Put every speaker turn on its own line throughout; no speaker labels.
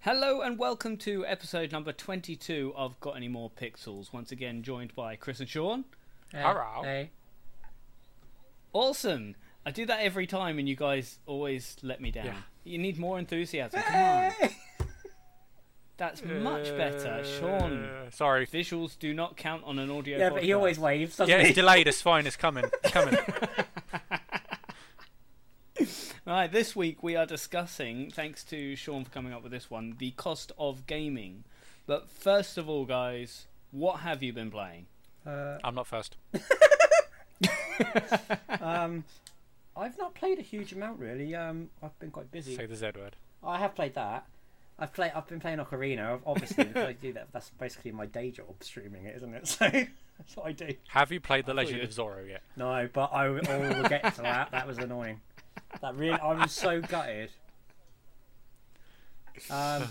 Hello and welcome to episode number 22 of Got Any More Pixels. Once again, joined by Chris and Sean.
Hey,
Hello.
Hey.
Awesome! I do that every time, and you guys always let me down.
Yeah.
You need more enthusiasm. Come on. That's much better, Sean.
Uh, Sorry.
Visuals do not count on an audio.
Yeah, but he
podcast.
always waves, doesn't
Yeah,
he?
it's delayed. It's fine. It's coming. It's coming.
Right, this week we are discussing, thanks to Sean for coming up with this one, the cost of gaming. But first of all, guys, what have you been playing?
Uh,
I'm not first.
um, I've not played a huge amount really. Um, I've been quite busy.
Say the Z word.
I have played that. I've played. I've been playing Ocarina, ob- obviously. because I do that. That's basically my day job, streaming it, isn't it? So that's what I do.
Have you played The
thought
Legend
you-
of Zorro yet?
No, but I will I will get to that. That was annoying. That really, I was so gutted. Um,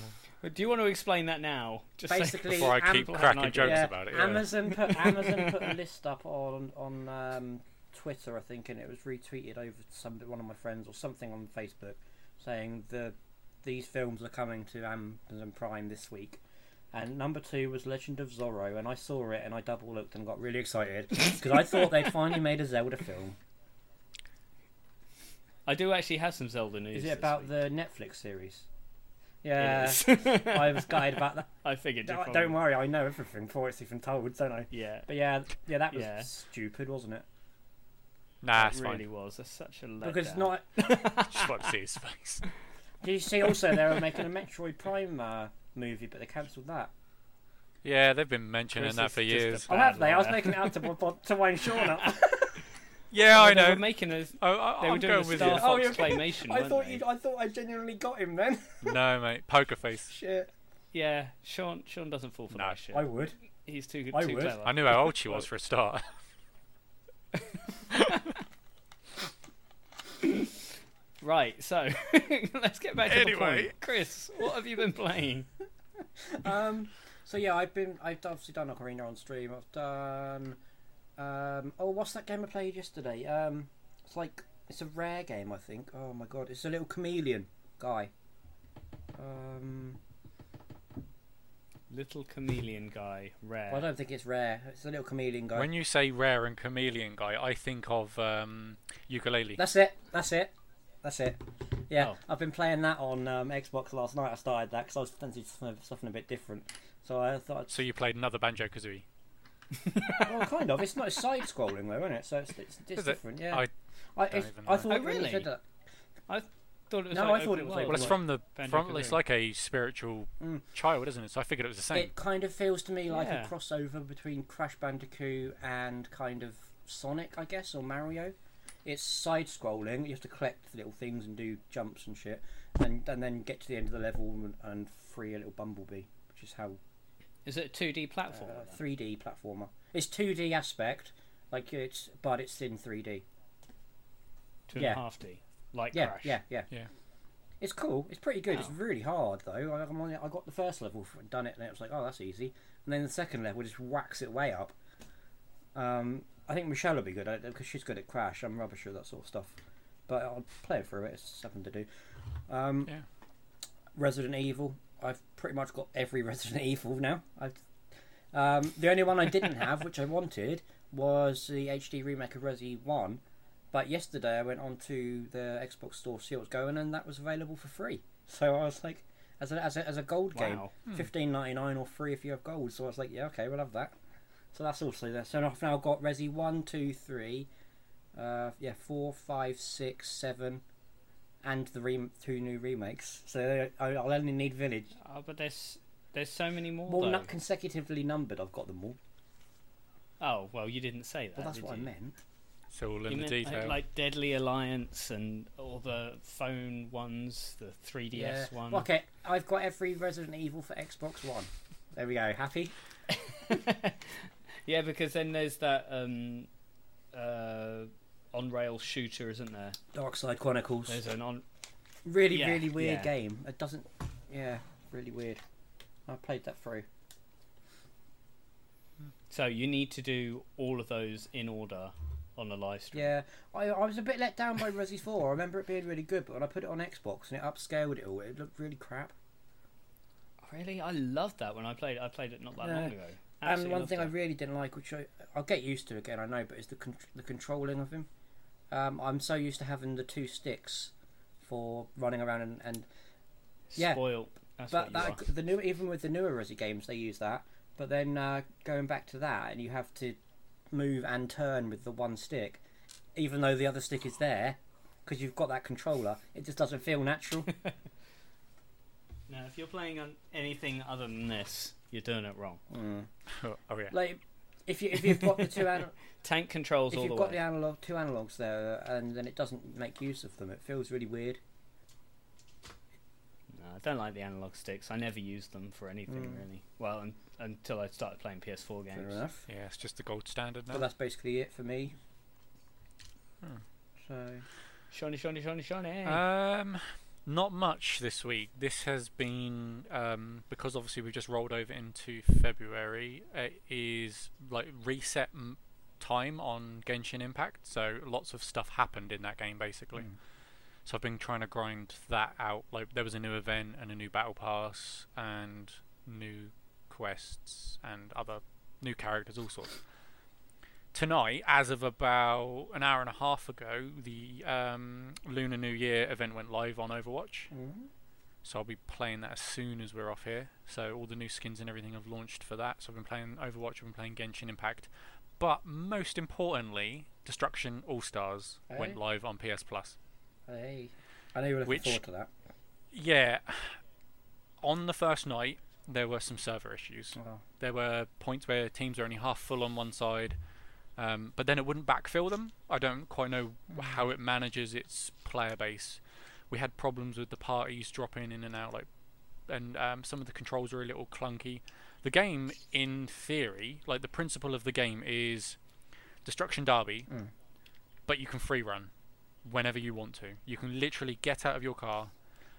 Do you want to explain that now? Just so-
basically,
Before I
Am-
keep
have an idea.
cracking jokes
yeah,
about it. Yeah.
Amazon put Amazon put a list up on on um, Twitter, I think, and it was retweeted over to some one of my friends or something on Facebook, saying the these films are coming to Amazon Prime this week. And number two was Legend of Zorro, and I saw it and I double looked and got really excited because I thought they'd finally made a Zelda film.
I do actually have some Zelda news.
Is it
this
about
week.
the Netflix series?
It
Yeah,
is.
I was gutted about that.
I figured. you
Don't-
probably-
Don't worry, I know everything before it's even told, don't I?
Yeah,
But yeah, yeah, that was
Yeah.
stupid, wasn't it?
Nah,
it
Ah, it's
really
fine.
was. That's such a letdown.
Because not
Just want to see his face.
Did you see also they were making a Metroid Prime uh, movie, but they cancelled that.
Yeah, they've been mentioning
Chris
that
is
for
just a
years.
Oh,
Bad
have they? I was
liar.
making it out to, to wind Sean up.
Yeah, Oh, I
They were
know.
making a.
I, I,
They were
I'm
doing a
going with you.
Star
Oh,
Fox
yeah.
claymation.
I
weren't
thought
they?
you, I thought I genuinely got him then.
No, mate. Poker face.
Shit,
Yeah, Sean. Sean doesn't fall for
No.
that shit.
I would.
He's too
I
too
would.
clever.
I knew how old she was for a start.
Right, so let's get back to the
Anyway.
point. Chris, what have you been playing?
Um, so yeah, I've been. I've obviously done Ocarina on stream. I've done. Um, oh, what's that game I played yesterday? Um, it's like it's a rare game, I think. Oh my god, it's a little chameleon guy. Um,
Little chameleon guy, rare.
well, I don't think it's rare. It's a little chameleon guy.
When you say rare and chameleon guy, I think of um, ukulele.
That's it. That's it. That's it. Yeah,
Oh.
I've been playing that on um, Xbox last night. I started that because I was fancying something, something a bit different. So I thought,
So you played another banjo kazooie.
well, kind of. It's not it's side-scrolling though, isn't it? So it's, it's, it's
Is it?
different. Yeah.
I
I,
don't
it's-
even
I
know.
thought
Oh,
when you
really?
said that-
thought it was
No,
like
I thought
open
it was
world.
Well, it's
Like
from the from.
Banjo-Kazooie.
It's like a spiritual
Mm.
child, isn't it? So I figured it was the same.
it kind of feels to me like
Yeah.
a crossover between Crash Bandicoot and kind of Sonic, I guess, or Mario. It's side-scrolling. You have to collect little things and do jumps and shit, and and then get to the end of the level and, and free a little bumblebee, which is how
Is it a 2D platform?
uh, 3D platformer. It's 2D aspect, like it's but it's in 3D.
Two and a
yeah.
half D, like
Yeah,
Crash.
yeah, yeah.
Yeah.
It's cool. It's pretty good. It's
Wow.
really hard though. I, I'm on it- I got the first level, f- done it, and it was like, oh, that's easy. And then the second level just whacks it way up. Um, I think Michelle will be good at it because she's good at Crash. I'm rubbish at that sort of stuff, but I'll play it through it. It's something to do. Um,
Yeah.
Resident Evil. I've pretty much got every Resident Evil now. I've, um, the only one I didn't have, which I wanted, was the HD remake of Resi One. But yesterday I went on to the Xbox store to see what was going, and that was available for free. So I was like, as a as a, as a gold game,
Wow. Hmm.
fifteen ninety nine or free if you have gold. So I was like, yeah, okay, we'll have that. So that's also there. So I've now got Resi one, two, three, uh, yeah, four, five, six, seven, and the rem- two new remakes. So I- I'll only need Village.
Oh, but there's there's so many more.
Well,
though.
not consecutively numbered. I've got them all.
Oh well, you didn't say that.
Well, that's
did
what I
you?
meant.
So all in
You meant,
the
like,
detail.
like Deadly Alliance and all the phone ones, the 3DS one.
Well, Okay, I've got every Resident Evil for Xbox One. There we go. Happy.
yeah, because then there's that um, uh, on-rail shooter, isn't there?
Dark Side Chronicles.
There's an on.
really,
Yeah,
really weird
yeah.
game. It doesn't. Yeah, really weird. I played that through.
So you need to do all of those in order on a live stream.
Yeah, I, I was a bit let down by Resi 4. I remember it being really good, but when I put it on Xbox and it upscaled it all, it looked really crap.
Really, I loved that when I played. I played it not that long
Yeah.
ago.
And
Absolutely
one
loved
thing I
it.
really didn't like, which I, I'll get used to again, I know, but is the con- the controlling of him. Um, I'm so used to having the two sticks for running around and, and yeah.
spoil. That's
but
what you
that,
are.
the new even with the newer Resi games they use that. But then uh, going back to that, and you have to move and turn with the one stick, even though the other stick is there, because you've got that controller. It just doesn't feel natural.
Now, if you're playing on anything other than this, you're doing it wrong.
Mm.
Oh, yeah.
Like if you if you've got the two ana-
Tank controls
if
all
you've
the
got
way.
the analog two analogs there, and then it doesn't make use of them, it feels really weird.
No, I don't like the analog sticks. I never used them for anything
Mm.
really. Well, un- until I started playing PS4
Fair
games.
enough.
Yeah, it's just the gold standard now.
But that's basically it for me.
Hmm.
So
Shiny, shiny, shiny, shiny.
Um, not much this week. This has been um, because obviously we've just rolled over into February. It is like reset m- time on Genshin Impact, so lots of stuff happened in that game basically. So I've been trying to grind that out. Like there was a new event and a new battle pass and new quests and other new characters, all sorts. Tonight, as of about an hour and a half ago, the um, Lunar New Year event went live on Overwatch.
mm.
So I'll be playing that as soon as we're off here. So all the new skins and everything have launched for that. So I've been playing Overwatch, I've been playing Genshin Impact, but most importantly, Destruction All Stars went
Hey.
live on PS Plus.
hey, I know you were looking
Which-
forward to that.
Yeah, on the first night there were some server issues.
Oh.
There were points where teams were only half full on one side, um, but then it wouldn't backfill them. I don't quite know how it manages its player base. We had problems with the parties dropping in and out, like, and um, some of the controls were a little clunky. The game, in theory, like the principle of the game is destruction derby,
Mm.
but you can free run whenever you want to. You can literally get out of your car.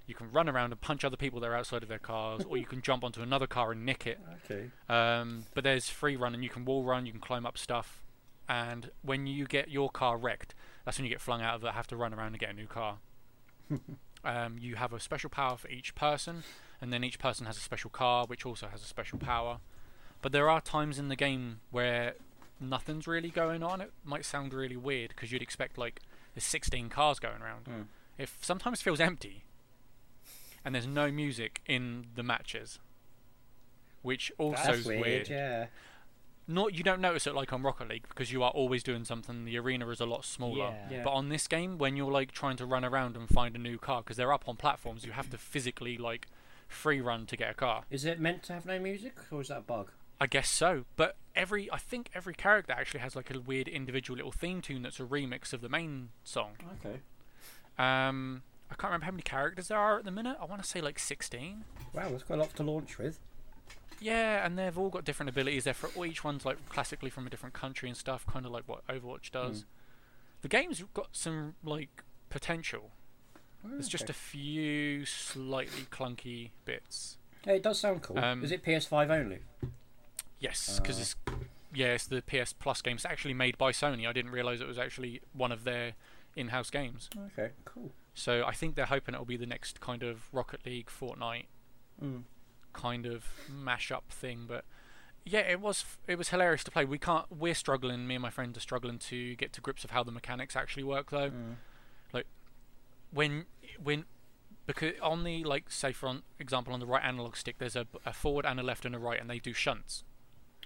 You can run around and punch other people that are outside of their cars, or you can jump onto another car and nick it.
Okay.
Um, but there's free run, and you can wall run, you can climb up stuff. And when you get your car wrecked, that's when you get flung out of it, have to run around and get a new car. um, you have a special power for each person, and then each person has a special car, which also has a special power. But there are times in the game where nothing's really going on. It might sound really weird because you'd expect like there's 16 cars going around.
Mm.
It sometimes feels empty, and there's no music in the matches, which also
That's
is
weird. Yeah.
not you don't notice it like on Rocket League because you are always doing something. The arena is a lot smaller.
Yeah.
Yeah.
But on this game, when you're like trying to run around and find a new car because they're up on platforms, you have to physically like free run to get a car.
Is it meant to have no music, or is that a bug?
I guess so. But every I think every character actually has like a weird individual little theme tune that's a remix of the main song.
Okay.
Um, I can't remember how many characters there are at the minute. I want to say like 16.
Wow, that's quite a lot to launch with.
Yeah, and they've all got different abilities. They're for each one's like classically from a different country and stuff, kind of like what Overwatch does. The game's got some like potential. There's just a few slightly clunky bits.
Yeah, it does sound cool.
Um,
is it PS5 only?
Yes, because
Ah.
it's yeah, it's the PS Plus game. It's actually made by Sony. I didn't realize it was actually one of their in-house games.
Okay, cool.
So I think they're hoping it'll be the next kind of Rocket League, Fortnite
Mm.
kind of mashup thing. But yeah, it was f- it was hilarious to play. We can't. We're struggling. Me and my friends are struggling to get to grips of how the mechanics actually work, though.
Mm.
When when because on the like say for on, example on the right analog stick, there's a, a forward and a left and a right, and they do shunts.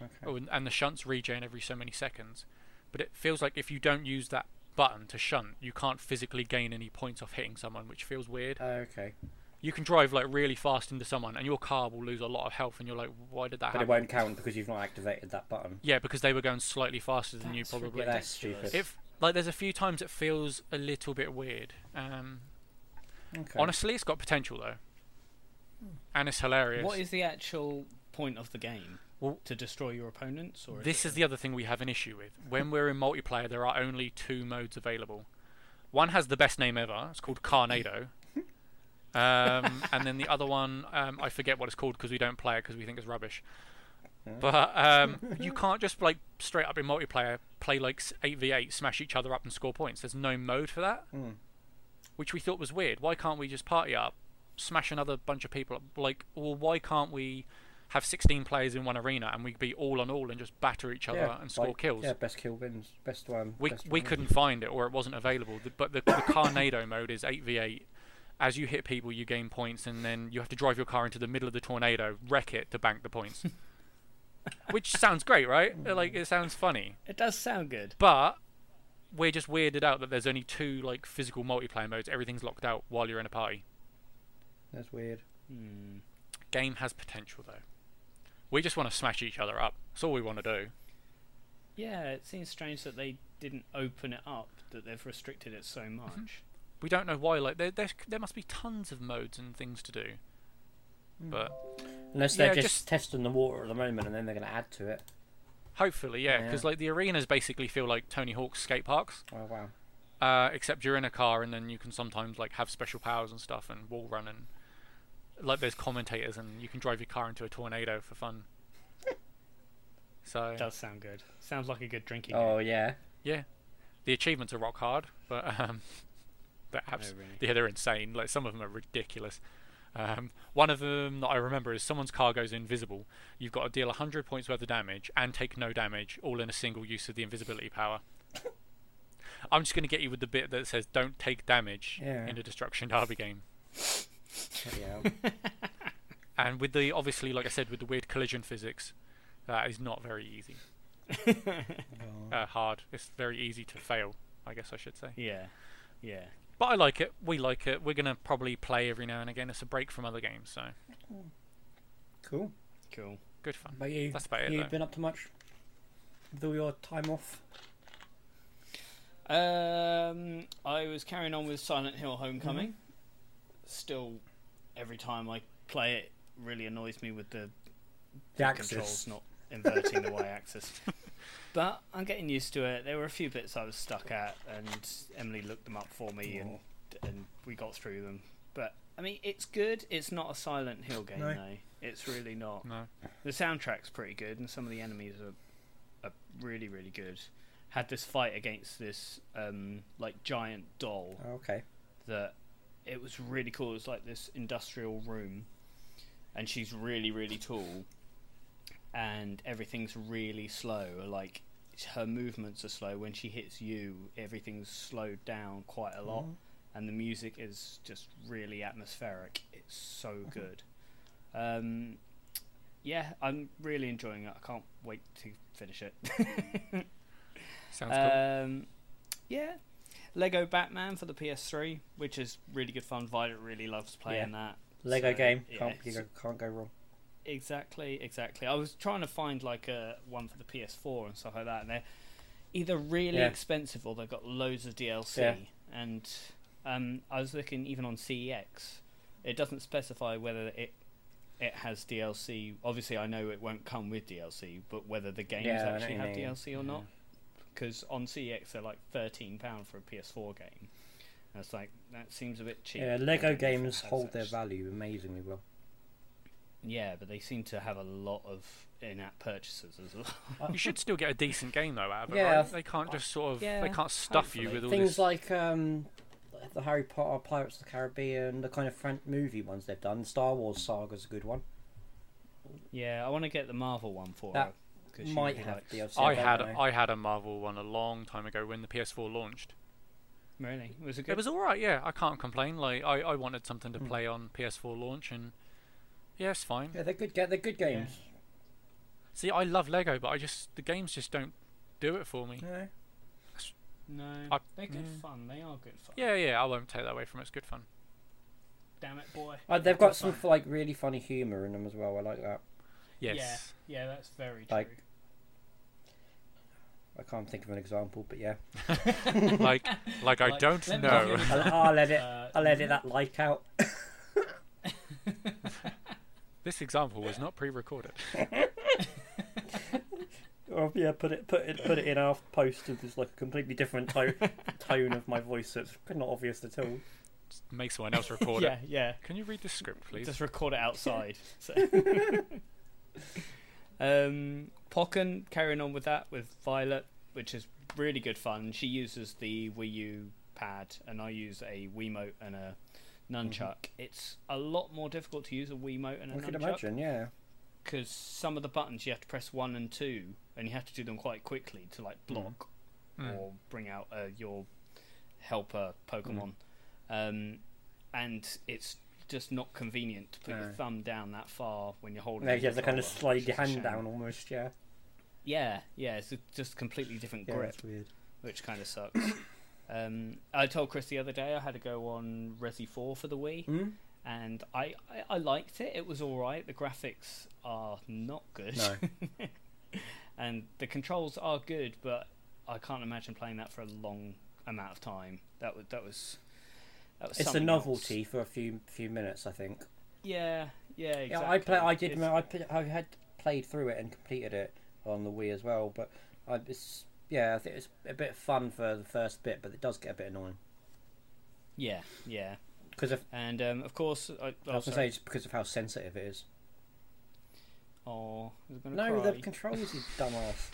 Okay.
Oh, and, and the shunts regen every so many seconds. But it feels like if you don't use that button to shunt, you can't physically gain any points off hitting someone, which feels weird.
Okay.
You can drive like really fast into someone, and your car will lose a lot of health, and you're like, why did that
But it
happen?
won't count because you've not activated that button.
Yeah, because they were going slightly faster than you,
That's
probably.
ridiculous.
That's stupid.
If like, there's a few times it feels a little bit weird. Um,
Okay.
honestly, it's got potential though, and it's hilarious.
What is the actual point of the game?
Well-
to destroy your opponents, or
This
it-
is the other thing we have an issue with. When we're in multiplayer, there are only two modes available. One has the best name ever. It's called Carnado. Um, and then the other one, um, I forget what it's called because we don't play it because we think it's rubbish. But um, you can't just like straight up in multiplayer play like eight v eight, smash each other up and score points. There's no mode for that,
Mm.
which we thought was weird. Why can't we just party up smash another bunch of people up. Like, well, why can't we have 16 players in one arena and we be all on all and just batter each other and score
like-
kills?
Yeah, best kill wins, best one.
we
best
we
one.
couldn't find it or it wasn't available. The, but the, the Carnado mode is 8v8. As you hit people, you gain points, and then you have to drive your car into the middle of the tornado, wreck it to bank the points. Which sounds great, right? Like it sounds funny,
It does sound good.
but we're just weirded out that there's only two like physical multiplayer modes. Everything's locked out while you're in a party.
That's weird.
Hmm.
Game has potential though. We just want to smash each other up. That's all we want to do.
Yeah, it seems strange that they didn't open it up, that they've restricted it
Mm-hmm.
so much.
We don't know why. Like there, there, there must be tons of modes and things to do. But
Unless they're
Yeah,
just,
just-
testing the water at the moment, and then they're going to add to it.
Hopefully, yeah,
Yeah.
because like the arenas basically feel like Tony Hawk's skate parks,
Oh wow.
uh, except you're in a car and then you can sometimes like have special powers and stuff and wall run and like there's commentators and you can drive your car into a tornado for fun. so
It does sound good. Sounds like a good drinking
Oh
game.
yeah.
the achievements are rock hard, but um, they're abs-
really?
yeah, they're insane. Like some of them are ridiculous. Um, one of them that I remember is someone's car goes invisible. You've got to deal 100 points worth of damage and take no damage, all in a single use of the invisibility power. I'm just going to get you with the bit that says don't take damage
Yeah.
in a destruction derby game.
Bloody hell.
And with the obviously, like I said, with the weird collision physics, that is not very easy.
Oh.
Uh, hard. It's very easy to fail. I guess I should say.
Yeah. Yeah.
But I like it. We like it. We're gonna probably play every now and again. It's a break from other games, so
Cool.
Cool.
good fun.
But you,
That's about it,
you
though.
been up to much with all your time off?
Um, I was carrying on with Silent Hill Homecoming. Still, every time I play it, really annoys me with the
The
controls
axis.
not inverting the y-axis. But I'm getting used to it. There were a few bits I was stuck at, and Emily looked them up for me, and and we got through them. But I mean, it's good. It's not a Silent Hill game,
No.
though. It's really not.
No,
The soundtrack's pretty good, and some of the enemies are, are really, really good. Had this fight against this um, like giant doll
Oh, okay.
that it was really cool. It was like this industrial room, and she's really, really tall, and everything's really slow. Like her movements are slow. When she hits you, everything's slowed down quite a lot, and the music is just really atmospheric. It's so good. Um, yeah, I'm really enjoying it. I can't wait to finish it.
sounds cool.
Um, yeah, Lego Batman for the PS3, which is really good fun. Violet really loves playing that.
Lego
So,
game.
yeah,
Can't, you
so-
go- can't go wrong.
exactly, exactly. I was trying to find like a one for the PS4 and stuff like that, and they're either really
Yeah.
expensive or they've got loads of DLC.
Yeah.
And um, I was looking even on CEX. It doesn't specify whether it it has DLC. Obviously, I know it won't come with DLC, but whether the games
Yeah, I know
actually
what
have
you mean.
DLC or
Yeah.
not. Because on CEX they're like thirteen pound for a PS4 game. And it's like that seems a bit cheap.
Yeah,
I
Lego
don't know if it
games
has
hold their
such-
value amazingly well.
Yeah, but they seem to have a lot of in-app purchases as well.
You should still get a decent game though out of it,
Yeah,
right?
I've-
They can't just sort of,
Yeah,
they can't stuff you
hopefully.
with all
Things
this.
like um, the Harry Potter, Pirates of the Caribbean, the kind of Fran movie ones they've done. Star Wars Saga's a good one.
Yeah, I want to get the Marvel one for
That
her. 'cause she
Might
really
have
likes-
DLC.
I
don't
had
know.
I had a Marvel one a long time ago when the PS4 launched.
Really? Was it good? Hmm.
It was all right, yeah. I can't complain. Like I, I wanted something to play on PS4 launch, and yeah, it's fine.
Yeah, they're good. Ga- they're good games.
See, I love Lego, but I just the games just don't do it for me.
Yeah.
No.
I-
They're good
yeah.
fun. They are good fun.
Yeah, yeah, I won't take that away from it. It's good fun.
Damn it, boy.
Uh, they've
Good
got some
fun.
like really funny humour in them as well. I like that.
Yes.
Yeah, that's very true.
Like- I can't think of an example, but yeah,
like like I
Like,
don't
let me
know.
hear
I'll, I'll edit.
Uh,
I'll edit that like out.
This example was not pre-recorded.
Oh, yeah, put it, put it, put it in after post. It's like a completely different tone, tone of my voice. So it's not obvious at all.
Just Make someone else record
yeah,
it.
yeah.
Can you read the script, please?
Just record it outside. so. um, Pokken carrying on with that with Violet, which is really good fun. She uses the Wii U pad, and I use a Wiimote and a nunchuck. It's a lot more difficult to use a Wiimote and a
Mm-hmm. I could
nunchuck
imagine, yeah.
because some of the buttons you have to press one and two, and you have to do them quite quickly to like block
Hmm.
Mm.
or bring out uh, your helper Pokemon.
Hmm.
Um, and it's just not convenient to put your
No.
thumb down that far when you're holding.
Yeah,
the
you have to kind of
controller, which
slide your
is a
hand
shame.
down almost, yeah.
Yeah, yeah, it's a, just completely different
Yeah,
grip
that's weird.
which kind of sucks. um, I told Chris the other day I had to go on Resi 4 for the Wii,
Mm?
and I, I, I liked it. It was all right. The graphics are not good,
No.
and the controls are good, but I can't imagine playing that for a long amount of time. That was that was. That was
It's a
something
novelty
else.
for a few few minutes, I think.
Yeah, yeah, exactly.
Yeah, I play. I did.
It's-
remember- I, pl- I had played through it and completed it on the Wii as well. But I, it's yeah, I think it's a bit fun for the first bit, but it does get a bit annoying
Yeah, yeah,
because of
and um, of course, I,
I
oh,
was gonna say
sorry.
it's because of how sensitive it is.
oh, I was gonna
No, the
cry.
controls, you dumbass.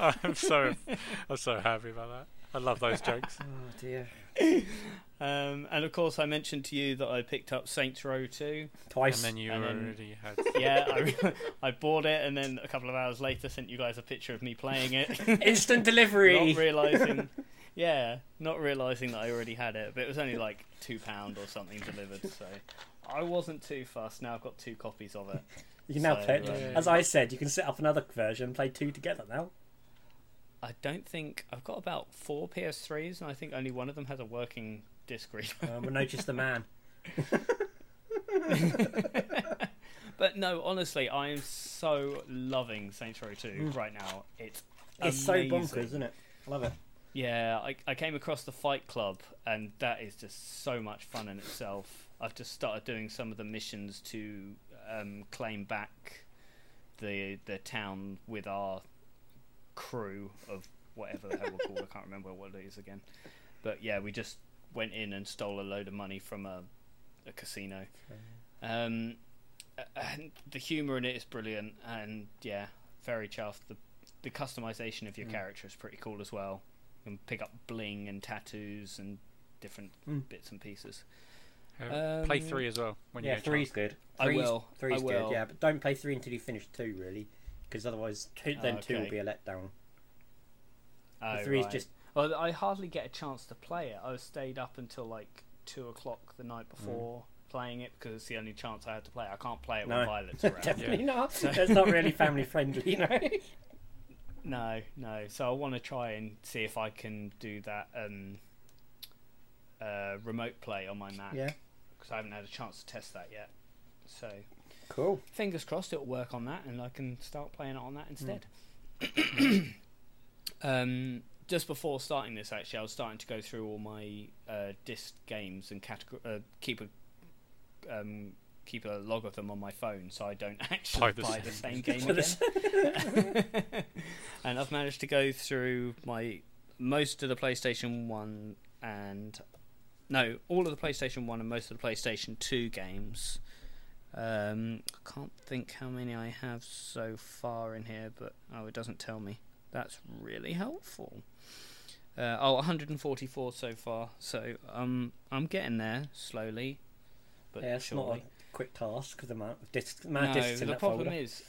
I'm so I'm so happy about that. I love those jokes.
Oh dear.
Um, and of course, I mentioned to you that I picked up Saints Row 2.
And
Twice.
then you
And then-
already had.
Yeah, I, re- I bought it, and then a couple of hours later, sent you guys a picture of me playing it,
Instant delivery.
not realizing, yeah, not realizing that I already had it. But it was only like two pound or something delivered, so I wasn't too fussed. Now I've got two copies of it.
You can now
So,
play. it.
uh,
As I said, you can set up another version and play two together now.
I don't think I've got about four PS3s, and I think only one of them has a working disc reader.
Um, we'll notice the man.
But no, honestly, I am so loving Saints Row 2 right now. It's
It's so bonkers,
amazing.
isn't it? I love it.
Yeah, I, I came across the Fight Club, and that is just so much fun in itself. I've just started doing some of the missions to um, claim back the the town with our crew of whatever the hell we're called. I can't remember what it is again. But yeah, we just went in and stole a load of money from a, a casino. Um, a- and the humour in it is brilliant, and yeah, very chuffed. The the customization of your character is pretty cool as well. You can pick up bling and tattoos and different
Mm.
bits and pieces.
Uh, play
Um,
three as well when you
yeah,
get a
three's
chance.
good.
I
Three's,
will, I
Three's
will.
good. Yeah, but don't play three until you finish two, really, because otherwise, two, then two will
Ah, Okay.
be a letdown.
Oh,
The three's
right.
just
Well, I hardly get a chance to play it. I stayed up until like two o'clock the
Mm.
night before playing it because it's the only chance I had to play. I can't play it
No.
when Violet's around.
definitely not. It's not really family friendly, you know.
No, no. So I want to try and see if I can do that um, uh, remote play on my Mac.
Yeah.
Because I haven't had a chance to test that yet. So
Cool.
fingers crossed it'll work on that, and I can start playing it on that instead. um, just before starting this, actually, I was starting to go through all my uh, disc games and categ- uh, keep a um, keep a log of them on my phone, so I don't actually
Play the
buy
same
the same
game.
game again. and I've managed to go through my most of the PlayStation One and no, all of the PlayStation One and most of the PlayStation Two games. Um, I can't think how many I have so far in here, but oh, it doesn't tell me. That's really helpful. Uh, oh, 144 so far, so um, I'm getting there slowly, but
yeah, it's not a
surely.
quick task because the amount of discs, amount of discs in
the
that
problem
folder.
is,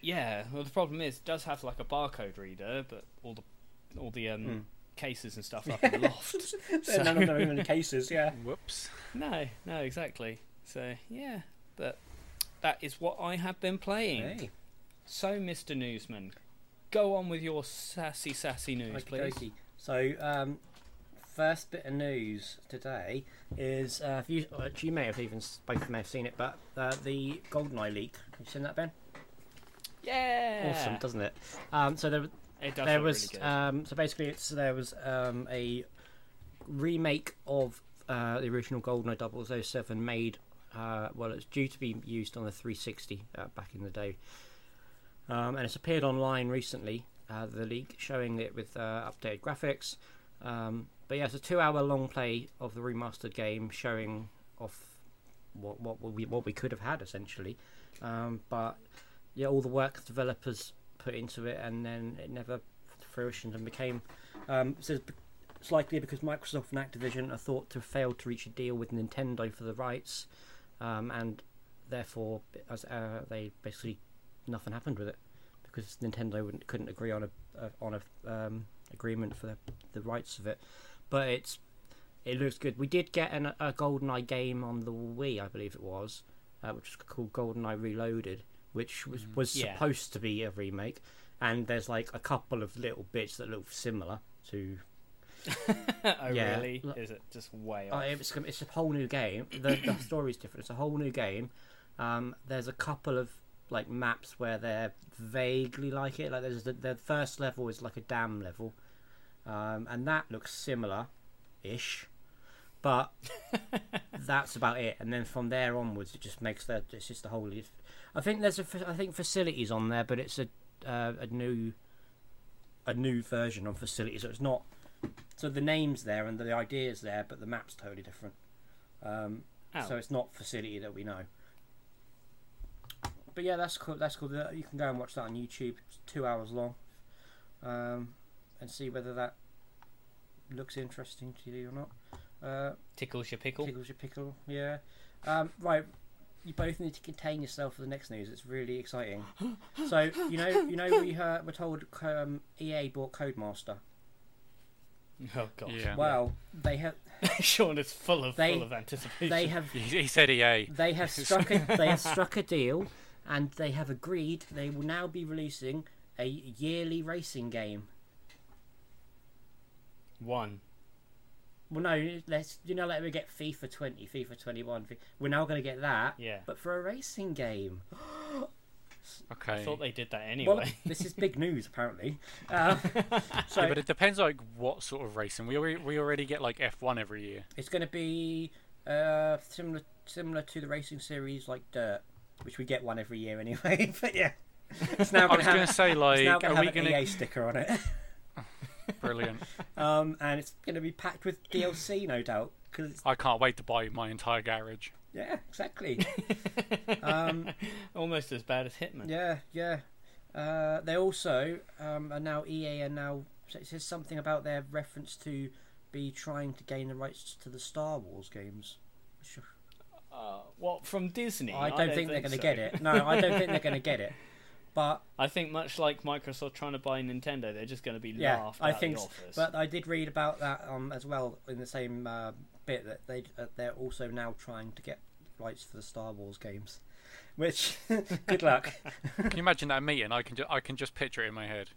yeah, well, the problem is, it does have like a barcode reader, but all the all the um,
Mm.
cases and stuff are up in the loft. so-
None of them are even in cases. Yeah.
Whoops.
No, no, exactly. So yeah, but that is what I have been playing.
Hey,
So, Mr. Newsman, go on with your sassy, sassy news, please.
okey-dokey. So, um, first bit of news today is uh, if you, uh, you may have even both may have seen it, but uh, the GoldenEye leak. Have you seen that, Ben?
Yeah.
Awesome, doesn't it? Um, so there,
It does
there
look
was
really good.
um, so basically it's there was um, a remake of uh, the original GoldenEye 007 made uh, well it's due to be used on the 360 uh, back in the day um, and it's appeared online recently uh, the leak showing it with uh, updated graphics um, but yeah it's a two hour long play of the remastered game showing off what what we, what we could have had essentially um, but yeah all the work the developers put into it and then it never fruition and became um, so It's likely because Microsoft and Activision are thought to have failed to reach a deal with Nintendo for the rights, um, and therefore, as uh, they basically nothing happened with it because Nintendo wouldn't, couldn't agree on a, a on a um, agreement for the, the rights of it. But it's it looks good. We did get an, a GoldenEye game on the Wii, I believe it was, uh, which was called GoldenEye Reloaded, which was, was
Yeah.
supposed to be a remake. And there's like a couple of little bits that look similar to.
oh
Yeah.
really?
Look-
Is it just way
Uh,
off?
it's com- it's a whole new game. The the story's different. It's a whole new game. Um, there's a couple of like maps where they're vaguely like it. Like there's the, the first level is like a dam level, um, and that looks similar, ish, but that's about it. And then from there onwards, it just makes that it's just the whole. it's- I think there's a fa- I think facilities on there, but it's a uh, a new a new version on facilities. So it's not so the name's there and the idea's there, but the map's totally different. Um,
Ow.
so it's not facility that we know. But yeah, that's cool. That's cool. You can go and watch that on YouTube. It's two hours long, um, and see whether that looks interesting to you or not. Uh,
Tickles your pickle.
Tickles your pickle, yeah. Um, right, you both need to contain yourself for the next news. It's really exciting. So you know, you know, we heard, were told um, EA bought Codemaster.
Oh god.
Yeah.
Well, they have
Sean is full of
They-
full of anticipation.
they have
He, he said E EA.
they have struck a, they have struck a deal, and they have agreed they will now be releasing a yearly racing game.
One.
Well, no, let's you know, like we get FIFA 20, FIFA 21. We're now going to get that,
Yeah.
but for a racing game.
I
Okay.
thought they did that anyway.
Well, this is big news apparently. Uh, so
yeah, but it depends like what sort of racing. We already we already get like F1 every year.
It's going to be uh, similar similar to the racing series like Dirt, which we get one every year anyway. but yeah, it's now going
I was
to have,
gonna say
it's now
like,
gonna
are we
have an E
gonna?
EA sticker on it,
Brilliant.
um, and it's going to be packed with DLC, no doubt. Because
I can't wait to buy my entire garage.
yeah, exactly. um,
Almost as bad as Hitman.
yeah, yeah. Uh, they also um, are now EA are now. so It says something about their reference to be trying to gain the rights to the Star Wars games. Which
Uh, well, from Disney.
I don't think they're going to get it. No, I don't think they're going to get it. But
I think much like Microsoft trying to buy Nintendo, they're just going to be
yeah,
laughed
I
out
think.
the
s-
office.
But I did read about that um, as well in the same uh, bit that they uh, they're also now trying to get rights for the Star Wars games, which good luck.
Can you imagine that meeting? I can ju- I can just picture it in my head.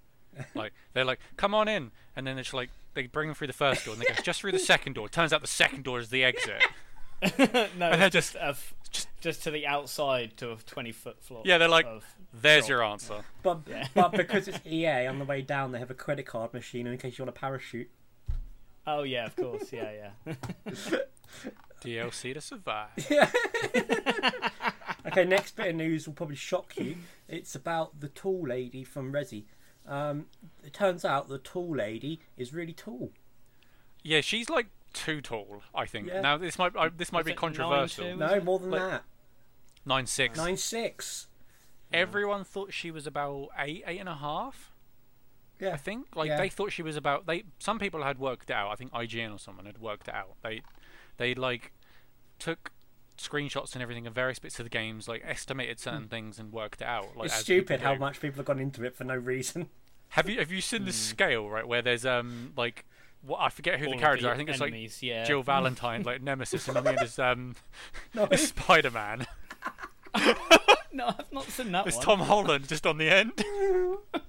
Like they're like, come on in, and then it's like they bring them through the first door and they go just through the second door. Turns out the second door is the exit.
no,
And they're
just,
just-
uh, f- just to the outside to a twenty foot floor.
Yeah, they're like,
of-
There's
Sure.
your answer.
But
Yeah.
but because it's EA on the way down, they have a credit card machine in case you want a parachute.
oh yeah, of course, yeah, yeah.
DLC to survive.
Okay, next bit of news will probably shock you. It's about the tall lady from Resi. Um, it turns out the tall lady is really tall.
Yeah, she's like too tall. I think.
Yeah.
Now this might I, this might
Was
be
it
controversial.
9'2"?
No, more than
Like-
that.
Nine six.
Nine six.
Everyone thought she was about eight, eight and a half.
Yeah.
I think. Like
Yeah.
they thought she was about they. Some people had worked it out. I think IGN or someone had worked it out. They, they like, took screenshots and everything of various bits of the games, like estimated certain things and worked it out. Like
Hmm. It's
as people
stupid how
do.
much people have gone into it for no reason.
Have you have you seen the scale right where there's um like. What, I forget who
Hmm. All of
the characters
the
are. I think it's like
enemies, yeah.
Jill Valentine, like Nemesis, and on the end is um,
No.
Spider Man.
No, I've not seen that
There's
one.
Tom Holland just on the end.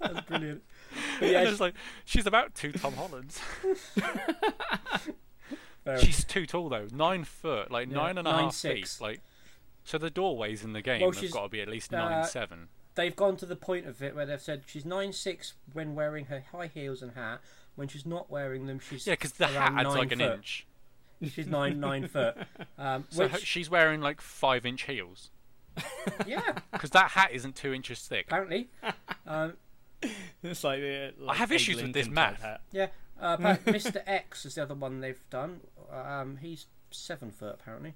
That's brilliant. But
and
yeah,
it's like she's about two Tom Hollands.
fair enough.
She's too tall though, nine foot, like
Yeah,
nine and a half
nine six.
feet. Like, so the doorways in the game
Well, she's-
have got to be at least
uh,
nine seven.
they've gone to the point of it where they've said she's nine six when wearing her high heels and hat. When she's not wearing them, she's
Yeah, because the hat
around
adds
nine
like an
foot.
inch.
She's nine nine foot. Um,
So her-
which,
she's wearing like five inch heels
yeah,
because that hat isn't two inches thick.
apparently, um,
It's like, the, like
I have
Abe
issues with this
Lincoln
math.
type hat.
yeah. Uh, appa- Mr. X is the other one they've done. Um, he's seven foot apparently.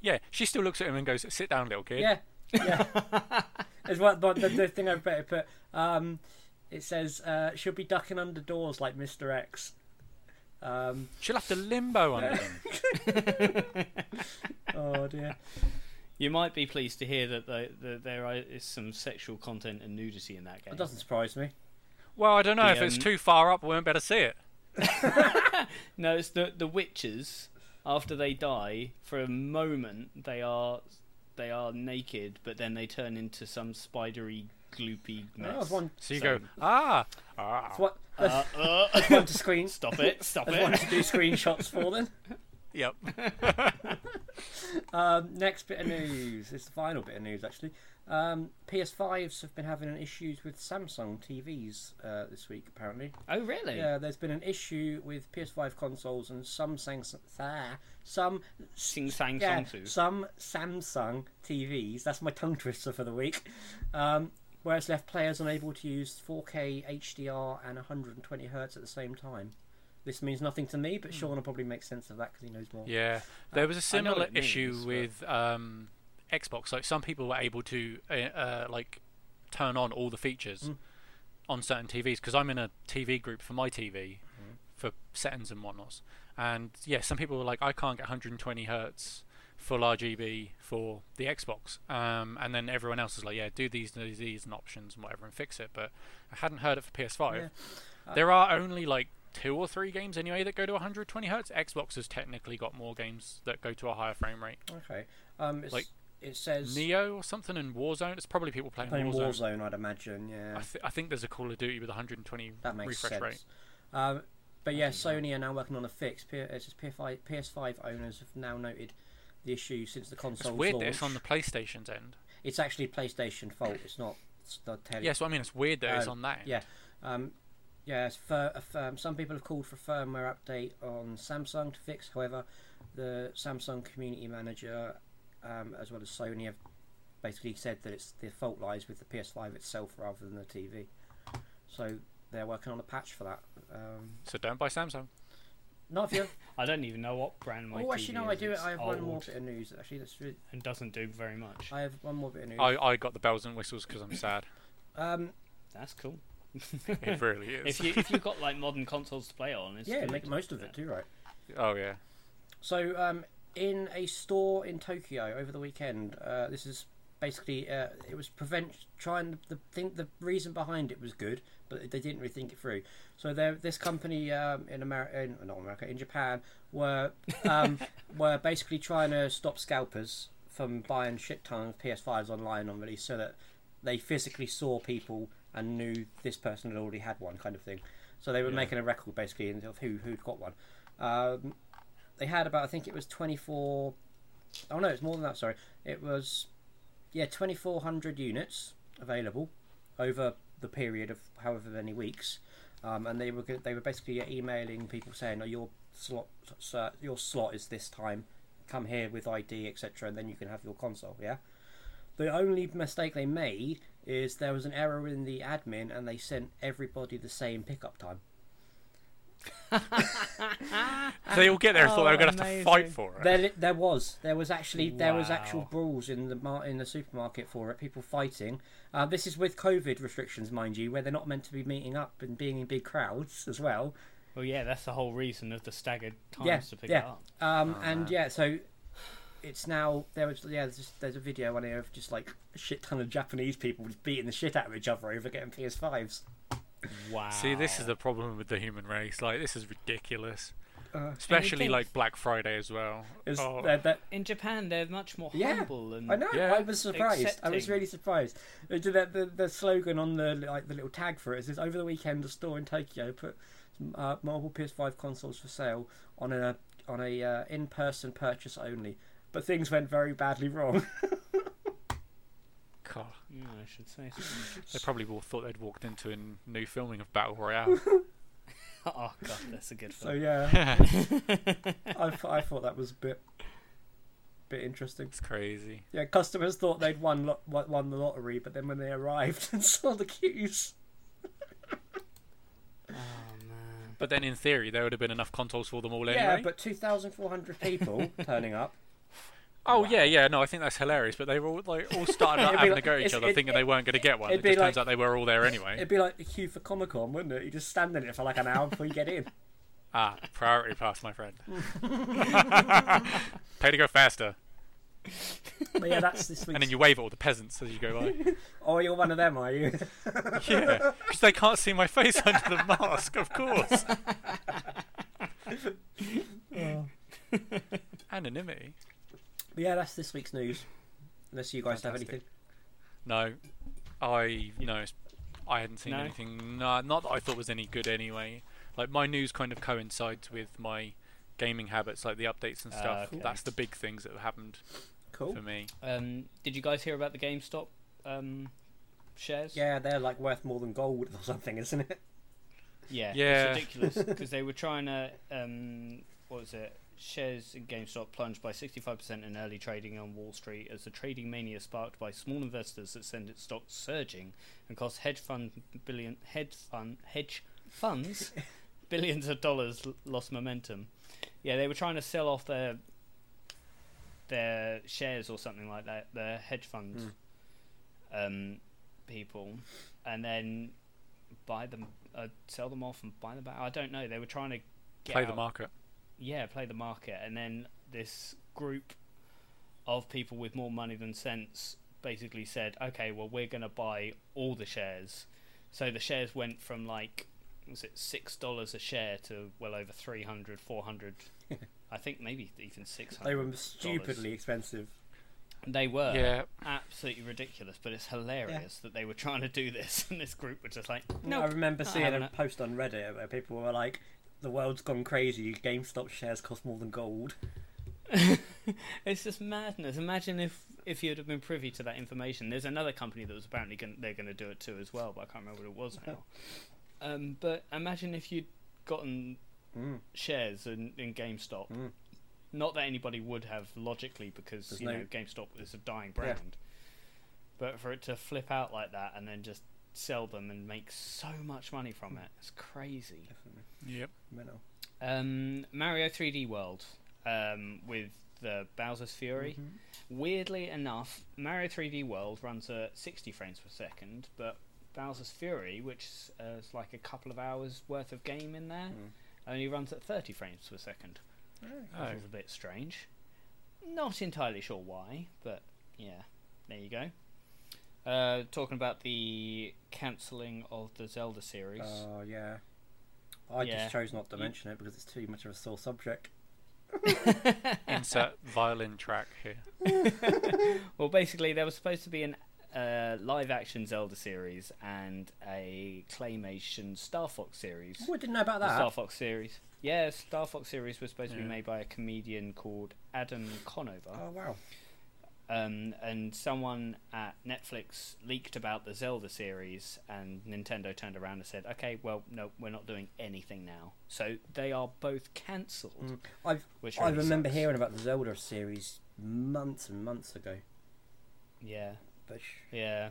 Yeah, she still looks at him and goes, "Sit down, little kid."
Yeah, yeah. it's what the, the, the thing I better put. Um, it says uh, she'll be ducking under doors like Mr. X. Um,
She'll have to limbo under them.
oh dear.
You might be pleased to hear that, the, the, there is some sexual content and nudity in that game.
That doesn't surprise me.
Well, I don't know
The,
if it's
um,
too far up. We won't be able to see it.
No, it's the the witches. After they die, for a moment they are they are naked, but then they turn into some spidery, gloopy
That
mess.
was Oh, one.
So you
So-
go ah ah.
That's what. That's
Uh, uh,
one to screen.
stop it! Stop
That's one
it!
to do screenshots for then.
Yep.
Um, next bit of news. It's the final bit of news actually. Um, PS5s have been having an issues with Samsung TVs uh, this week apparently.
Oh really?
Yeah, Uh, there's been an issue with PS5 consoles and some Samsung, ah, some
Sing sang
yeah,
song too.
some Samsung TVs. That's my tongue twister for the week. Um, where it's left players unable to use 4K HDR and 120 hertz at the same time. This means nothing to me, but Sean will probably make sense of that because he knows more.
Yeah, there was a
I know what
similar
it
issue
means, but-
with um, Xbox. Like some people were able to uh, uh, like turn on all the features
Hmm.
on certain TVs because I'm in a TV group for my TV
Hmm.
for settings and whatnots. And yeah, some people were like, I can't get 120 hertz full RGB for the Xbox. Um, and then everyone else is like, yeah, do these, do these, and options and whatever, and fix it. But I hadn't heard it for PS5. There are only like two or three games anyway that go to 120 hertz. Xbox has technically got more games that go to a higher frame rate.
Okay. Um, it's,
Like,
it says
Neo or something in Warzone. It's probably people playing,
playing
Warzone.
Warzone, I'd imagine. Yeah,
I, th- I think there's a Call of Duty with 120
that makes
refresh
sense.
rate.
Um, but yeah, Sony are now working on a fix. P- it says PS5, PS5 owners have now noted the issue since the
It's
console's
weird
launch.
that it's on the PlayStation's end.
It's actually PlayStation fault. It's not. It's the tele-
Yeah, so I mean, it's weird that it's
Oh,
on that.
Yeah. Um, yeah, it's fir- a firm. Some people have called for a firmware update on Samsung to fix. However, the Samsung community manager, um, as well as Sony, have basically said that it's the fault lies with the PS5 itself rather than the TV. So they're working on a patch for that. Um,
So don't buy Samsung.
not if you.
I don't even know what brand my
oh, actually,
TV
no, I
is.
do.
It's
I have one more
old
bit of news. Actually, that's. Really,
and doesn't do very much.
I have one more bit of news.
Oh,
I, I got the bells and whistles because I'm sad.
um,
That's cool.
it really is.
If you if you've got like modern consoles to play on, it's
yeah,
good.
make the most of it too, right?
Oh yeah.
So, um, in a store in Tokyo over the weekend, uh, this is basically uh, it was prevent trying the thing. The reason behind it was good, but they didn't really think it through. So, there, this company um, in America, in, not America, in Japan, were um, were basically trying to stop scalpers from buying shit ton of PS5s online on release, so that they physically saw people and knew this person had already had one, kind of thing. So they were making a record basically of who who'd got one. Um, they had about I think it was 24 oh no it's more than that sorry it was yeah 2400 units available over the period of however many weeks um, and they were go- they were basically emailing people saying oh, your slot sir, your slot is this time come here with ID etc and then you can have your console yeah the only mistake they made is there was an error in the admin and they sent everybody the same pickup time
So they all get there and thought they were
Oh,
going to have to fight
amazing.
for it.
There, li- there was, there was actually, there was actual
Wow.
brawls in the mar- in the supermarket for it. People fighting. Uh, this is with COVID restrictions, mind you, where they're not meant to be meeting up and being in big crowds as well.
Well, yeah, that's the whole reason of the staggered times
Yeah,
to pick it
yeah.
up.
Um,
Ah.
and yeah, so it's now there was yeah, there's, just, there's a video on here of just like a shit ton of Japanese people just beating the shit out of each other over getting PS5s.
Wow.
See, this
Ah.
is the problem with the human race. Like, this is ridiculous.
Uh,
Especially
think-
like Black Friday as well.
It's-
Oh.
they're- they're-
in Japan they're much more
Yeah,
humble and
I know.
Yeah.
I was surprised. I was
Accepting.
really surprised. Uh, The, the, the slogan on the like the little tag for it is: "Over the weekend, a store in Tokyo put uh, multiple PS5 consoles for sale on a on a uh, in-person purchase only." But things went very badly wrong.
God,
Yeah, I should say. so.
they probably all thought they'd walked into a n- new filming of Battle Royale.
oh god, that's a good
so
film.
yeah,
it's
I, th- I thought that was a bit bit interesting.
crazy.
Yeah, customers thought they'd won lo- won won the lottery, but then when they arrived and saw the queues,
oh man.
But then, in theory, there would have been enough consoles for them all
yeah,
anyway.
but two thousand four hundred people turning up.
oh
Wow.
yeah, yeah. No, I think that's hilarious. But they were all like all started out
It'd be
having
like-
to go at each
it's-
other,
it-
thinking they weren't going to get one. It
it'd
just
be
turns
like-
out they were all there anyway.
It'd be like the queue for Comic Con, wouldn't it? You just stand in it for like an hour before you get in.
Ah, priority pass, my friend.
Oh,
Pay to go faster,
But yeah, that's this week's.
and then you wave at all the peasants as you go by.
Oh, you're one of them, are you?
Yeah, because they can't see my face under the mask, of course.
Oh.
Anonymity.
But yeah, that's this week's news. Unless you guys
Fantastic.
have anything.
No, I no, it's- I hadn't seen
No?
anything. No, not that I thought was any good anyway. Like my news kind of coincides with my gaming habits, like the updates and
Ah,
stuff.
okay.
That's the big things that have happened
Cool.
for me.
Um, did you guys hear about the GameStop um, shares?
Yeah, they're like worth more than gold or something, isn't it?
Yeah,
Yeah.
it's ridiculous because they were trying to um, what was it? Shares in GameStop plunged by 65% in early trading on Wall Street as the trading mania sparked by small investors that sent its stock surging and cost hedge fund billion hedge fund hedge funds billions of dollars l- lost momentum. Yeah, they were trying to sell off their their shares or something like that, their hedge fund um, people, and then buy them, uh, sell them off, and buy them back. I don't know. They were trying to get
Play
out-
the market.
yeah, play the market, and then this group of people with more money than sense basically said, "Okay, well, we're going to buy all the shares." So the shares went from like was it six dollars a share to well over 300 400 I think maybe even six hundred.
They were stupidly expensive.
They were
yeah,
absolutely ridiculous, but it's hilarious that they were trying to do this, and this group were just like,
I
"No,
remember
not
seeing
having
a
it.
post on Reddit where people were like, the world's gone crazy, GameStop shares cost more than gold.
it's just madness." Imagine if if you'd have been privy to that information. There's another company that was apparently gon they're going to do it too as well, but I can't remember what it was now. um, but imagine if you'd gotten
Mm.
shares in, in GameStop.
Mm.
Not that anybody would have logically, because
There's
you
no-
know GameStop is a dying brand. But for it to flip out like that and then just sell them and make so much money from it, it's crazy.
Definitely.
yep.
Mental.
Um, Mario 3D World um, with the Bowser's Fury. Weirdly enough, Mario 3D World runs at 60 frames per second, but Bowser's Fury, which is, uh, is like a couple of hours worth of game in there,
Mm.
only runs at 30 frames per second,
Oh,
which is a bit strange. Not entirely sure why, but yeah, there you go. Uh, talking about the cancelling of the Zelda series.
Oh, yeah. I
Yeah.
just chose not to
You-
mention it because it's too much of a sore subject.
insert violin track here.
Well, basically, there was supposed to be an uh, live-action Zelda series and a claymation Star Fox series.
Oh, I didn't know about
The Star
that.
Fox series, yeah, Star Fox series was supposed to
Yeah.
be made by a comedian called Adam Conover,
Oh, wow.
um, and someone at Netflix leaked about the Zelda series, and Nintendo turned around and said, "Okay, well, no, we're not doing anything now." So they are both cancelled.
Mm. I've-
which
I
really
remember
sucks.
hearing about the Zelda series months and months ago.
Yeah,
But sh-
yeah.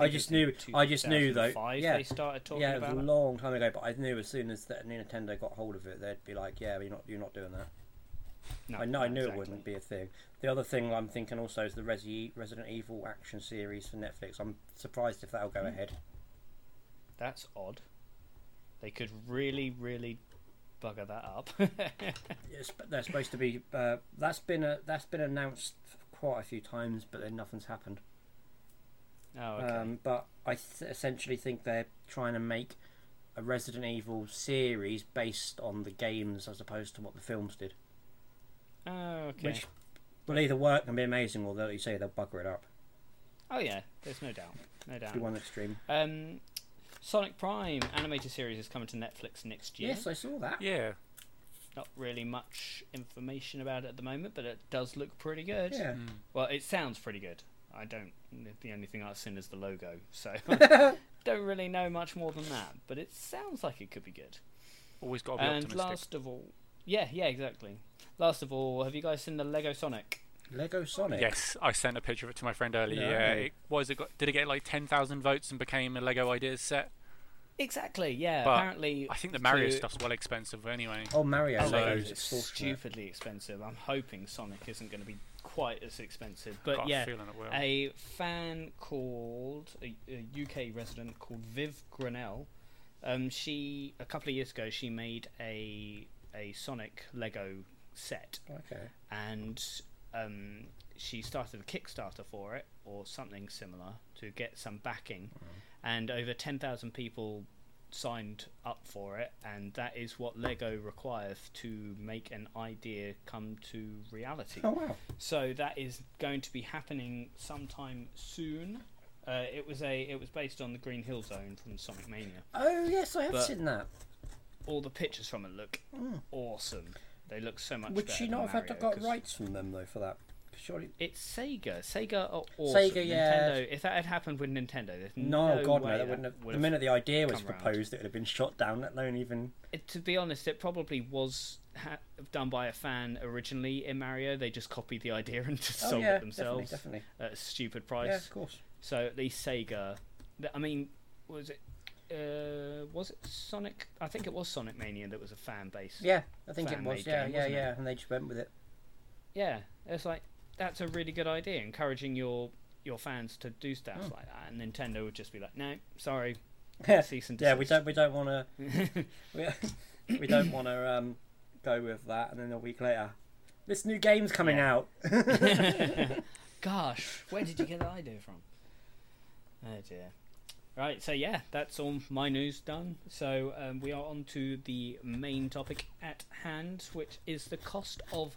I just knew- I just knew though-
2005
yeah.
they started talking
yeah, it was
about
a
it.
long time ago. But I knew as soon as that Nintendo got hold of it, they'd be like, "Yeah, you're not, you're not doing that."
No,
I know,
no,
I knew
exactly.
it wouldn't be a thing. The other thing I'm thinking also is the Resi- Resident Evil action series for Netflix. I'm surprised if that'll go
Hmm.
ahead.
That's odd. They could really, really bugger that up. Oh,
It's, they're supposed to be. Uh, that's been a, that's been announced quite a few times, but then nothing's happened.
oh, okay.
Um, but I th- essentially think they're trying to make a Resident Evil series based on the games as opposed to what the films did.
oh, okay.
Which will either work and be amazing, or they'll- you say they'll bugger it up.
Oh, yeah. There's no doubt. No doubt.
Be one extreme.
Um, Sonic Prime animated series is coming to Netflix next year.
Yes, I saw that.
Yeah,
Not really much information about it at the moment, but it does look pretty good.
Yeah.
mm.
Well, it sounds pretty good. I don't. The only thing I've seen is the logo, so I don't really know much more than that. But it sounds like it could be good.
always got to be
And
optimistic.
last of all, yeah, yeah, exactly. Last of all, have you guys seen the Lego Sonic?
Lego Sonic.
Yes, I sent a picture of it to my friend earlier.
No.
Yeah, it, what is it got? Did it get like ten thousand votes and became a Lego Ideas set?
Exactly. Yeah.
But
apparently,
I think the Mario
to-
stuff's well expensive anyway.
Oh, Mario.
Oh,
So-
Legos,
Lego's
it's stupid.
stupidly expensive. I'm hoping Sonic isn't going to be quite as expensive, but
got
yeah,
a feeling it will.
a fan called a, a UK resident called Viv Grinnell Um, she a couple of years ago she made a a Sonic Lego set
Okay.
and um, she started a Kickstarter for it or something similar to get some backing, and over ten thousand people signed up for it, and that is what Lego requires to make an idea come to reality.
Oh wow.
So that is going to be happening sometime soon. Uh, it was a it was based on the Green Hill Zone from Sonic Mania.
Oh yes, I have
But-
seen that.
All the pictures from it look
Mm.
awesome. They look so much.
Would
better
she
than
not have had to
Mario,
got
'cause
rights from them though for that? Surely.
It's Sega. Sega are awesome.
Sega, yeah.
Nintendo. If that had happened with Nintendo, there's
No, oh,
no
God
way
no. That
that
wouldn't have.
would
the minute the idea was
come round.
proposed, it would have been shot down. Let alone even.
It, to be honest, it probably was ha- done by a fan originally in Mario. They just copied the idea and just
Oh
sold
yeah,
it themselves
definitely,
at a stupid price.
definitely. Yeah, of course.
So at least Sega. th- I mean, was it? Uh, was it Sonic? I think it was Sonic Mania that was a fan base.
Yeah, I think it
Fan-made
was. Yeah,
game,
yeah,
wasn't it?
yeah. And they just went with it.
Yeah, it's like that's a really good idea, encouraging your your fans to do stuff
Hmm.
like that. And Nintendo would just be like, no, sorry,
Yeah,
cease and
yeah. We
desist.
don't. We don't want to. we, we don't want to um, go with that. And then a week later, this new game's coming
Yeah.
out.
Gosh, where did you get that idea from? Oh dear. Right, so yeah, that's all my news done. So um, we are on to the main topic at hand, which is the cost of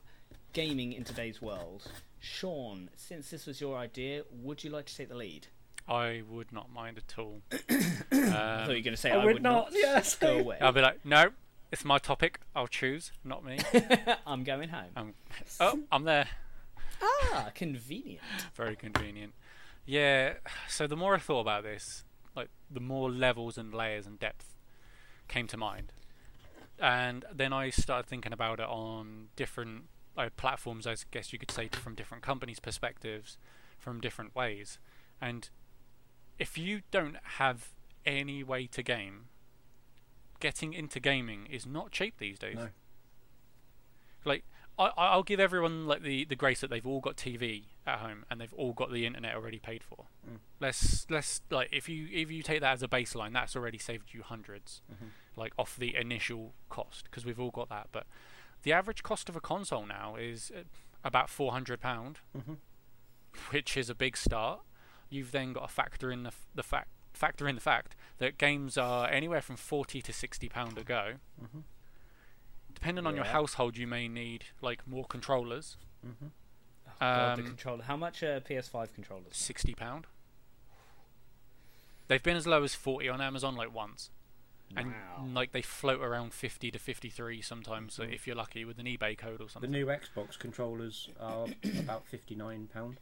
gaming in today's world. Sean, since this was your idea, would you like to take the lead?
I would not mind at all. um,
I thought you were going to say
I
I,
would
would not.
not, yes. Um,
Go away.
I'll be like, no, it's my topic. I'll choose, not me.
I'm going home.
Um, oh, I'm there.
Ah, convenient.
Very convenient. Yeah. So the more I thought about this, like the more levels and layers and depth came to mind, and then I started thinking about it on different like, platforms. I guess you could say from different companies' perspectives, from different ways, and if you don't have any way to game, getting into gaming is not cheap these days.
No.
Like I, I- I'll give everyone like the, the grace that they've all got TV at home and they've all got the internet already paid for. Let's let's like if you if you take that as a baseline, that's already saved you 100s like off the initial cost because we've all got that. But the average cost of a console now is uh, about 400 pound, which is a big start. You've then got to factor in the, f- the fact factor in the fact that games are anywhere from 40 to 60 pound a go. Depending on your
Yeah.
household, you may need like more controllers.
Oh, God, the
Um,
controller. How much are PS5 controllers?
60 pound. They've been as low as 40 on Amazon like once. And
Oh.
Wow.
like they float around 50 to 53 sometimes so if you're lucky with an eBay code
Mm-hmm.
or
The
something.
new Xbox controllers are about fifty nine pound.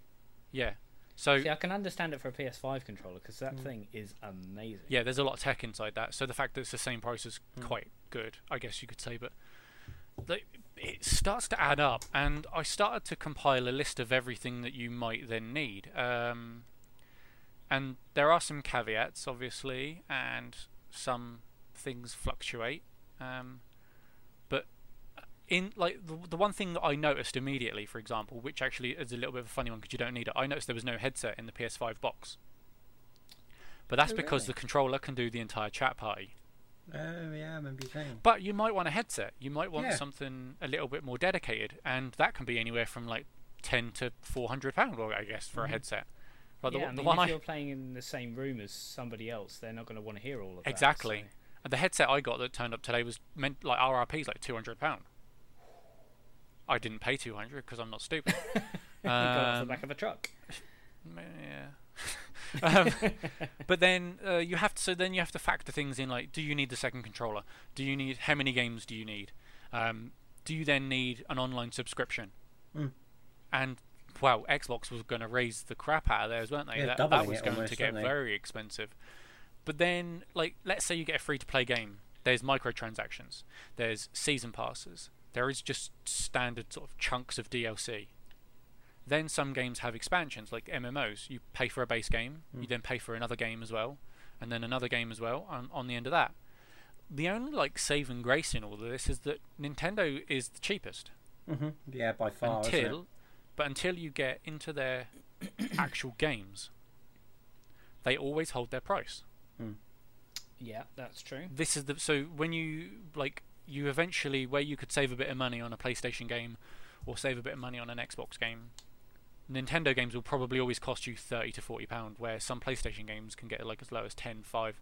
yeah. So
See, I can understand it for a PS5 controller because
Mm.
that thing is amazing.
yeah, there's a lot of tech inside that. So the fact that it's the same price is quite good, I guess you could say, but like, it starts to add up and I started to compile a list of everything that you might then need. Um, and there are some caveats obviously and some things fluctuate. Um, but in like the, the one thing that I noticed immediately, for example, which actually is a little bit of a funny one because you don't need it. I noticed there was no headset in the PS5 box, but that's
Oh,
because
really?
the controller can do the entire chat party.
Oh yeah, I remember you saying.
But you might want a headset. You might want
Yeah.
something a little bit more dedicated, and that can be anywhere from like ten to four hundred pound, I guess, for a headset. But the,
Mm-hmm. yeah,
one-
I
the
mean,
one
if
I
you're playing in the same room as somebody else, they're not going to want to hear all of that.
Exactly.
so-
And the headset I got that turned up today was meant like RRP's like two hundred pound. I didn't pay two hundred because I'm not stupid.
You go off the
Um,
back of a truck.
yeah. um, but then uh, you have to. So then you have to factor things in. Like, do you need the second controller? Do you need how many games do you need? Um, do you then need an online subscription?
Mm.
And wow, Xbox was going to raise the crap out of theirs, weren't they?
Yeah,
that, that
doubling
was
it
going to
almost,
get
weren't they?
very expensive. But then, like, let's say you get a free-to-play game. There's microtransactions. There's season passes. There is just standard sort of chunks of DLC. Then some games have expansions, like MMOs. You pay for a base game, you then pay for another game as well, and then another game as well on, on the end of that. The only like saving grace in all of this is that Nintendo is the cheapest
hmm Yeah, by
Oh,
far. isn't it?
until, but until you get into their actual games, they always hold their price.
Yeah, that's true.
this is the so when you like you eventually where you could save a bit of money on a PlayStation game or save a bit of money on an Xbox game. Nintendo games will probably always cost you 30 to 40 pound where some PlayStation games can get like as low as 10 5.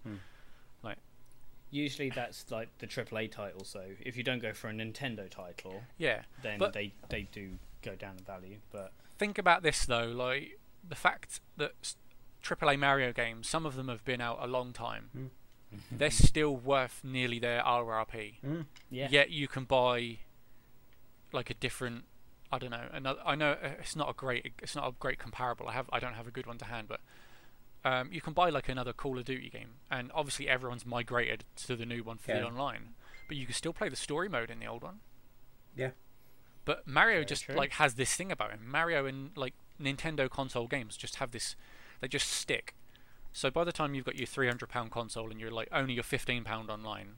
Usually that's like the AAA titles, though. If you don't go for a Nintendo title,
Yeah.
then
But-
they, they do go down in value. But
Think about this though like the fact that s- AAA Mario games some of them have been out a long time.
Mm.
They're still worth nearly their RRP.
Mm.
yeah,
yet you can buy like a different i don't know another i know uh, it's not a great it's not a great comparable i have i don't have a good one to hand but um, you can buy like another call of duty game and obviously everyone's migrated to the new one for
Yeah.
the online but you can still play the story mode in the old one
Yeah.
but mario
Very
just
true.
like has this thing about him mario and like nintendo console games just have this they just stick so by the time you've got your 300 pound console and you're like only your 15 pound online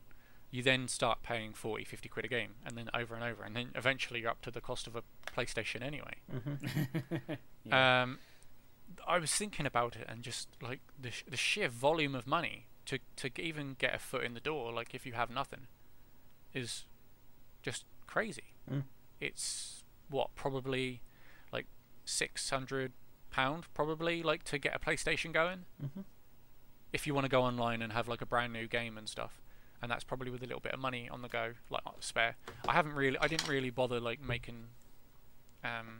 you then start paying 40 50 quid a game and then over and over and then eventually you're up to the cost of a playstation anyway
Mm-hmm.
um, i was thinking about it and just like the, sh- the sheer volume of money to, to g- even get a foot in the door like if you have nothing is just crazy
Mm.
it's what probably like 600 pound probably like to get a playstation going
Mhm.
if you want to go online and have like a brand new game and stuff and that's probably with a little bit of money on the go, like uh, spare. I haven't really, I didn't really bother like making, um,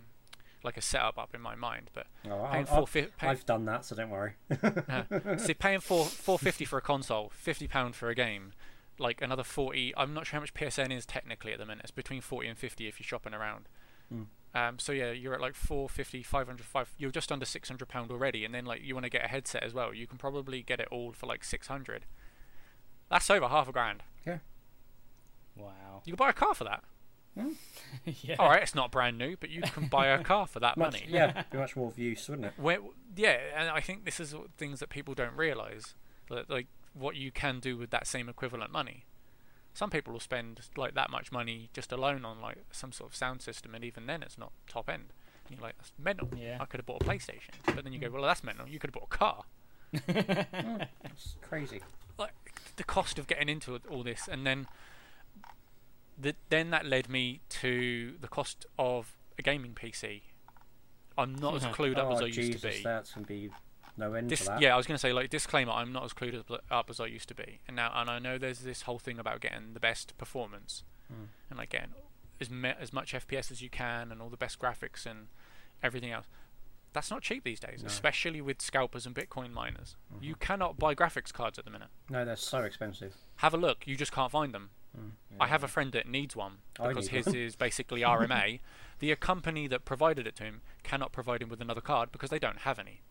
like a setup up in my mind, but
Oh, I,
paying
I,
four fifty,
I've done that, so don't worry.
see, paying four four fifty for a console, fifty pound for a game, like another forty. I'm not sure how much PSN is technically at the minute. It's between forty and fifty if you're shopping around.
Mm.
Um, so yeah, you're at like 450, 500, five. You're just under six hundred pound already, and then like you want to get a headset as well. You can probably get it all for like six hundred. That's over half a grand.
wow.
You can buy a car for that.
yeah.
All right, it's not brand new, but you can buy a car for that
much,
money.
Yeah, be much more of use, wouldn't it?
Where, yeah, and I think this is what- things that people don't realise, that like what you can do with that same equivalent money. Some people will spend like that much money just alone on like some sort of sound system, and even then, it's not top end. And you're like, that's mental.
Yeah.
I could have bought a PlayStation, but then you
Mm.
go, well, that's mental. You could have bought a car.
It's crazy.
like the cost of getting into it- all this, and then the, then that led me to the cost of a gaming PC. I'm not as clued up
oh,
as I
Jesus,
used to be.
that's gonna be no end
This,
for that.
yeah, I was gonna say like disclaimer. I'm not as clued up- up as I used to be, and now and I know there's this whole thing about getting the best performance,
Hmm.
and like getting as me- as much FPS as you can, and all the best graphics and everything else. That's not cheap these days,
No. Mm-hmm.
especially with scalpers and Bitcoin miners. You cannot buy graphics cards at the minute
No, they're so expensive.
have a look. You just can't find them. I have a friend that needs one
Mm. I
because
need
his
one.
is basically RMA. the uh, company that provided it to him cannot provide him with another card because they don't have any.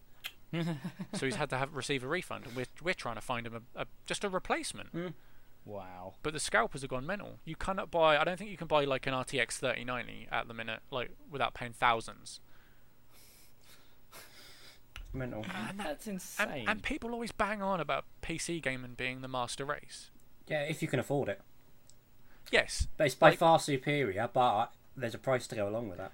so he's had to have receive a refund, and we're we're trying to find him a, a just a replacement.
Mm.
Wow.
But the scalpers have gone mental. You cannot buy. I don't think you can buy like an RTX 3090 at the minute, like without paying thousands.
Mental.
That's
And,
insane.
and people always bang on about PC gaming being the master race.
Yeah, if you can afford it,
Yes,
but it's by
Like-
far superior. But there's a price to go along with that.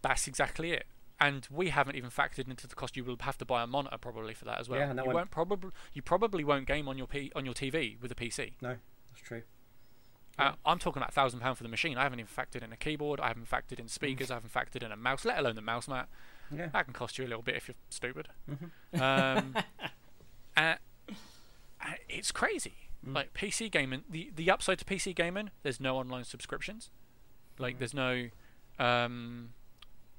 That's exactly it. And we haven't even factored into the cost you will have to buy a monitor probably for that as well.
Yeah, and that
you
won't-
won't probably you probably won't game on your P, on your TV with a PC.
No, that's true.
Uh, I'm talking about thousand pound for the machine. I haven't even factored in a keyboard. I haven't factored in speakers. I haven't factored in a mouse, let alone the mouse mat.
Yeah.
That can cost you a little bit if you're stupid. Um, uh, uh, it's crazy. Like PC gaming, the the upside to PC gaming, there's no online subscriptions. Like there's no um,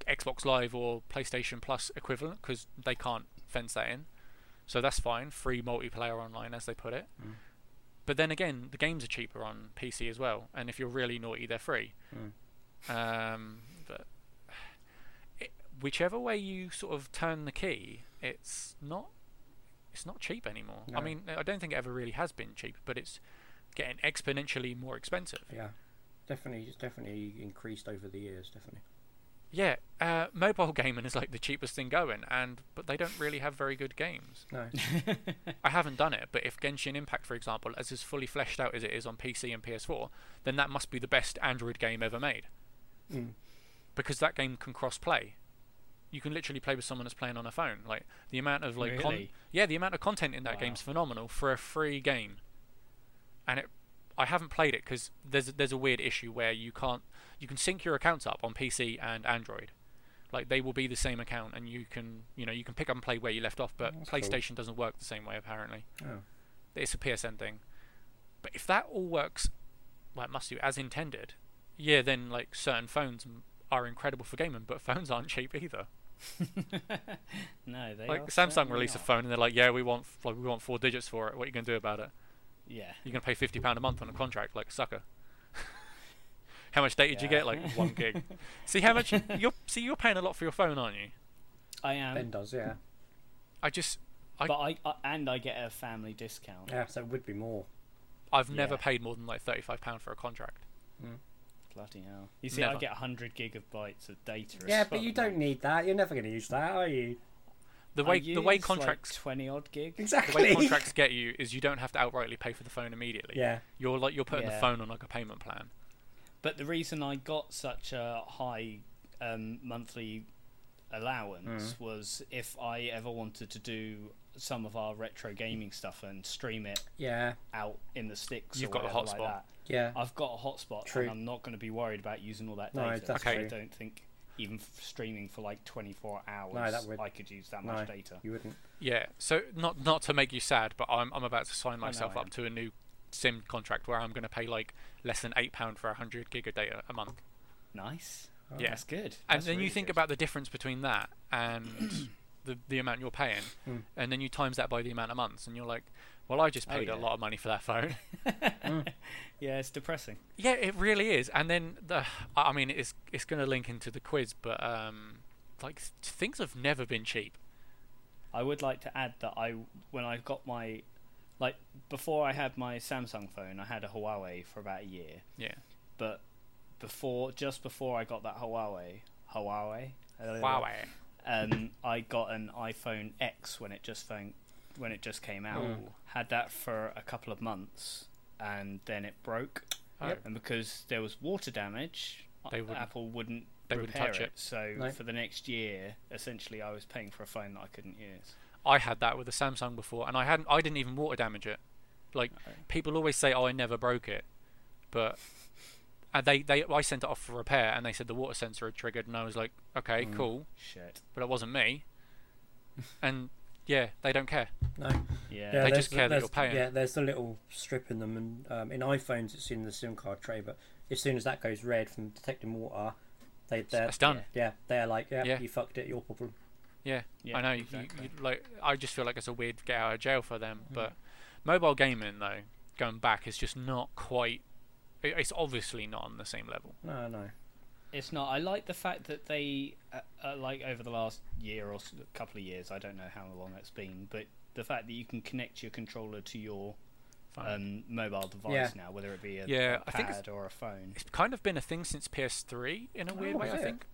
Xbox Live or PlayStation Plus equivalent because they can't fence that in. So that's fine. Free multiplayer online, as they put it. But then again, the games are cheaper on PC as well, and if you're really naughty, they're free. Um, but it, whichever way you sort of turn the key, it's not it's not cheap anymore.
No.
I mean, I don't think it ever really has been cheap, but it's getting exponentially more expensive.
Yeah, definitely, it's definitely increased over the years. Definitely.
Yeah, uh, mobile gaming is like the cheapest thing going, and but they don't really have very good games.
No.
I haven't done it, but if Genshin Impact, for example, is as fully fleshed out as it is on PC and PS4, then that must be the best Android game ever made.
Mm.
Because that game can cross play. You can literally play with someone that's playing on a phone. Like the amount of like con-
Really?
yeah, the amount of content in that
Wow.
game's phenomenal for a free game. and it I haven't played it because there's there's a weird issue where you can't you can sync your accounts up on PC and Android, like they will be the same account and you can you know you can pick up and play where you left off, but
That's cool.
PlayStation doesn't work the same way apparently.
Oh.
It's a PSN thing, but if that all works, like must do as intended, yeah, then like certain phones m- are incredible for gaming, but phones aren't cheap either.
no, they
like
are
Samsung
certainly
released a
not.
phone and they're like, yeah, we want f- like we want four digits for it. What are you gonna do about it?
Yeah,
You're gonna pay fifty pound a month on a contract, like sucker. how much data did you
Yeah.
get? Like one gig. see how much you're see you're paying a lot for your phone, aren't you?
I am.
ben does, yeah.
I just I-
but I, I and I get a family discount.
Yeah, so it would be more.
I've never
Yeah.
paid more than like thirty five pound for a contract.
Bloody hell! You see, I
Never.
get hundred gigabytes of data. as
Yeah, but
fuck
you
now.
don't need that. You're never going to use that, are you?
The
I
way the way
use, like,
contracts
twenty odd gig.
the
Exactly.
way contracts get you is you don't have to outrightly pay for the phone immediately.
yeah.
You're like you're putting
Yeah.
the phone on like a payment plan.
But the reason I got such a high um, monthly allowance
Mm.
was if I ever wanted to do some of our retro gaming stuff and stream it
Yeah.
out in the sticks.
You've
or
got a
whatever
hotspot.
Like that.
Yeah.
I've got a hotspot,
True.
and I'm not going to be worried about using all that
No,
data.
that's
so I
true.
don't think even f- streaming for like 24 hours,
that would-
I could use that
No.
much data.
You wouldn't.
Yeah. So not not to make you sad, but I'm I'm about to sign
know
myself
I
up
am.
to a new sim contract where I'm going to pay like less than eight pound for hundred gig of data a month.
Nice.
Oh.
Yeah.
That's good.
and
That's
then you
really
think
good.
about the difference between that and the the amount you're paying,
Mm.
and then you times that by the amount of months, and you're like, well, I just
Hmm. Oh,
paid
yeah.
a lot of money for that phone.
Yeah, it's depressing.
yeah, it really is. And then the, I I mean, it's it's going to link into the quiz, but um, like th- things have never been cheap.
I would like to add that I when I got my like before I had my Samsung phone, I had a Huawei for about a year.
Yeah.
But before just before I got that Huawei, Huawei,
Wow. eh.
um, I got an iPhone X when it just phone, when it just came out.
Hmm.
Mm.
Had that for a couple of months, and then it broke.
Oh.
Yep.
And because there was water damage,
They
uh,
wouldn't-
Apple wouldn't
they wouldn't
repair
touch it.
So
No.
for the next year, essentially, I was paying for a phone that I couldn't use.
I had that with a Samsung before, and I hadn't. I didn't even water damage it. Like people always say, "Oh, I never broke it," but and they they I sent it off for repair, and they said the water sensor had triggered, and I was like,
Hmm.
"Okay, cool,"
Shit.
but it wasn't me. and yeah, they don't care.
No.
Yeah.
Yeah,
They
there's
just care that
there's-
you're paying.
Yeah, there's the little strip in them, and um, in iPhones it's in the SIM card tray. But as soon as that goes red from detecting water, they they're
It's done.
yeah they're like yeah,
Yeah.
you fucked it, your problem.
Yeah,
Yeah,
I know.
exactly. Mm-hmm.
You, you, like, I just feel like it's a weird get out of jail for them. But mobile gaming, though, going back, is just not quite. it- It's obviously not on the same level.
No, no.
It's not. I like the fact that they, uh, uh, like over the last year or s- couple of years, I don't know how long it's been, but the fact that you can connect your controller to your
Fine.
um, mobile device
Yeah.
now, whether it be a,
Yeah,
a
I think it's-
pad or a phone.
it's kind of been a thing since PS3 in a weird
Oh,
way.
is
I
it?
think.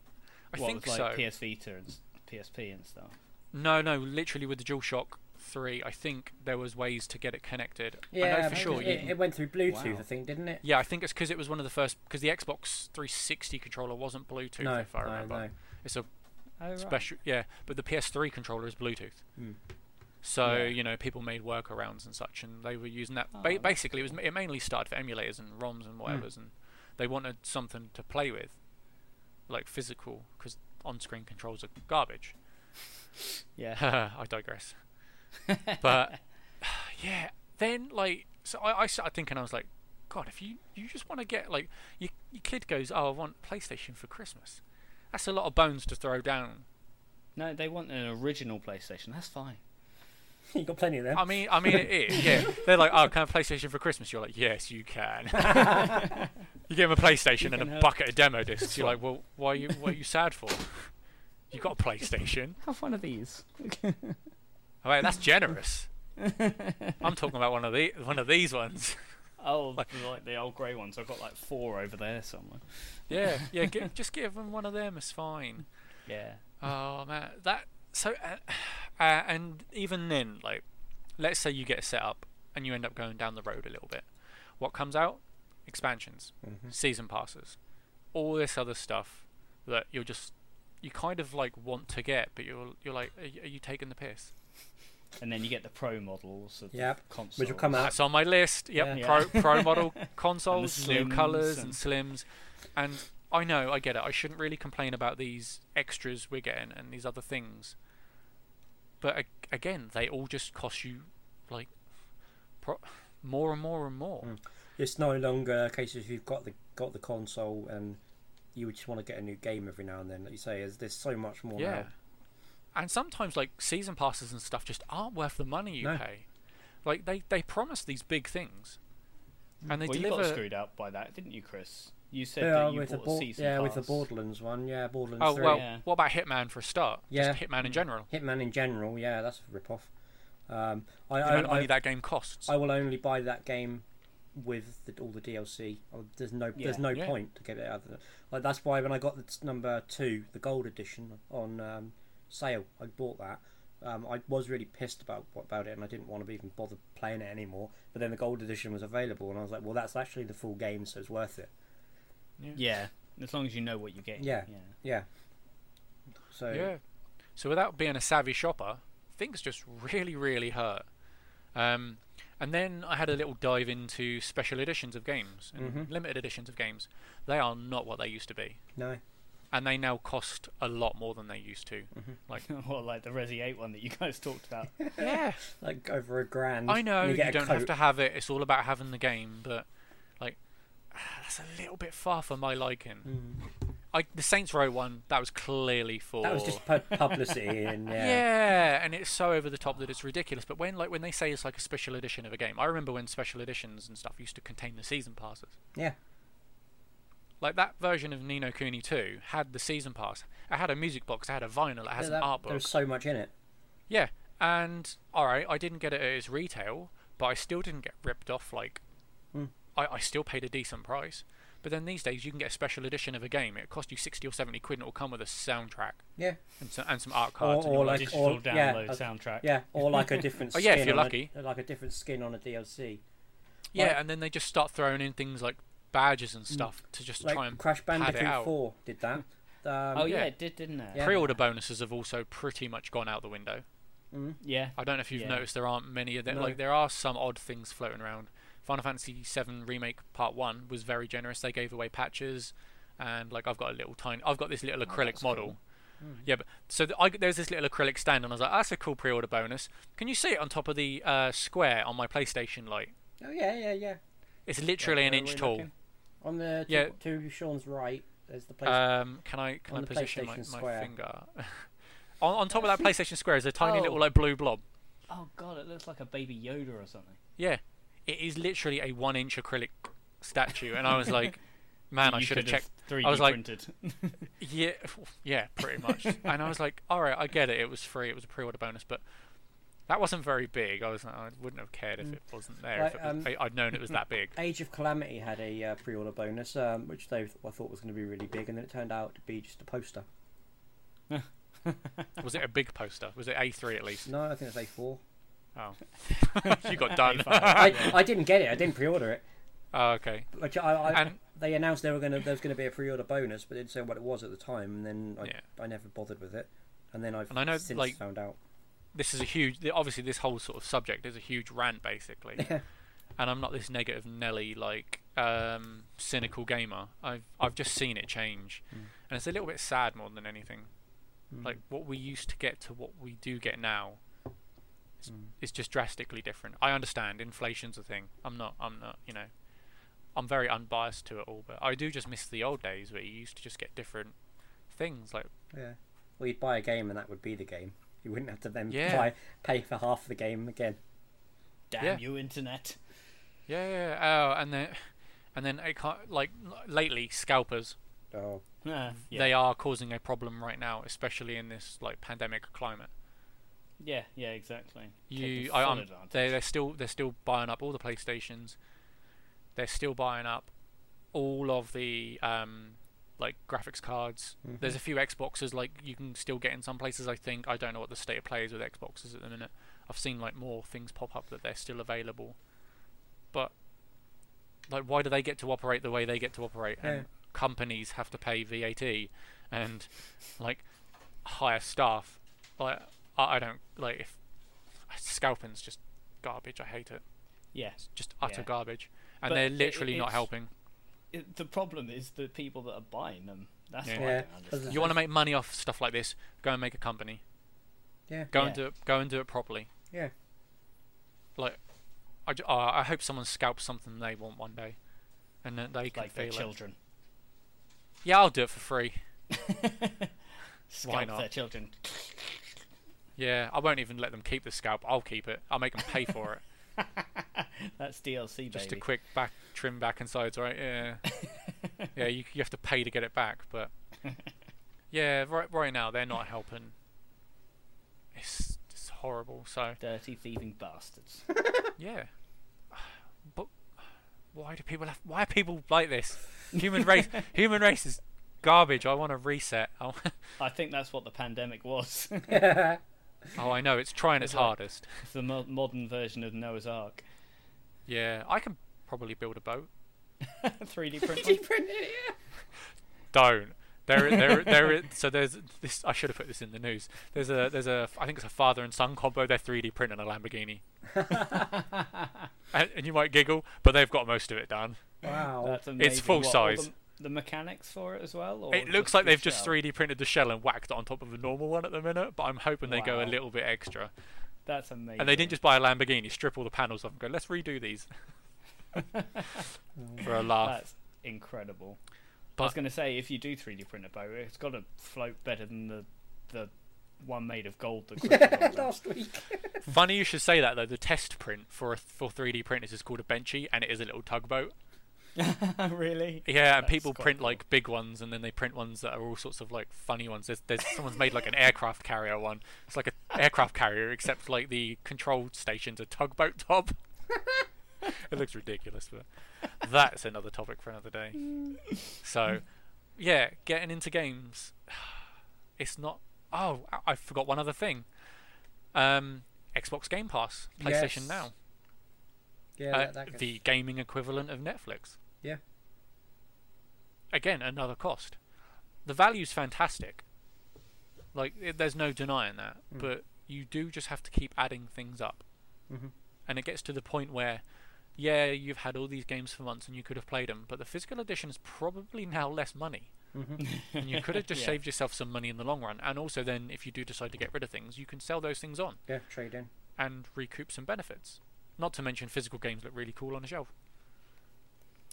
I
well,
think
it's
so.
like PS Vita and s- PSP and stuff.
No, no, literally with the DualShock 3, I think there was ways to get it connected.
Yeah,
I know for
because
sure. you
It,
can-
it went through Bluetooth,
Wow.
I think, didn't it?
yeah, I think it's because it was one of the first because the Xbox 360 controller wasn't Bluetooth,
no,
if I
no,
remember.
no.
It's a
Oh, right.
special, yeah, but the PS3 controller is Bluetooth.
Hmm.
So
Yeah.
you know, people made workarounds and such, and they were using that.
Oh,
ba-
that's
basically, it was it mainly started for emulators and ROMs and whatever's, and they wanted something to play with, like physical, because on-screen controls are garbage.
Yeah.
I digress. But yeah, then like, so I, I started thinking, I was like, God, if you you just want to get like your your kid goes, oh, I want PlayStation for Christmas. That's a lot of bones to throw down.
No, they want an original PlayStation. That's fine.
you got plenty of them.
I mean, I mean, it is. Yeah, they're like, oh, can I have PlayStation for Christmas? You're like, yes, you can. you give them a
You
PlayStation
can
and a
have
bucket of demo discs. You're like, well, why are you what are you sad for? You got a PlayStation.
Have one of these.
Oh, wait, that's generous. I'm talking about one of the one of these ones.
Oh, like the old grey ones. I've got like four over there somewhere.
Yeah, yeah. gi- just give them one of them. It's fine.
Yeah.
Oh man, that so, uh, uh, and even then, like, let's say you get set up and you end up going down the road a little bit. What comes out? Expansions, season passes, all this other stuff that you're just you kind of like want to get, but you're you're like, are you, are you taking the piss?
and then you get the pro models of
Yep,
the consoles.
which will come out.
That's on my list. Yep,
Yeah.
Pro,
Yeah.
pro model consoles, new
slims
colours and
and-
slims. And I know, I get it. I shouldn't really complain about these extras we're getting and these other things. But ag- again, they all just cost you like pro- more and more and more.
Mm. It's no longer a case of you've got the got the console and you just want to get a new game every now and then. Like you say, there's, there's so much more
yeah.
now.
And sometimes like season passes and stuff just aren't worth the money you
No.
pay. Like they they promise these big things.
Mm.
And they
well, you
deliver
got screwed up by that, didn't you, Chris? You said
Yeah,
that you
with the
bought
Bor-
a season
yeah,
pass.
with the Borderlands one, yeah, Borderlands
Oh
three,
well,
Yeah.
what about Hitman for a start? Just
Yeah. Mm.
Hitman in general.
Hitman in general, yeah, that's a rip off. Um, I,
The
I,
amount of money
I,
that game costs.
I will only buy that game with the, all the DLC. Oh, There's no there's
Yeah.
no
Yeah.
point to get it other than like that's why when I got the t- number two, the gold edition on um, sale, I bought that. Um, I was really pissed about about it, and I didn't want to even bother playing it anymore. But then the gold edition was available, and I was like, well, that's actually the full game, so it's worth it.
Yeah, as long as you know what you're getting.
Yeah.
yeah.
Yeah. So
yeah. So without being a savvy shopper, things just really, really hurt. Um, and then I had a little dive into special editions of games and
Mhm.
limited editions of games. They are not what they used to be,
no,
and they now cost a lot more than they used to.
Mm-hmm.
or like the Resi 8 one that you guys talked about.
Yeah,
like over a grand.
I know
and
you,
you, get a
don't
coat.
have to have it. It's all about having the game, but like that's a little bit far for my liking.
Mm.
I, the Saints Row one that was clearly for
That was just pu- publicity, and
Yeah.
yeah,
and it's so over the top that it's ridiculous. But when like when they say it's like a special edition of a game, I remember when special editions and stuff used to contain the season passes.
Yeah.
Like that version of Nino Cooney 2 had the season pass. It had a music box, it had a vinyl, it has
There-
an
that-
art book.
There was so much in it.
Yeah, and all right, I didn't get it at its retail, but I still didn't get ripped off. Like,
Hmm.
I, I still paid a decent price. But then these days, you can get a special edition of a game. It cost you sixty or seventy quid, and it'll come with a soundtrack
Yeah,
and some and some art cards. and
or
all that.
like-
Digital
or- yeah,
download
I-
soundtrack.
yeah, or like a different.
Oh, yeah, if
skin
you're
on a-
lucky.
like a different skin on a DLC,
yeah,
like- Mm.
and then they just start throwing in things like badges and stuff to just
like
try and
Crash
pad it
Bandicoot
out.
Four did that. Um,
Oh yeah,
yeah.
it did, didn't it?
Yeah.
Pre-order bonuses have also pretty much gone out the window.
Yeah.
I don't know if you've
Yeah.
noticed there aren't many of them.
No.
Like there are some odd things floating around. Final Fantasy VII Remake Part One was very generous. They gave away patches, and like I've got a little tiny, I've got this
Oh,
little acrylic
that's
model.
Hmm.
Yeah, but so th- I, there was this little acrylic stand, and I was like, "Oh, "That's a cool pre-order bonus." Can you see it on top of the uh, square on my PlayStation light?
Oh yeah, yeah, yeah.
It's literally an
Where
inch
we're
tall.
looking?
On the to,
Yeah.
to Sean's right, there's the place.
Uh,
Um, can I can
on
I
the
position my,
PlayStation
my
Square.
finger? on, on top of that PlayStation Square is a tiny
Oh.
little like blue blob.
Oh god, it looks like a baby Yoda or something.
Yeah, it is literally a one-inch acrylic statue, and I was like, "Man, I
You
should have
could've
checked."
3D
I was like-
printed.
Yeah, yeah, pretty much. and I was like, "All right, I get it. It was free. It was a pre-order bonus, but that wasn't very big. I was, I wouldn't have cared if it wasn't there. if
Mm. Like,
it was,
um,
I, I'd known it was that big.
Age of Calamity had a uh, pre-order bonus, um, which they I thought was going to be really big, and then it turned out to be just a poster.
Was it a big poster? Was it A3 at least?
No, I think it's A4.
Oh, you got done.
I, I didn't get it. I didn't pre-order it.
oh, okay.
Which I, I,
And
they announced they were going to there was going to be a pre-order bonus, but they didn't say what it was at the time, and then I,
Yeah.
I never bothered with it, and then I've
And I know,
since
like-
found out.
this is a huge th- obviously this whole sort of subject is a huge rant basically and i'm not this negative nelly like um, cynical gamer i've i've just seen it change and it's a little bit sad more than anything like what we used to get to what we do get now is, is just drastically different i understand inflation's a thing i'm not i'm not you know i'm very unbiased to it all but i do just miss the old days where you used to just get different things like
Yeah. Well, you'd buy a game, and that would be the game. You wouldn't have to then
Yeah.
buy, pay for half the game again.
Damn
Yeah.
you, internet!
Yeah, yeah, yeah. Oh, and then, and then it can't, like l- lately scalpers
Oh,
Ah, yeah.
they are causing a problem right now, especially in this like pandemic climate.
yeah, yeah, exactly.
You,
Taking
I,
full
um,
advantage.
they they're still they're still buying up all the PlayStations. They're still buying up all of the um like graphics cards. There's a few Xboxes like you can still get in some places. I think I don't know what the state of play is with Xboxes at the minute. I've seen like more things pop up that they're still available, but like why do they get to operate the way they get to operate?
Yeah.
And companies have to pay VAT and like hire staff. Like I I don't like if Scalpin's just garbage. I hate it.
Yeah.
It's just utter
Yeah.
garbage, and
But
they're
it-
literally not
it's-
helping.
It, the problem is the people that are buying them. That's
Yeah.
what I
Yeah.
don't understand.
You want to make money off stuff like this? Go and make a company.
Yeah.
Go
Yeah.
and do it. Go and do it properly.
Yeah.
Like, I, j- uh, I I hope someone scalps something they want one day, and then they can
like their
feel it.
children.
Yeah, I'll do it for free.
Scalp
not?
their children.
Yeah, I won't even let them keep the scalp. I'll keep it. I'll make them pay for it.
That's DLC,
Just
baby.
a quick back trim back and sides, right? Yeah. yeah, you you have to pay to get it back, but yeah, right right now they're not helping. It's it's horrible. So
Dirty thieving bastards.
yeah, but why do people have? Why are people like this? Human race, human race is garbage. I want to reset. Oh,
I think that's what the pandemic was.
oh, I know it's trying its
It's like-
hardest.
it's the mo- modern version of Noah's Ark.
Yeah, I can probably build a boat.
3D print. one.
don't. There, there, there. is- So there's this. I should have put this in the news. There's a, there's a. I think it's a father and son combo. They're 3D printing a Lamborghini, and, and you might giggle, but they've got most of it done.
Wow.
That's amazing.
full
What, all
size.
The, the mechanics for it as well. Or
it looks
just
like
the
they've just
shell?
3D printed the shell and whacked it on top of a normal one at the minute. But I'm hoping they go a
Wow.
little bit extra.
That's amazing.
And they didn't just buy a Lamborghini, strip all the panels off, and go, let's redo these for a laugh.
That's incredible. I was
But-
going to say, if you do 3D print a boat, it's got to float better than the the one made of gold. That Christian was on.
Last week.
Funny you should say that though. The test print for a, for 3D printers is called a benchy, and it is a little tugboat.
really?
Yeah, and
That's
people
quite
print
cool.
like big ones, and then they print ones that are all sorts of like funny ones. There's, there's someone's made like an aircraft carrier one. It's like an aircraft carrier, except like the control station's a tugboat top. it looks ridiculous, but that's another topic for another day. So, yeah, getting into games, it's not. Oh, I- I forgot one other thing. Um, Xbox Game Pass, PlayStation
Yes.
Now,
Yeah,
uh,
that, that
the gaming equivalent of Netflix
Yeah.
again another cost. The value's fantastic. Like i there's no denying that,
Hmm.
but you do just have to keep adding things up,
Mhm.
and it gets to the point where, yeah, you've had all these games for months and you could have played them, but the physical edition is probably now less money,
Mm-hmm.
and you could have just
Yeah.
saved yourself some money in the long run. And also, then if you do decide to get rid of things, you can sell those things on
Yeah, trade in.
and recoup some benefits. Not to mention, physical games look really cool on a shelf.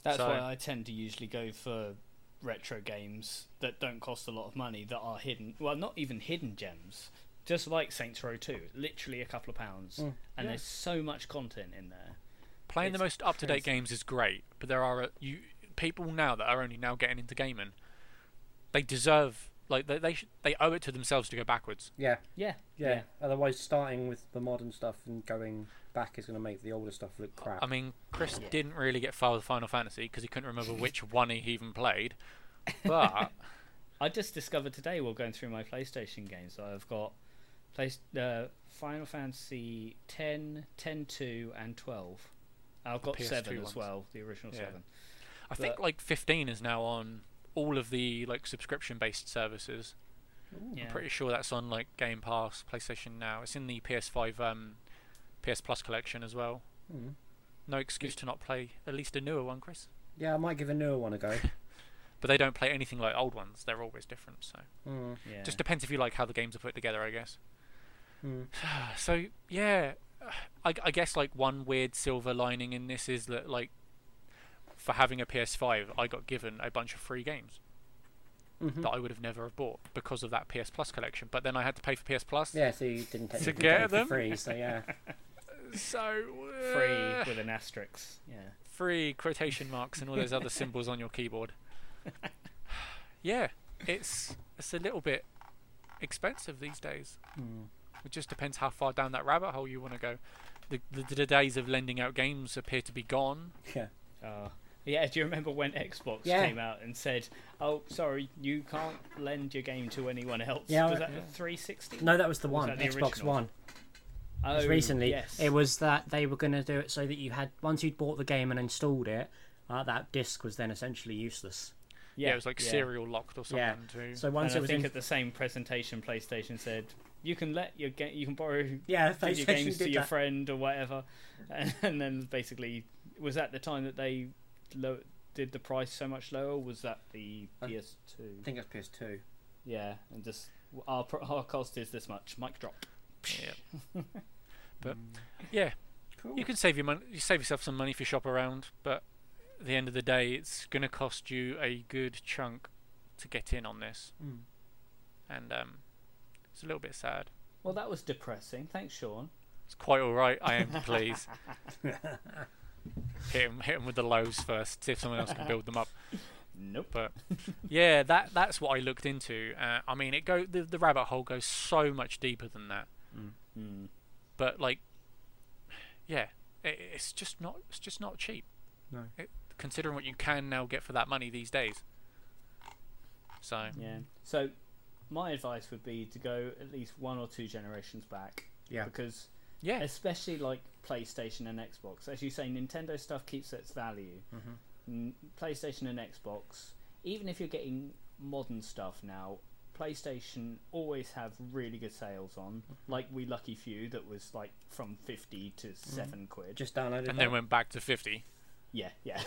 That's
So-
why I tend to usually go for retro games that don't cost a lot of money that are hidden. Well, not even hidden gems. Just like Saints Row 2, literally a couple of pounds,
Mm.
and
Yeah.
there's so much content in there.
playing the
It's
most up to
crazy.
date games is great, but there are uh, you people now that are only now getting into gaming. They deserve like they they, sh- they owe it to themselves to go backwards.
Yeah,
Yeah,
yeah, Otherwise, starting with the modern stuff and going back is going to make the older stuff look crap.
I mean, Chris didn't really get far with Final Fantasy because he couldn't remember which one he even played. But
I just discovered today while going through my PlayStation games that I've got play, uh, Final Fantasy 10, 10 2, and 12. I've got
PS2
7
ones.
as well, the original
Yeah.
7.
I think
But-
like 15 is now on all of the like subscription based services.
Yeah.
Pretty sure that's on like Game Pass, PlayStation Now. It's in the PS5, um, PS Plus collection as well.
Mm-hmm.
Mm.
No excuse to not play at least a newer one, Chris.
Yeah, I might give a newer one a go.
but they don't play anything like old ones. They're always different. So
Mm.
yeah.
just depends if you like how the games are put together, I guess.
Mm.
So yeah, I, I guess like one weird silver lining in this is that like for having a PS5, I got given a bunch of free games
Mm-hmm.
Mhm.
that I would have never have bought because of that PS Plus collection. But then I had to pay for PS Plus.
Yeah, so you didn't technically
get
get it for
them?
free, so yeah.
So uh,
Free with an asterisk. Yeah.
free quotation marks and all those other symbols on your keyboard. yeah, it's it's a little bit expensive these days.
Mm.
It just depends how far down that rabbit hole you want to go. The, the, the days of lending out games appear to be gone.
Yeah.
Uh, yeah, do you remember when Xbox
Yeah.
came out and said, oh, sorry, you can't lend your game to anyone else?
Yeah, I
was
re-
that the 360?
No, that was the
Was
one,
that the
Xbox
original?
One. It was
Oh,
recently.
yes.
It was that they were going to do it so that you had once you'd bought the game and installed it, uh, that disc was then essentially useless.
Yeah, it was like serial locked or something
Yeah.
too.
So once
Mm. and
it
I
was
think
in,
at the same presentation, PlayStation said, You can let your ga- you can borrow
Yeah,
video
PlayStation
games
did
to your
that.
friend or whatever, and, and then basically was that the time that they lo- did the price so much lower? Or was that the
I I
PS2?
think it's PS2.
Yeah, and just our pr- our cost is this much. Mic drop.
Yeah. but yeah,
Cool.
you can save your money. You save yourself some money if you shop around, but at the end of the day, it's going to cost you a good chunk to get in on this,
Mm.
and um, it's a little bit sad.
Well, that was depressing. Thanks, Sean.
It's quite all right. I am pleased. hit him, with the lows first. See if someone else can build them up.
Nope.
But yeah, that that's what I looked into. Uh, I mean, it go the, the rabbit hole goes so much deeper than that.
Hmm.
But like, yeah, it, it's just not it's just not cheap.
No.
It, considering what you can now get for that money these days. So
Yeah. So, my advice would be to go at least one or two generations back.
Yeah.
Because
yeah,
especially like PlayStation and Xbox. As you say, Nintendo stuff keeps its value. N- PlayStation and Xbox, even if you're getting modern stuff now, PlayStation always have really good sales on. Like We Lucky Few, that was like from fifty to seven quid.
Just downloaded
and
that.
then went back to fifty.
Yeah, yeah.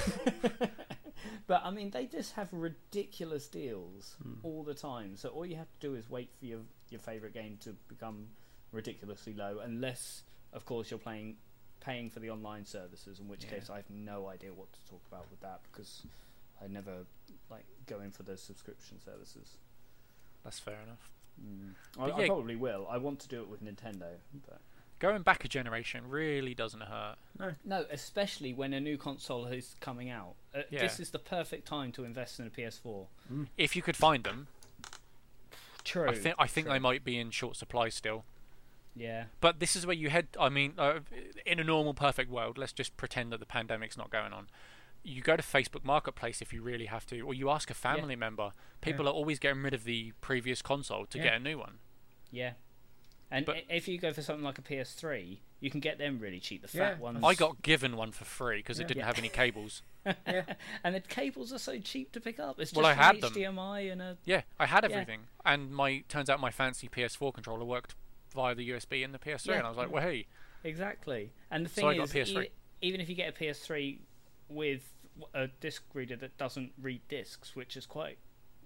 but I mean, they just have ridiculous deals
Hmm.
all the time. So all you have to do is wait for your your favorite game to become ridiculously low, unless, of course, you're playing paying for the online services. In which
Yeah.
case, I have no idea what to talk about with that because I never like go in for those subscription services.
That's fair enough.
I,
But
I
yeah-
probably will. I want to do it with Nintendo, but
Going back a generation really doesn't hurt.
No, especially when a new console is coming out. Uh,
Yeah.
This is the perfect time to invest in a PS4.
If you could find them,
True.
I think I think
true.
they might be in short supply still.
Yeah.
But this is where you head. I mean, uh, in a normal, perfect world, let's just pretend that the pandemic's not going on. You go to Facebook Marketplace if you really have to, or you ask a family member. People are always getting rid of the previous console to
Yeah.
get a new one.
Yeah. And
But-
i if you go for something like a PS3, you can get them really cheap, the
Yeah.
fat ones.
I got given one for free because it
Yeah.
didn't
Yeah.
have any cables.
And the cables are so cheap to pick up. It's just
Well, I
an
had them.
HDMI and a.
Yeah, I had
Yeah.
everything, and my turns out my fancy PS4 controller worked via the USB in the PS3,
Yeah.
and I was like, well, hey,
Exactly. And the
So
thing
I
is,
got PS3.
e- even if you get a PS3 with a disc reader that doesn't read discs, which is quite.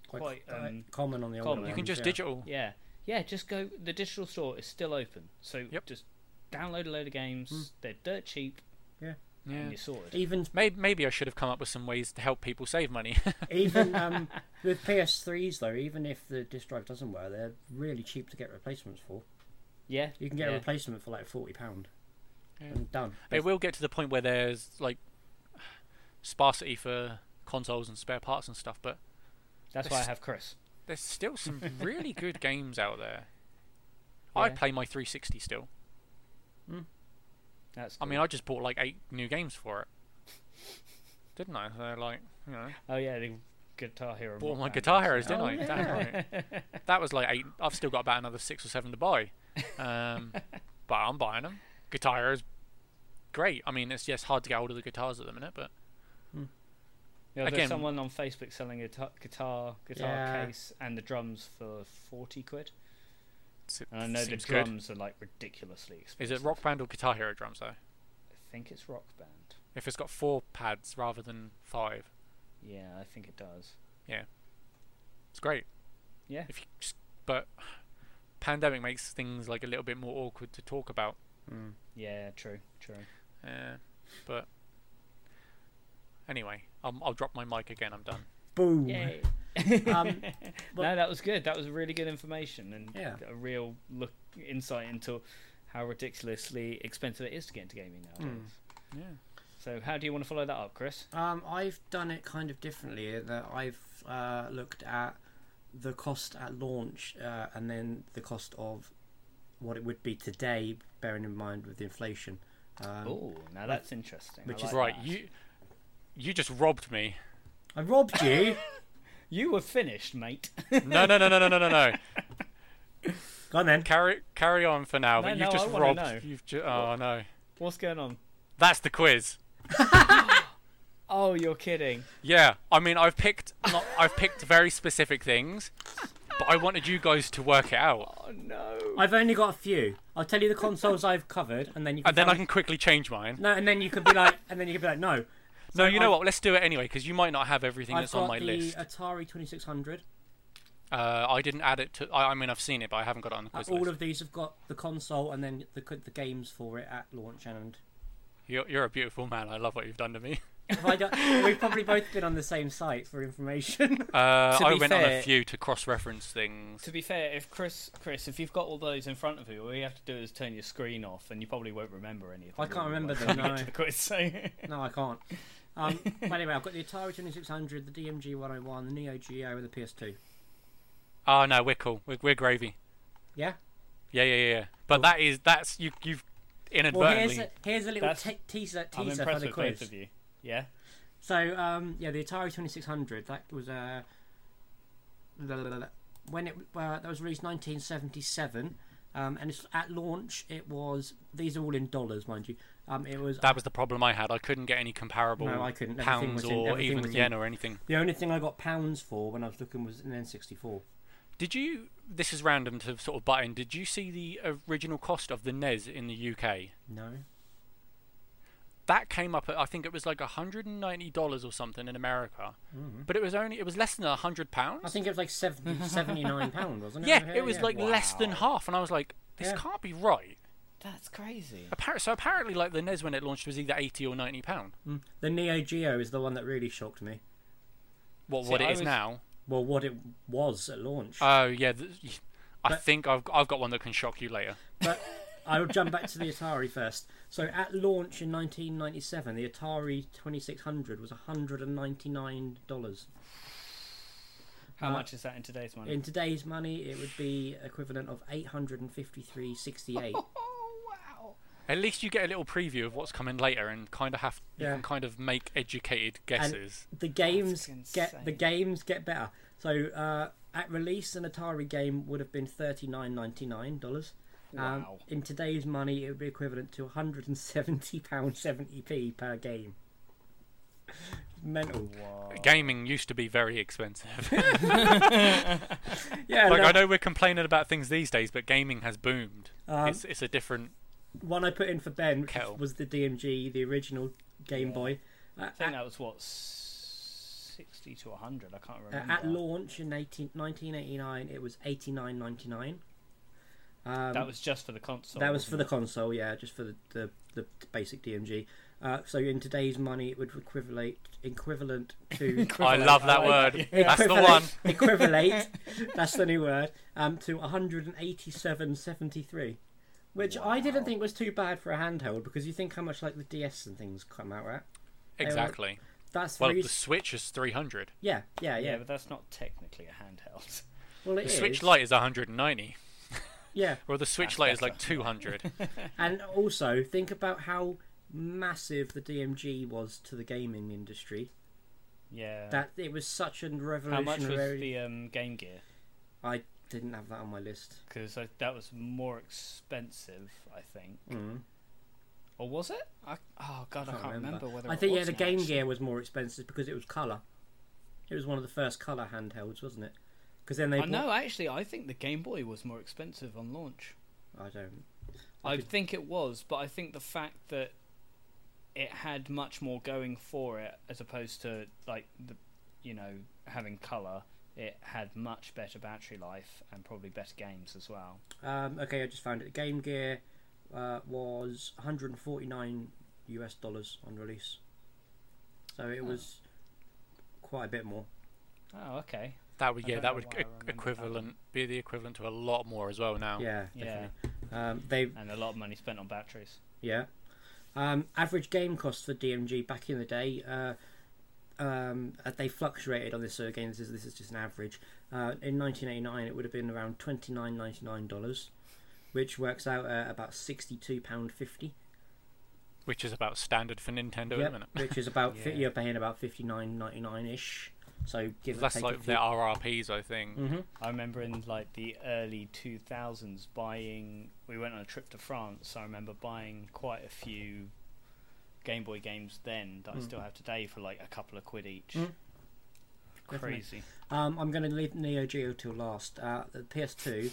Quite.
uh,
um,
common on the older
common.
ones,
you can just
yeah.
digital.
Yeah, yeah. Just go. The digital store is still open, so
Yep.
just download a load of games.
Hmm.
They're dirt cheap,
Yeah.
and you're sorted.
Even
Maybe, maybe I should have come up with some ways to help people save money.
even um, with PS3s though, even if the disc drive doesn't work, they're really cheap to get replacements for.
Yeah,
You can get a
yeah.
replacement for like forty pound.
Yeah.
And done.
It will get to the point where there's like sparsity for consoles and spare parts and stuff, but
That's why I have Chris.
there's still some really good games out there. I
Yeah.
play my 360 still.
That's.
I mean,
cool.
I just bought like eight new games for it, didn't I? So, like, you know,
oh yeah, the Guitar Hero. and
bought
Rock
my
Band
Guitar
games.
Heroes, didn't
Oh,
I? Damn right. that was like eight. I've still got about another six or seven to buy, um, but I'm buying them. Guitar Heroes, great. I mean, it's just hard to get hold of the guitars at the minute, but
You know,
Again-
there's someone on Facebook selling a ta- guitar guitar
Yeah.
case and the drums for forty quid,
it's, it
and I know the
seems good.
drums are like ridiculously
Is
expensive.
it Rock Band or Guitar Hero drums though?
I think it's Rock Band.
If it's got four pads rather than five,
Yeah, I think it does.
it's great.
Yeah.
If you just, but pandemic makes things like a little bit more awkward to talk about.
Mm.
Yeah, true, true.
Uh, but anyway, I'll, I'll drop my mic again. I'm done.
Boom.
Yay.
Um,
no, that was good. That was really good information and
Yeah.
a real look insight into how ridiculously expensive it is to get into gaming nowadays.
Hmm.
Yeah.
So, how do you want to follow that up, Chris?
Um, I've done it kind of differently in that I've uh, looked at the cost at launch uh, and then the cost of what it would be today, bearing in mind with the inflation. Um,
oh, now that's interesting. I
which
like
is
right.
that.
You you just robbed me.
I robbed you.
you were finished, mate.
No, no, no, no, no, no, no, no.
Go on then.
Carry carry on for now.
No,
but
no,
you've just
I wanna
robbed.
know.
You've ju- oh no.
What's going on?
That's the quiz.
Oh, you're kidding.
Yeah. I mean, I've picked not, I've picked very specific things. but I wanted you guys to work it out,
Oh no.
I've only got a few. I'll tell you the consoles I've covered, and then you can.
and then
tell
I
me-
can quickly change mine.
No, and then you can be like, and then you can be like, no.
No, you know
I've-
what? Let's do it anyway because you might not have everything
I've
that's on
got
my
the uh,
list.
Atari 2600.
Uh, I didn't add it to. I, I mean, I've seen it, but I haven't got it on the
Uh,
quiz
all
list.
of these have got the console and then the the games for it at launch. And
You're, you're a beautiful man. I love what you've done to me.
Have I done- we've probably both been on the same site for information.
Uh,
To
I
be
went on a
fair-
few to cross-reference things.
To be fair, if Chris, Chris, if you've got all those in front of you, all you have to do is turn your screen off, and you probably won't remember any of them.
I can't
will you,
remember
by the
them,
time you get
no.
to the quiz, so-
no, I can't. Um, but anyway, I've got the Atari 2600, the DMG 101, the Neo Geo, and the PS2.
Oh no, we're cool. We're, we're gravy.
Yeah.
Yeah, yeah, yeah. yeah. But that is that's you you've
Well, here's
inadvertently.
a, here's a little
That's-
te- teaser
I'm
teaser for
impressed
the
with
quiz.
both of you. Yeah.
So um, yeah, the Atari Twenty Six Hundred that was uh, la- la- la- la- when it uh, that was released nineteen seventy seven, um, and it's, at launch it was these are all in dollars, mind you. Um, it was
that was the problem I had. I couldn't get any comparable
No, I couldn't. Everything
pounds
was in-
or
everything
even
was in-
yen or anything.
the only thing I got pounds for when I was looking was an N sixty four.
Did you? This is random to sort of butt in. Did you see the original cost of the NES in the UK?
No,
That came up at I think it was like hundred and ninety dollars or something in America, but it was only it was less than hundred
Mm-hmm. I
pounds.
think it was like 70, 79 pounds, wasn't it?
Yeah,
Over here?
it was
Yeah.
like less than
Wow.
half, and I was like, this
Yeah.
can't be right.
That's crazy.
Appar- so apparently, like the NES when it launched was either eighty or ninety pound.
Mm. the Neo Geo is the one that really shocked me.
What
See,
what it
I
is
was-
now?
Well, what it was at launch.
Oh yeah, th- I
But-
think I've I've got one that can shock you later.
But I will jump back to the Atari first. So at launch in 1997, the Atari 2600 was 199 dollars.
How
Uh,
much is that in today's money?
In today's money, it would be equivalent of 853.68.
oh wow.
At least you get a little preview of what's coming later, and kind of have you
Yeah.
can kind of make educated guesses.
the games
That's
get the
insane.
games get better. So uh, at release, an Atari game would have been 39.99 dollars. Um,
Wow.
In today's money, it would be equivalent to 170 pound 70p per game. Mental.
Gaming used to be very expensive.
Yeah,
like
no,
I know we're complaining about things these days, but gaming has boomed.
um,
it's it's a different.
one I put in for Ben which
Kettle.
was the DMG, the original Game Boy. Uh,
I think
at,
that was what sixty to hundred. I can't
uh,
remember.
at launch in 18, 1989, it was 89.99. Um,
that was just for the console.
that was for
wasn't
the
it?
console, yeah, just for the the, the basic DMG. Uh, so in today's money, it would equivalent equivalent to.
I love that
I like
word.
that,
That's the
equivalent-
one.
equivalent. That's the new word. Um, to 187.73, which I didn't
Wow.
think was too bad for a handheld because you think how much like the DS and things come out at. were-
Exactly.
That's
Well,
three.
the Switch is three hundred.
Yeah, yeah,
yeah,
yeah.
but that's not technically a handheld.
Well, it
The
is.
Switch Lite is hundred and ninety.
Yeah,
Well, the Switch
That's
Lite is
better.
like two hundred.
and also think about how massive the DMG was to the gaming industry.
Yeah.
That it was such a
How
revolutionary.
much was the um, Game Gear?
I didn't have that on my list.
Because that was more expensive, I think.
Mm.
Or was it? I, oh god, I Mm-hmm. can't, remember. whether
I
it
think yeah,
was
the
now,
Game
actually.
Gear was more expensive because it was color. It was one of the first color handhelds, wasn't it? Because then they.
I
bought...
know. Actually, I think the Game Boy was more expensive on launch.
I don't.
I
could-
think it was, but I think the fact that it had much more going for it as opposed to like the you know having color, it had much better battery life and probably better games as well.
Um, okay, I just found it. The Game Gear uh, was 149 US dollars on release, so it
Oh.
was quite a bit more.
Oh, okay.
That would
I
yeah,
don't
that
know
would
why I
e-
remembered that
equivalent be the equivalent to a lot more as well now.
Yeah,
Yeah.
definitely. Um, they
And a lot of money spent on batteries.
yeah. Um, average game cost for DMG back in the day. Uh, um, uh, they fluctuated on this sort of game. This is this is just an average. Uh, in 1989, it would have been around 29.99 dollars, which works out at about 62 pound 50.
Which is about standard for Nintendo at the
Yep,
minute.
which is about fi-
Yeah.
you're paying about fifty nine ninety nine ish. So give
That's
or take
like their RRPs, I think.
hmm
I remember in like the early 2000s buying. We went on a trip to France. I remember buying quite a few Game Boy games then that I
Mm.
still have today for like a couple of quid each.
Mm. definitely.
Crazy.
Um, I'm going to leave Neo Geo till last. Uh, the PS2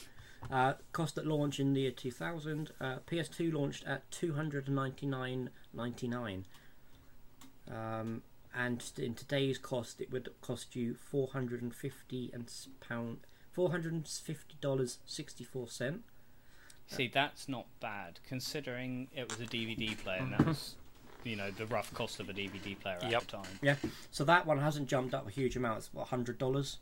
uh, cost at launch in the year 2000. Uh, PS2 launched at 299.99, um, and in today's cost, it would cost you 450 and s- pound. Four hundred and fifty dollars sixty four cent.
See, that's not bad considering it was a DVD player and that was, you know, the rough cost of a DVD player at
Yep.
the time.
Yeah, so that one hasn't jumped up a huge amount. It's what hundred dollars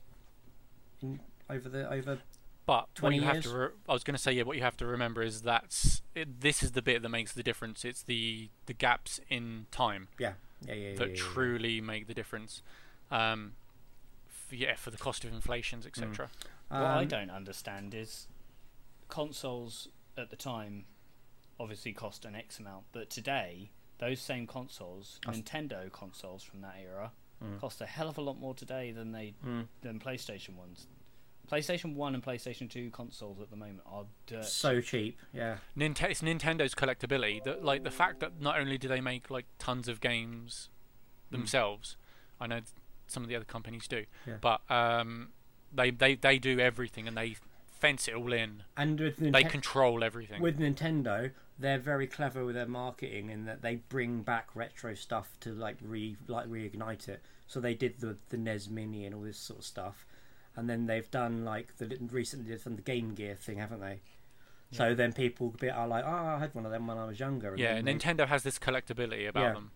in over the over.
But what
20
you have
years?
to, re- I was going to say, yeah. What you have to remember is that's it, this is the bit that makes the difference. It's the the gaps in time
Yeah, yeah, yeah. yeah,
that
yeah, yeah.
truly make the difference. Um, f- yeah, for the cost of inflations, etc.
what I
Um,
don't understand is consoles at the time obviously cost an X amount, but today those same consoles,
Us-
Nintendo consoles from that era,
Mm.
cost a hell of a lot more today than they
Mm.
than PlayStation ones. PlayStation One and PlayStation Two consoles at the moment are dirt
so cheap. Yeah.
Ninte- it's Nintendo's collectability that like the fact that not only do they make like tons of games
Mm.
themselves, I know th- some of the other companies do,
Yeah.
but um, they, they they do everything and they fence it all in.
And with, Ninten-
They control everything.
with Nintendo, they're very clever with their marketing in that they bring back retro stuff to like re like reignite it. So they did the the NES Mini and all this sort of stuff, and then they've done like the recently they've done the Game Gear thing, haven't they? So then people a bit are like, oh, I had one of them when I was younger.
yeah,
then they-
Nintendo has this collectability about
Yeah.
them.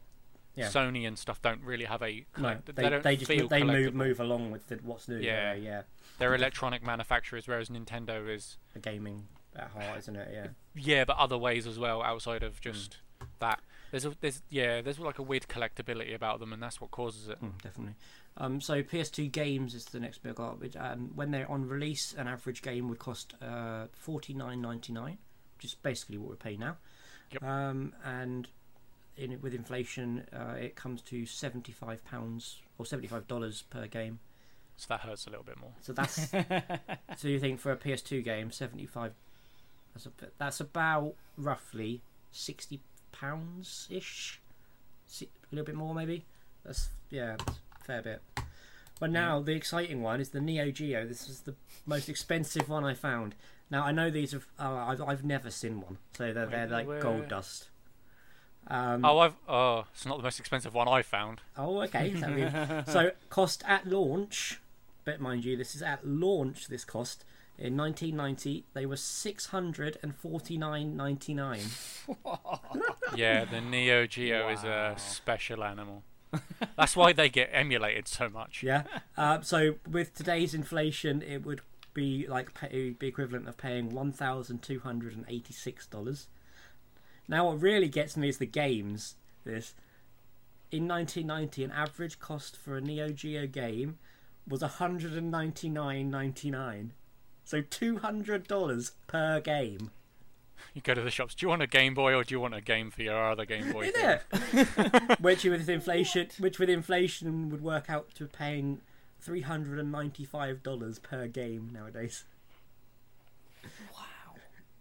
Yeah.
Sony and stuff don't really have a
No,
collect-
they,
they, don't
they just
feel
they move
collectible.
move along with the, what's new.
Yeah.
Yeah, yeah,
They're electronic manufacturers, whereas Nintendo is
the gaming at heart, isn't it? Yeah.
yeah, but other ways as well outside
Hmm.
of just that. There's a there's yeah there's like a weird collectability about them, and that's what causes it.
Mm, definitely. Um, so PS2 games is the next big up. It, um, when they're on release, an average game would cost uh, forty nine ninety nine, which is basically what we pay now.
Yep.
Um, and in, with inflation, uh, it comes to seventy five pounds or seventy five dollars per game.
So that hurts a little bit more.
So that's so you think for a PS2 game, seventy five. That's a, that's about roughly sixty pounds ish, Si- a little bit more maybe. That's yeah, that's a fair bit. But now the exciting one is the Neo Geo. This is the most expensive one I found. Now I know these have. Uh, I've I've never seen one, so they're they're
Wait,
like
where-
gold dust. Um,
Oh, I've oh, it's not the most expensive one I found.
Oh, okay. so we- so cost at launch, but mind you, this is at launch. This cost in 1990 they were 649.99.
Yeah, the Neo Geo is a
Wow.
special animal. That's why they get emulated so much.
Yeah. Uh, so with today's inflation, it would be like pay, it would be equivalent of paying 1,286 dollars. Now, what really gets me is the games. This in 1990, an average cost for a Neo Geo game was 199.99. So two hundred dollars per game.
You go to the shops. Do you want a Game Boy or do you want a game for your other Game Boy?
Is
thing?
it? which with inflation, which with inflation would work out to paying three hundred and ninety-five dollars per game nowadays. Wow.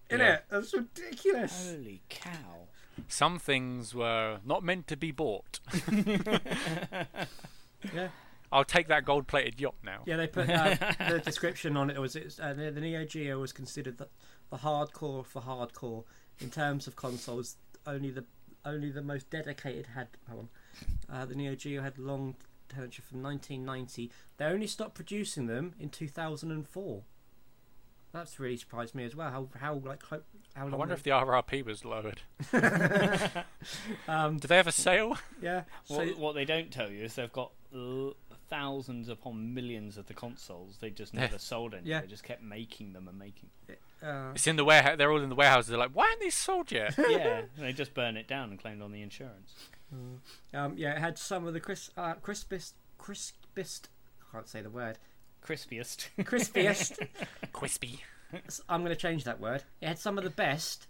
Isn't
Yeah.
it? That's ridiculous.
Holy cow.
Some things were not meant to be bought.
Yeah.
I'll take that gold-plated yacht now.
Yeah, they put uh, the description on it. Was it's uh, the, the Neo Geo was considered the, the hardcore for hardcore in terms of consoles. Only the only the most dedicated had. Hold on. Uh, the Neo Geo had long tenure from 1990. They only stopped producing them in 2004. That's really surprised me as well. How how like clo- how long?
I wonder if
they-
the RRP was lowered.
um
Did they have a sale?
yeah. So
what, what they don't tell you is they've got l- thousands upon millions of the consoles. They just never sold any.
Yeah.
They just kept making them and making.
uh,
It's in the warehouse. They're all in the warehouses. They're like, why aren't these sold yet?
yeah, they just burn it down and claimed on the insurance.
um yeah, it had some of the crisp uh, crispest crispest. I can't say the word.
Crispiest.
Crispiest
Crispy.
S- I'm going to change that word. It had some of the best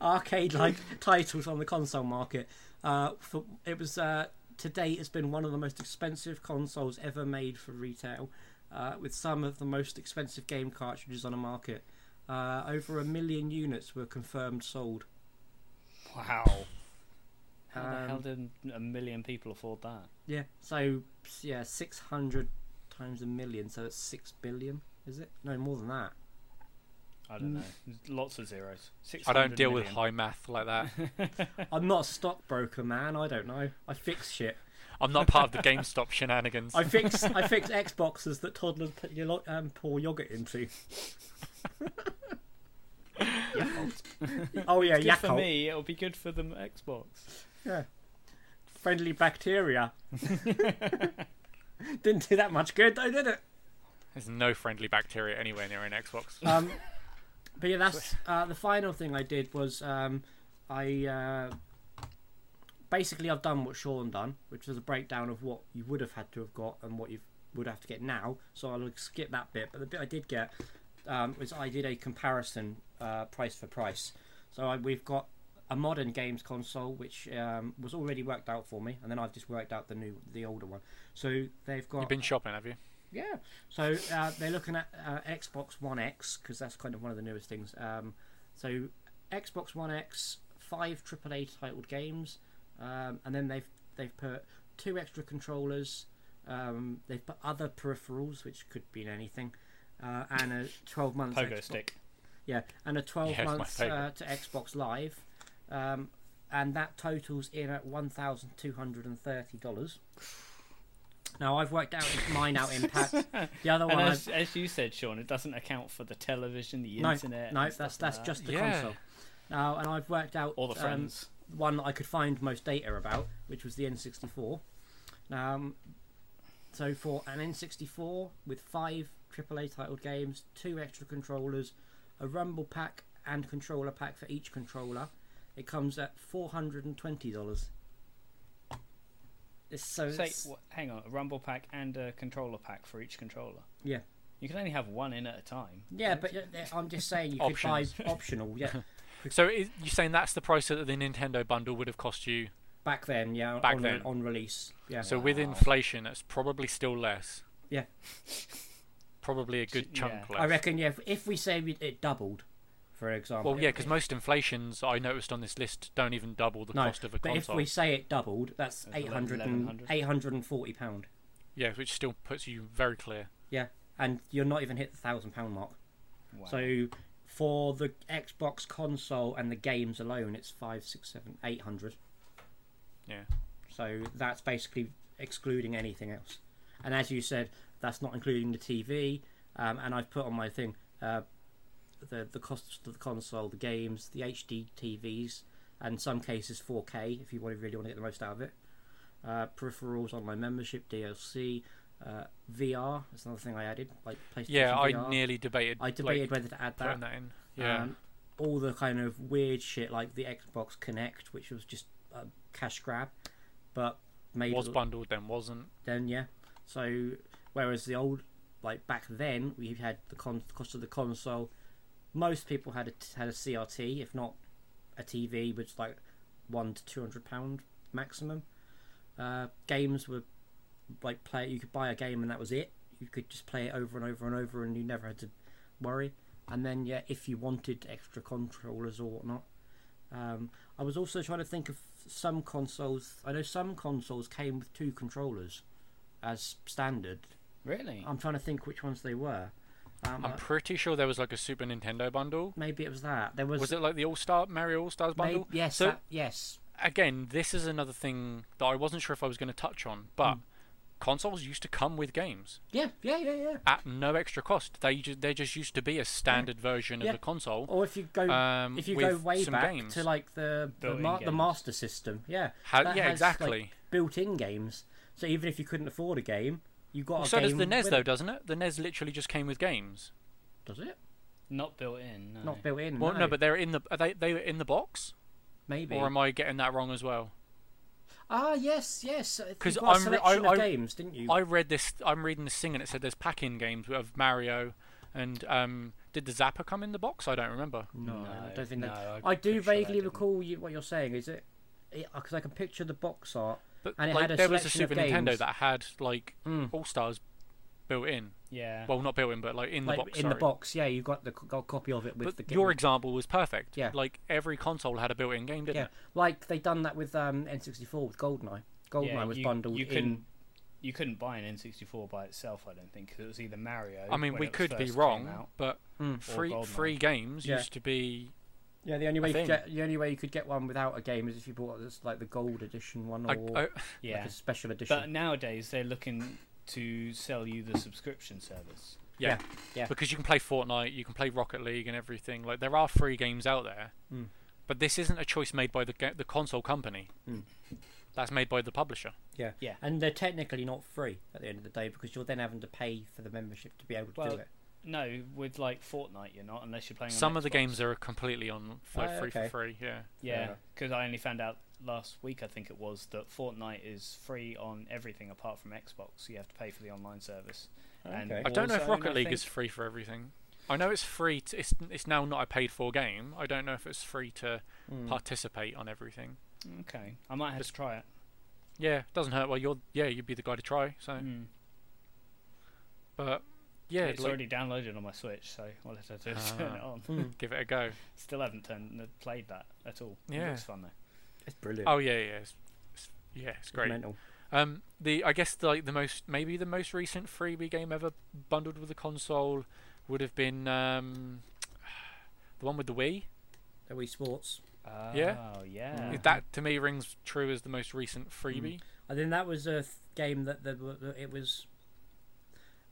arcade-like titles on the console market. Uh, for it was uh, to date, it's been one of the most expensive consoles ever made for retail, uh, with some of the most expensive game cartridges on the market. Uh, over a million units were confirmed sold.
wow. How the
Um,
hell did a million people afford that?
Yeah. So yeah, six hundred times a million, so it's six billion, is it? No, more than that.
I don't know.
Mm.
Lots of zeros.
I don't
600
deal with
million.
high math like that.
I'm not a stockbroker, man. I don't know. I fix shit.
I'm not part of the GameStop shenanigans.
I fix I fix Xboxes that toddlers put your lo- um, pour yogurt into. oh yeah,
It's good for
Yakult.
me. It'll be good for the Xbox.
Yeah. Friendly bacteria. Didn't do that much good, though, did it?
There's no friendly bacteria anywhere near an Xbox.
Um, but yeah, that's uh, the final thing I did was um, I uh, basically I've done what Sean done, which was a breakdown of what you would have had to have got and what you would have to get now. So I'll skip that bit. But the bit I did get um, was I did a comparison uh, price for price. So I, we've got a modern games console which um, was already worked out for me, and then I've just worked out the new, the older one. So they've got
You've been shopping, have you?
yeah. So uh, they're looking at uh, Xbox One X because that's kind of one of the newest things. Um, so Xbox One X, five AAA titled games, um, and then they've they've put two extra controllers. Um, they've put other peripherals, which could be anything, uh, and a twelve month
Pogo stick.
yeah, and a 12
Yeah, it's my
months
favourite.
uh, to Xbox Live, um, and that totals in at one thousand two hundred and thirty dollars. Now I've worked out mine out in pounds. The other
And
one, I've,
as, as you said, Sean, it doesn't account for the television, the
no,
internet.
no,
and
that's
stuff
that's
like that.
just the
Yeah.
console. Now, and I've worked out
Or the
um,
friends.
one that I could find most data about, which was the N64. Um, so for an N64 with five AAA titled games, two extra controllers, a rumble pack and controller pack for each controller, it comes at four hundred and twenty dollars. So
Say,
it's-
wh- hang on, a rumble pack and a controller pack for each controller.
Yeah.
You can only have one in at a time.
yeah, but uh, I'm just saying you could buy
Options.
optional. Yeah,
So is, you're saying that's the price that the Nintendo bundle would have cost you?
back then, yeah,
Back
on,
then.
on release. Yeah,
So with
Wow.
inflation, that's probably still less.
Yeah.
Probably a good
Yeah.
chunk less.
I reckon yeah, if, if we say we, it doubled, for example.
Well, yeah, because most inflations I noticed on this list don't even double the
No,
cost of a
but if
console.
we say it doubled, that's
That's
800 and,
1100.
840 pound,
Yeah, which still puts you very clear.
and you're not even hit the thousand pound mark.
Wow.
So for the Xbox console and the games alone, it's five, six, seven, eight hundred.
Yeah.
So that's basically excluding anything else. And as you said, that's not including the TV. Um, and I've put on my thing uh, the the cost of the console, the games, the HD TVs, and some cases 4K if you want really want to get the most out of it. Uh, peripherals, online membership, DLC, uh, VR. That's another thing I added, like PlayStation
Yeah,
VR.
I nearly debated.
I
like,
debated whether to add that.
putting that in. Yeah.
Um, all the kind of weird shit like the Xbox Connect, which was just a cash grab, but made
was
l-
bundled then wasn't.
then yeah. So whereas the old like back then we had the con- cost of the console, most people had a t- had a CRT, if not a TV, which was like one to two hundred pound maximum. Uh, games were like play you could buy a game and that was it. You could just play it over and over and over and you never had to worry. And then yeah, if you wanted extra controllers or whatnot. Um, I was also trying to think of some consoles. I know some consoles came with two controllers as standard.
really?
I'm trying to think which ones they were. Um,
I'm
uh,
pretty sure there was like a Super Nintendo bundle.
maybe it was that. There was,
Was it like the All Star Mario All Stars
maybe,
bundle?
yes,
So
that- yes.
again, this is another thing that I wasn't sure if I was going to touch on, but
Hmm.
consoles used to come with games
Yeah, yeah, yeah, yeah.
at no extra cost. They ju- there just used to be a standard version
Yeah.
of the console.
Or if you go
Um,
if you
with
go way
some
back
games.
to like the the,
Built-in
ma- the
games.
Master System, yeah.
How,
that
yeah,
has, like,
exactly.
built-in games. So even if you couldn't afford a game, you got
Well,
a
so
game.
does the NES
with
though,
it.
doesn't it? The NES literally just came with games.
Does it?
Not built in. No.
Not built in.
Well,
no,
no, but they're in the are they they were in the box,
maybe.
or um, am I getting that wrong as well?
Ah, yes, yes.
'Cause
Because I
I'm re-
selection
I-
of
I-
games, didn't you?
I read this. I'm reading this thing, and it said there's pack-in games of Mario, and um, did the Zapper come in the box? I don't remember.
No, I don't think
no,
that.
I'm
I
pretty
do
sure that
vaguely
didn't.
recall you, what you're saying. Is it because I can picture the box art?
But
And it
like,
had a
there was a
selection
Super
of
Nintendo
games.
that had like
Mm.
All Stars built in.
Yeah.
Well, not built in, but like in the
like,
box.
in the
sorry.
box, yeah, you got the c- got a copy of it with
But
the
your
game.
example was perfect.
Yeah.
Like every console had a built-in game, didn't
Yeah, like they done that with um, N64 with Goldeneye. Goldeneye
yeah,
was
you-
bundled
You couldn't.
in.
You couldn't buy an N64 by itself, I don't think, because it was either Mario.
it? I mean,
when
we
it was
could be
first came
wrong,
out,
but
Mm.
or
free
Goldeneye.
free games
Yeah.
used to be.
Yeah, the only way you could
thing.
get, the only way you could get one without a game is if you bought this, like the gold edition one or
I, I,
Yeah.
like a special edition.
but nowadays they're looking to sell you the subscription service.
yeah.
yeah.
Because you can play Fortnite, you can play Rocket League, and everything. Like there are free games out there,
Mm.
but this isn't a choice made by the ga- the console company.
Hmm.
Mm.
That's made by the publisher.
Yeah.
Yeah.
And they're technically not free at the end of the day because you're then having to pay for the membership to be able to
Well,
do it.
No, with like Fortnite, you're not unless you're playing. on
Some of the
Xbox.
games are completely on like,
Ah,
free
okay.
for free. Yeah.
Yeah,
Yeah.
because I only found out last week, I think it was, that Fortnite is free on everything apart from Xbox. You have to pay for the online service. and
Okay.
I don't know if
Warzone, I
Rocket League is
think.
free for everything. I know it's free. To, it's it's now not a paid for game. I don't know if it's free to
Hmm.
participate on everything.
Okay, I might have to try it.
Yeah, doesn't hurt. Well, you're yeah, you'd be the guy to try. So,
Mm.
but yeah,
it's
like,
already downloaded on my Switch, so all I have to do is turn it
Ah.
on.
give it a go.
Still haven't turned, played that at all. It
Yeah.
looks fun though.
It's brilliant.
Oh yeah, yeah, it's, it's, yeah, it's great.
Mental.
Um, the I guess the, like the most maybe the most recent freebie game ever bundled with a console would have been um, the one with the Wii.
Are we sports?
Oh,
Yeah.
yeah.
Mhm.
That to me rings true as the most recent freebie.
I think that was a th- game that the, that it was,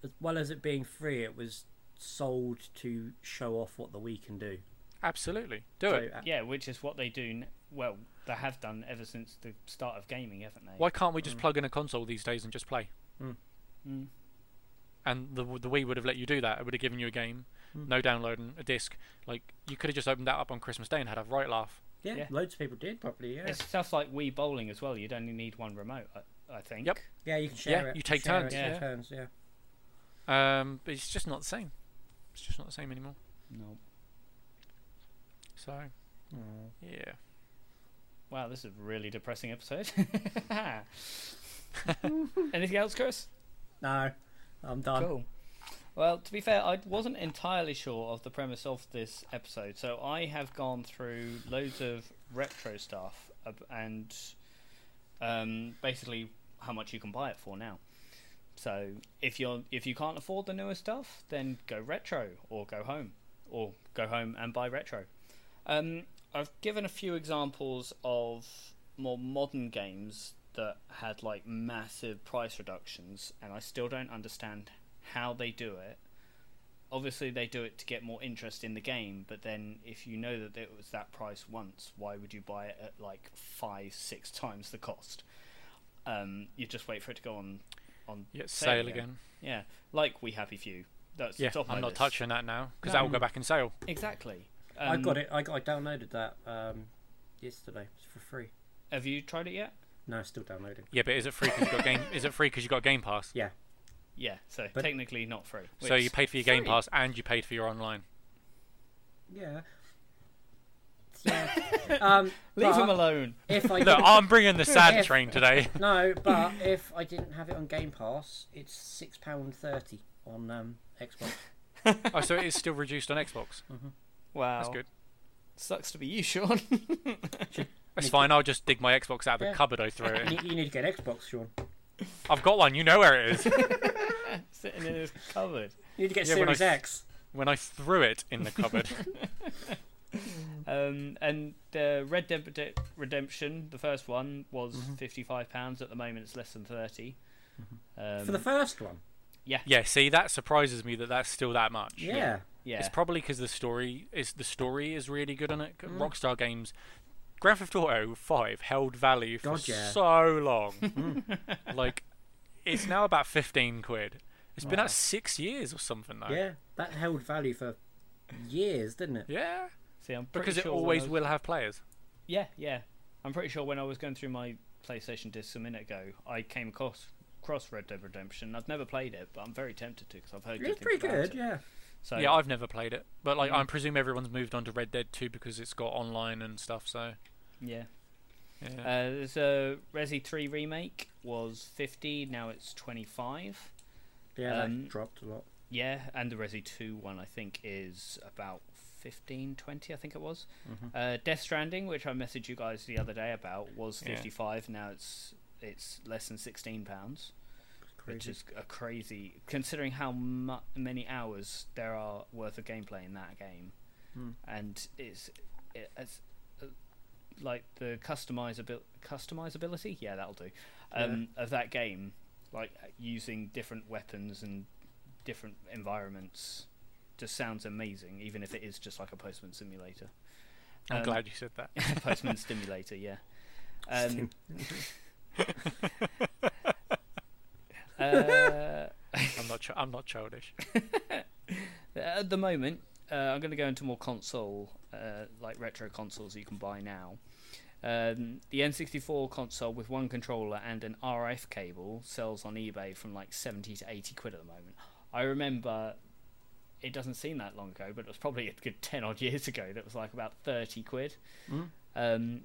as well as it being free, it was sold to show off what the Wii can do.
Absolutely, do
So,
it.
uh,
Yeah, which is what they do. N- well, they have done ever since the start of gaming, haven't they?
Why can't we just plug in a console these days and just play?
Mm.
And the the Wii would have let you do that. It would have given you a game,
Mm.
no downloading, a disc. Like you could have just opened that up on Christmas Day and had a right laugh.
yeah,
Yeah.
loads of people did probably. Yeah,
It's stuff like Wii Bowling as well. You'd only need one remote, I, I think.
Yep.
yeah, you can share
Yeah,
it.
you take
share
turns,
It, take
yeah.
turns. Yeah.
Um, but it's just not the same. It's just not the same anymore.
No.
So yeah.
Wow, this is a really depressing episode. Anything else, Chris?
No, I'm done.
Cool. Well, to be fair, I wasn't entirely sure of the premise of this episode, so I have gone through loads of retro stuff ab- and um, basically how much you can buy it for now. So if you're if you can't afford the newer stuff, then go retro or go home or go home and buy retro. Um, I've given a few examples of more modern games that had like massive price reductions, and I still don't understand how they do it. Obviously, they do it to get more interest in the game, but then if you know that it was that price once, why would you buy it at like five, six times the cost? Um, you just wait for it to go on on
Yeah, sale again.
Yeah, like We Happy Few. That's
Yeah,
the top of
I'm
my
not
list.
touching that now because
No.
that will go back in sale.
Exactly.
I
Um,
got it. I got. I downloaded that um, yesterday. It's for free.
Have you tried it yet?
No, it's still downloading.
Yeah, but is it free because you got game? Is it free because you got Game Pass?
Yeah.
Yeah, so
But-
technically not free.
so
which-
you paid for your Game
free.
Pass and you paid for your online.
Yeah. Yeah. um,
leave
but
him alone.
If I
Look, I'm bringing the sad
If-
train today.
no, but if I didn't have it on Game Pass, it's six pound thirty on um, Xbox.
Oh, so it is still reduced on Xbox.
Wow,
That's good.
Sucks to be you, Sean.
That's fine. I'll just dig my Xbox out of the
Yeah.
cupboard. I threw it.
You,
in.
you need to get Xbox, Sean.
I've got one. You know where it is.
Sitting in his cupboard.
You need to get
Yeah, when I
Series
s-
X.
when I threw it in the cupboard.
Um, and uh, Red Dead Rede- Redemption, the first one, was
Mm-hmm.
fifty-five pounds. At the moment, it's less than thirty.
Mm-hmm.
Um,
for the first one.
yeah, see, that surprises me that that's still that much.
Yeah.
yeah,
It's probably because the story is the story is really good on it.
Mm.
Rockstar Games, Grand Theft Auto Five held value for
God, yeah. Mm.
so long. like, it's now about fifteen quid. It's been
Wow.
out six years or something though.
Yeah. That held value for years, didn't it?
Yeah,
See, I'm pretty
because it
sure when I
always
was-
will have players.
Yeah, yeah. I'm pretty sure when I was going through my PlayStation discs a minute ago, I came across across Red Dead Redemption. I've never played it, but I'm very tempted to because I've heard good
It's
things
pretty
about
good.
it.
Yeah.
So
yeah, I've never played it, but like
Mm.
I presume everyone's moved on to Red Dead 2 because it's got online and stuff. So
yeah.
yeah.
Uh, there's a Resi 3 remake was 50, now it's 25.
Yeah, that
Um,
dropped a lot.
Yeah, and the Resi 2 one, I think, is about 15, 20, I think it was. Uh, Death Stranding, which I messaged you guys the other day about, was
Yeah.
55. Now it's it's less than £16, pounds, which
Crazy.
is a crazy, considering how mu- many hours there are worth of gameplay in that game.
Hmm.
And it's, it, it's uh, like the customizabil- customizability, yeah, that'll do, um, of that game, like uh, using different weapons and different environments just sounds amazing, even if it is just like a postman simulator.
I'm
Um,
glad you said that.
postman stimulator, yeah. Um, uh,
I'm not. Ch- I'm not childish.
at the moment, uh, I'm going to go into more console, uh, like retro consoles you can buy now. Um, the N64 console with one controller and an RF cable sells on eBay from like 70 to 80 quid at the moment. I remember it doesn't seem that long ago, but it was probably a good 10 odd years ago that was like about 30 quid.
Mm.
Um,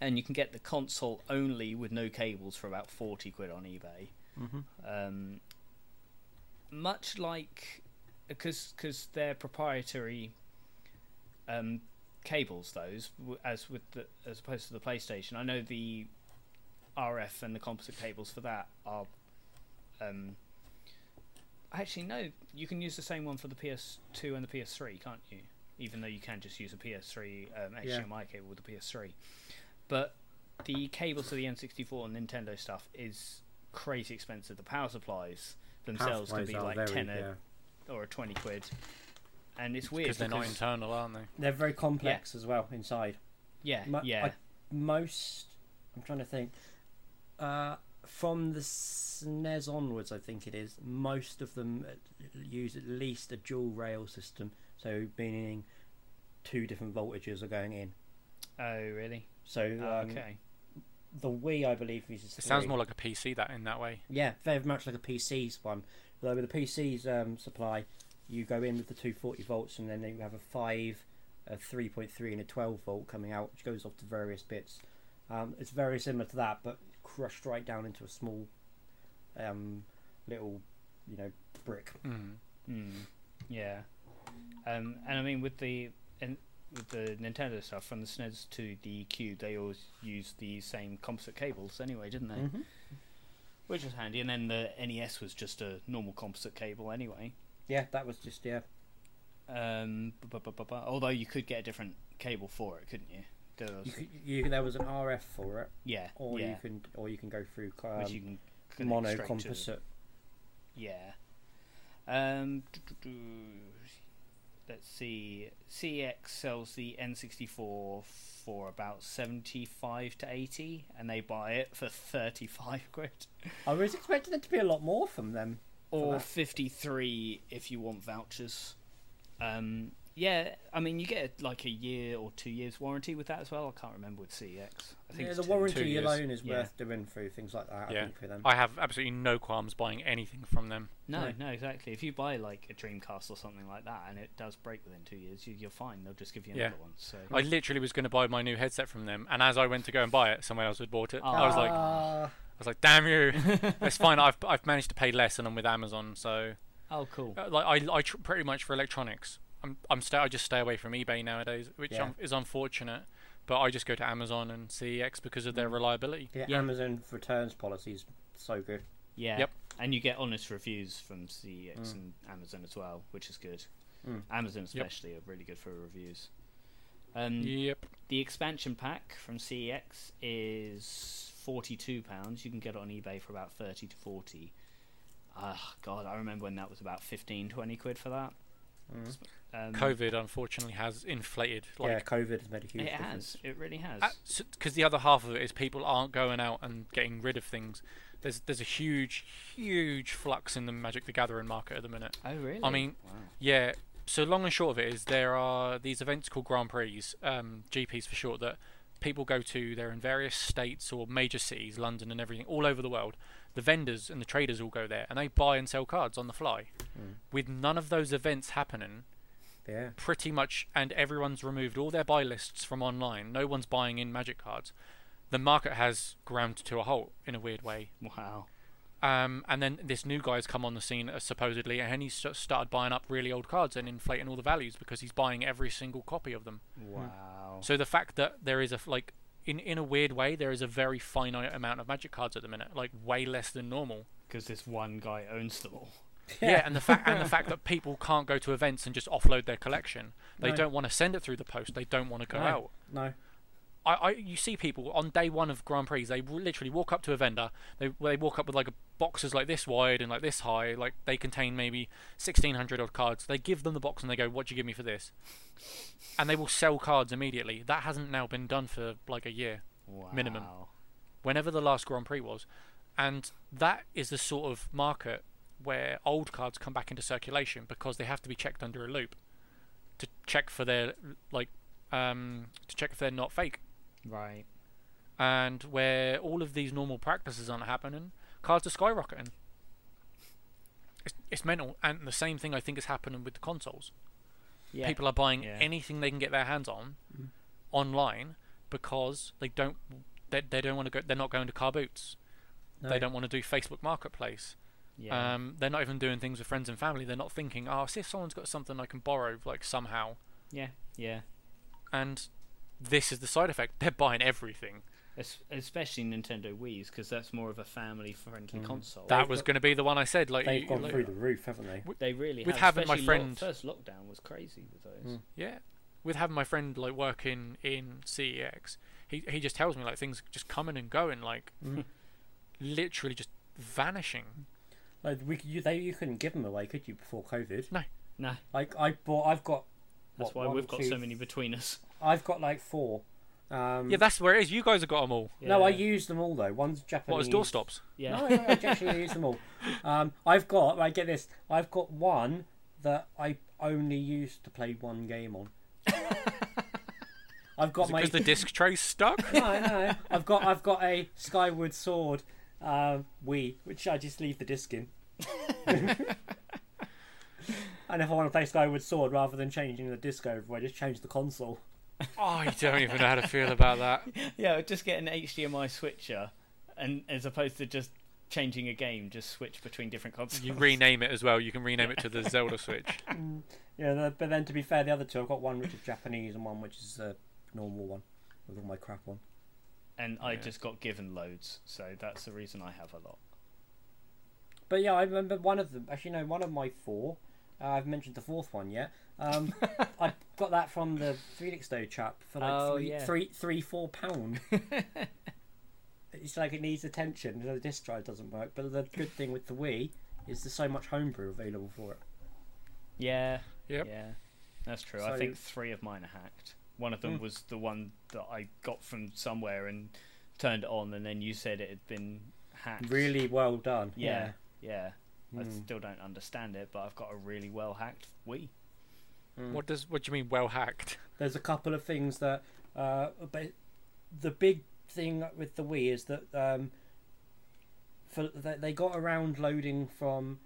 and you can get the console only with no cables for about 40 quid on eBay.
Mhm.
Um, much like because because they're proprietary um, cables those w- as with the as opposed to the PlayStation I know the RF and the composite cables for that are um, actually no you can use the same one for the PS2 and the PS3 can't you even though you can just use a PS3 um, HDMI
Yeah.
cable with the PS3 but the cables for the N64 and Nintendo stuff is crazy expensive the power supplies themselves can
Pathways
be
are
like
very-
10 a
yeah.
or a 20 quid and it's weird
Because they're not
because-
internal, aren't they?
They're very complex as well inside.
yeah
Mo-
yeah
I- most I'm trying to think. Uh, from the SNES onwards, I think it is most of them uh, use at least a dual rail system, so meaning two different voltages are going in.
oh really
So um,
Oh, okay
the Wii, I believe, uses.
It sounds
three.
more like a PC that in that way.
Yeah, very much like a PC's one. Although with a PC's um, supply, you go in with the 240 volts, and then you have a five, a 3.3, and a 12 volt coming out, which goes off to various bits. Um, it's very similar to that, but crushed right down into a small, um, little, you know, brick.
Mm.
mm, yeah um and i mean with the and with the nintendo stuff from the snes to the cube they always used the same composite cables anyway didn't they
Mm-hmm.
which was handy and then the nes was just a normal composite cable anyway
Yeah, that was just yeah.
um bu- bu- bu- bu- bu- although you could get a different cable for it couldn't you there was,
You, could- you, there was an RF for it,
yeah
or
yeah
you can or you can go through
which
um,
you can connect
mono
straight to the-
composite.
Yeah. Um, let's see. CX sells the N64 for about 75 to 80, and they buy it for 35 quid.
I was expecting it to be a lot more from them.
Or
that.
53 if you want vouchers. Um, yeah, I mean, you get like a year or two years warranty with that as well. I can't remember with CX. I think
Yeah,
it's
the
two.
two
warranty
years.
alone is
Yeah.
worth doing through things like that. I
Yeah.
think for them.
I have absolutely no qualms buying anything from them.
No,
Right.
no, exactly. If you buy like a Dreamcast or something like that, and it does break within two years, you, you're fine. They'll just give you
Yeah.
another one. So
I literally was going to buy my new headset from them, and as I went to go and buy it, someone else had bought it. I was like, I
Uh,
Ah,
was like, damn you! it's fine. I've I've managed to pay less, and I'm with Amazon, so
Oh, cool.
uh, like I I tr- pretty much for electronics, I'm I'm sta I just stay away from eBay nowadays, which
Yeah.
un- is unfortunate. But I just go to Amazon and CEX because of their reliability.
yeah,
Yeah.
Amazon returns policy is so good.
Yeah.
Yep.
And you get honest reviews from CX and Amazon as well, which is good.
Mm.
Amazon especially are really good for reviews. Um,
Yep.
The expansion pack from CEX is forty-two pounds. You can get it on eBay for about thirty to forty. Ah, God, I remember when that was about 15, 20 quid for that. Um,
COVID unfortunately has inflated like
yeah, COVID has made a huge
It
difference.
has. It really has.
because the other half of it is people aren't going out and getting rid of things. There's there's a huge huge flux in the Magic the Gathering market at the minute.
oh, really?
I mean,
wow.
yeah. So long and short of it is there are these events called Grand Prix, um, GPs for short, that people go to. They're in various states or major cities, London and everything, all over the world. The vendors and the traders all go there, and they buy and sell cards on the fly.
Hmm.
With none of those events happening,
Yeah,
pretty much, and everyone's removed all their buy lists from online. No one's buying in Magic cards. The market has ground to a halt in a weird way.
Wow.
Um, and then this new guy's come on the scene uh, supposedly, and he's just started buying up really old cards and inflating all the values because he's buying every single copy of them.
Hmm. Wow.
So the fact that there is a f- like in in a weird way there is a very finite amount of magic cards at the minute, like way less than normal.
Because this one guy owns them all.
Yeah, and the fact and the fact that people can't go to events and just offload their collection. They
No.
don't want to send it through the post. They don't want to go
No.
out.
No.
I, I you see people on day one of Grand Prix, they w- literally walk up to a vendor. They they walk up with like a boxes like this wide and like this high. Like they contain maybe sixteen hundred odd cards. They give them the box and they go, "What do you give me for this?" And they will sell cards immediately. That hasn't now been done for like a year
Wow.
Minimum. whenever the last Grand Prix was. And that is the sort of market where old cards come back into circulation because they have to be checked under a loop to check for their like um, to check if they're not fake.
Right.
And where all of these normal practices aren't happening, cards are skyrocketing. It's, it's mental, and the same thing I think is happening with the consoles
Yeah.
people are buying
Yeah.
anything they can get their hands on online because they don't they, they don't want to go they're not going to car boots
No.
they don't want to do facebook marketplace
yeah.
um, they're not even doing things with friends and family they're not thinking oh see if someone's got something i can borrow like somehow
yeah. Yeah.
and this is the side effect they're buying everything
Es- especially Nintendo Wii's, because that's more of a family-friendly console.
that
They've
was
got-
going to be the one i said like
They've
you-
gone
like-
through the roof, haven't they?
they really
with
have.
having my
especially lo-
friend-
first lockdown was crazy with those.
Yeah, with having my friend like working in CEX, he he just tells me like things just coming and going, like literally just vanishing.
Like we, c- you, they, you couldn't give them away, could you? Before COVID,
No,
like I bought, I've got.
that's why
what, one,
we've got
two-
so many between us.
I've got like four. Um,
Yeah, that's where it is. You guys have got them all.
No, I
Yeah.
use them all though. One's Japanese.
What was doorstops?
Yeah.
No, I, I actually use them all. Um, I've got. I get this. I've got one that I only use to play one game on. I've got my.
Because the disc tray's stuck. Oh,
no, no. I've got. I've got a Skyward Sword uh, Wii, which I just leave the disc in. and if I want to play Skyward Sword, rather than changing the disc over, I just change the console.
I don't even know how to feel about that.
Yeah, I'd just get an HDMI switcher, and as opposed to just changing a game, just switch between different consoles.
You rename it as well. You can rename it to the Zelda Switch.
Yeah, the, but then to be fair, the other two I've got one which is Japanese and one which is a normal one with all my crap on.
and I
Yeah.
just got given loads, so that's the reason I have a lot.
But yeah, I remember one of them. Actually, no, one of my four. Uh, I've mentioned the fourth one yet. Um, I got that from the Felixstowe chap for like
Oh,
three,
yeah.
three, three, four pound. it's like it needs attention. The disk drive doesn't work. But the good thing with the Wii is there's so much homebrew available for it.
Yeah.
Yep.
Yeah. That's true.
So- Hmm.
I think three of mine are hacked. One of them was the one that I got from somewhere and turned it on, and then you said it had been hacked.
Really well done.
Yeah. Yeah. I
Mm.
still don't understand it, but I've got a really well hacked Wii.
What does what do you mean well hacked?
there's a couple of things that uh but the big thing with the Wii is that um for they they got around loading from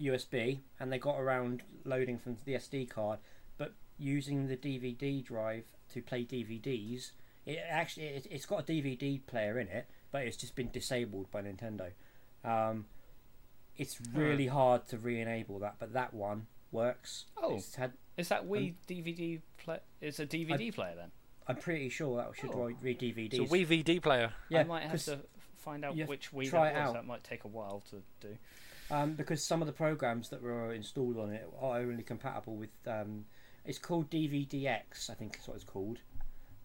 USB and they got around loading from the SD card but using the DVD drive to play DVDs it actually it, it's got a DVD player in it but it's just been disabled by Nintendo um it's really hard to re-enable that but that one works
Oh.
it's had
Is that
Um,
Wii DVD player? It's a DVD player then.
I'm pretty sure that should
Oh.
re- read DVDs.
It's a VVD player.
I might have
'cause,
to find out
you have
which Wii
try
that
it
was.
out.
That might take a while to do.
um, because some of the programs that were installed on it are only compatible with. Um, it's called DVDX, I think is what it's called,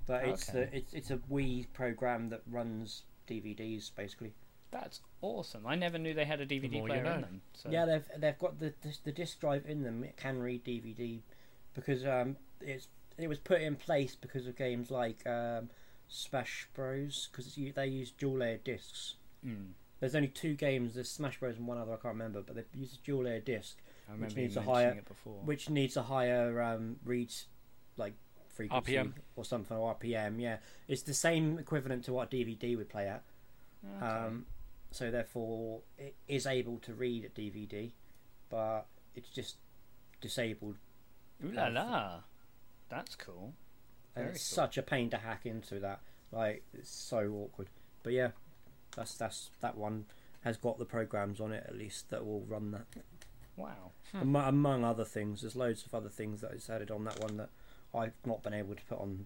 but it's
Okay.
the, it's it's a Wii program that runs DVDs basically.
That's awesome. I never knew they had a DVD
more you
player
know.
in them. So.
Yeah, they've they've got the, the the disc drive in them. It can read DVD because um, it's it was put in place because of games like um, Smash Bros. Because they use dual layer discs.
Mm.
There's only two games. There's Smash Bros and one other I can't remember, but they use a dual layer disc,
I remember you
needs a
mentioning
higher-
it before.
which needs a higher um, read, s- like frequency
RPM.
or something or RPM. Yeah, it's the same equivalent to what DVD would play at.
Okay.
Um, so therefore, it is able to read at DVD, but it's just disabled,
Ooh la
uh,
la. That's cool.
and
Very
it's
cool.
such a pain to hack into that. Like it's so awkward. But yeah, that's that's that one. has got the programs on it at least that will run that.
Wow.
Amo- among other things, there's loads of other things that it's added on that one that I've not been able to put on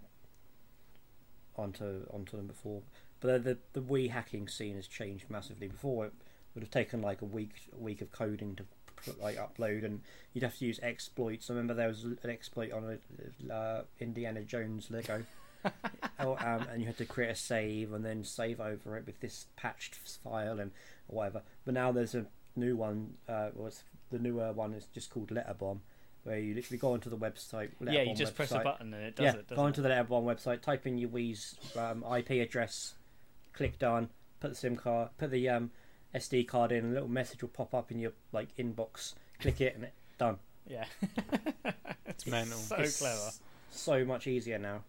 onto onto them before. But the the, the Wii hacking scene has changed massively. Before it would have taken like a week a week of coding to put, like upload, and you'd have to use exploits. I remember there was an exploit on a uh, Indiana Jones Lego. oh, um, and you had to create a save and then save over it with this patched file and whatever. But now there's a new one. Uh, well, it's- the newer one is just called Letterbomb, where you literally go onto the website.
yeah, you
Letterbomb
just press a
website.
button and it does
yeah,
it.
go
Doesn't
onto the Letterbomb website, type in your Wii's um, IP address, click done, put the SIM card, put the um, SD card in, and a little message will pop up in your like inbox. Click it and it done.
it? Yeah.
It's mental.
So
It's
clever.
So much easier now.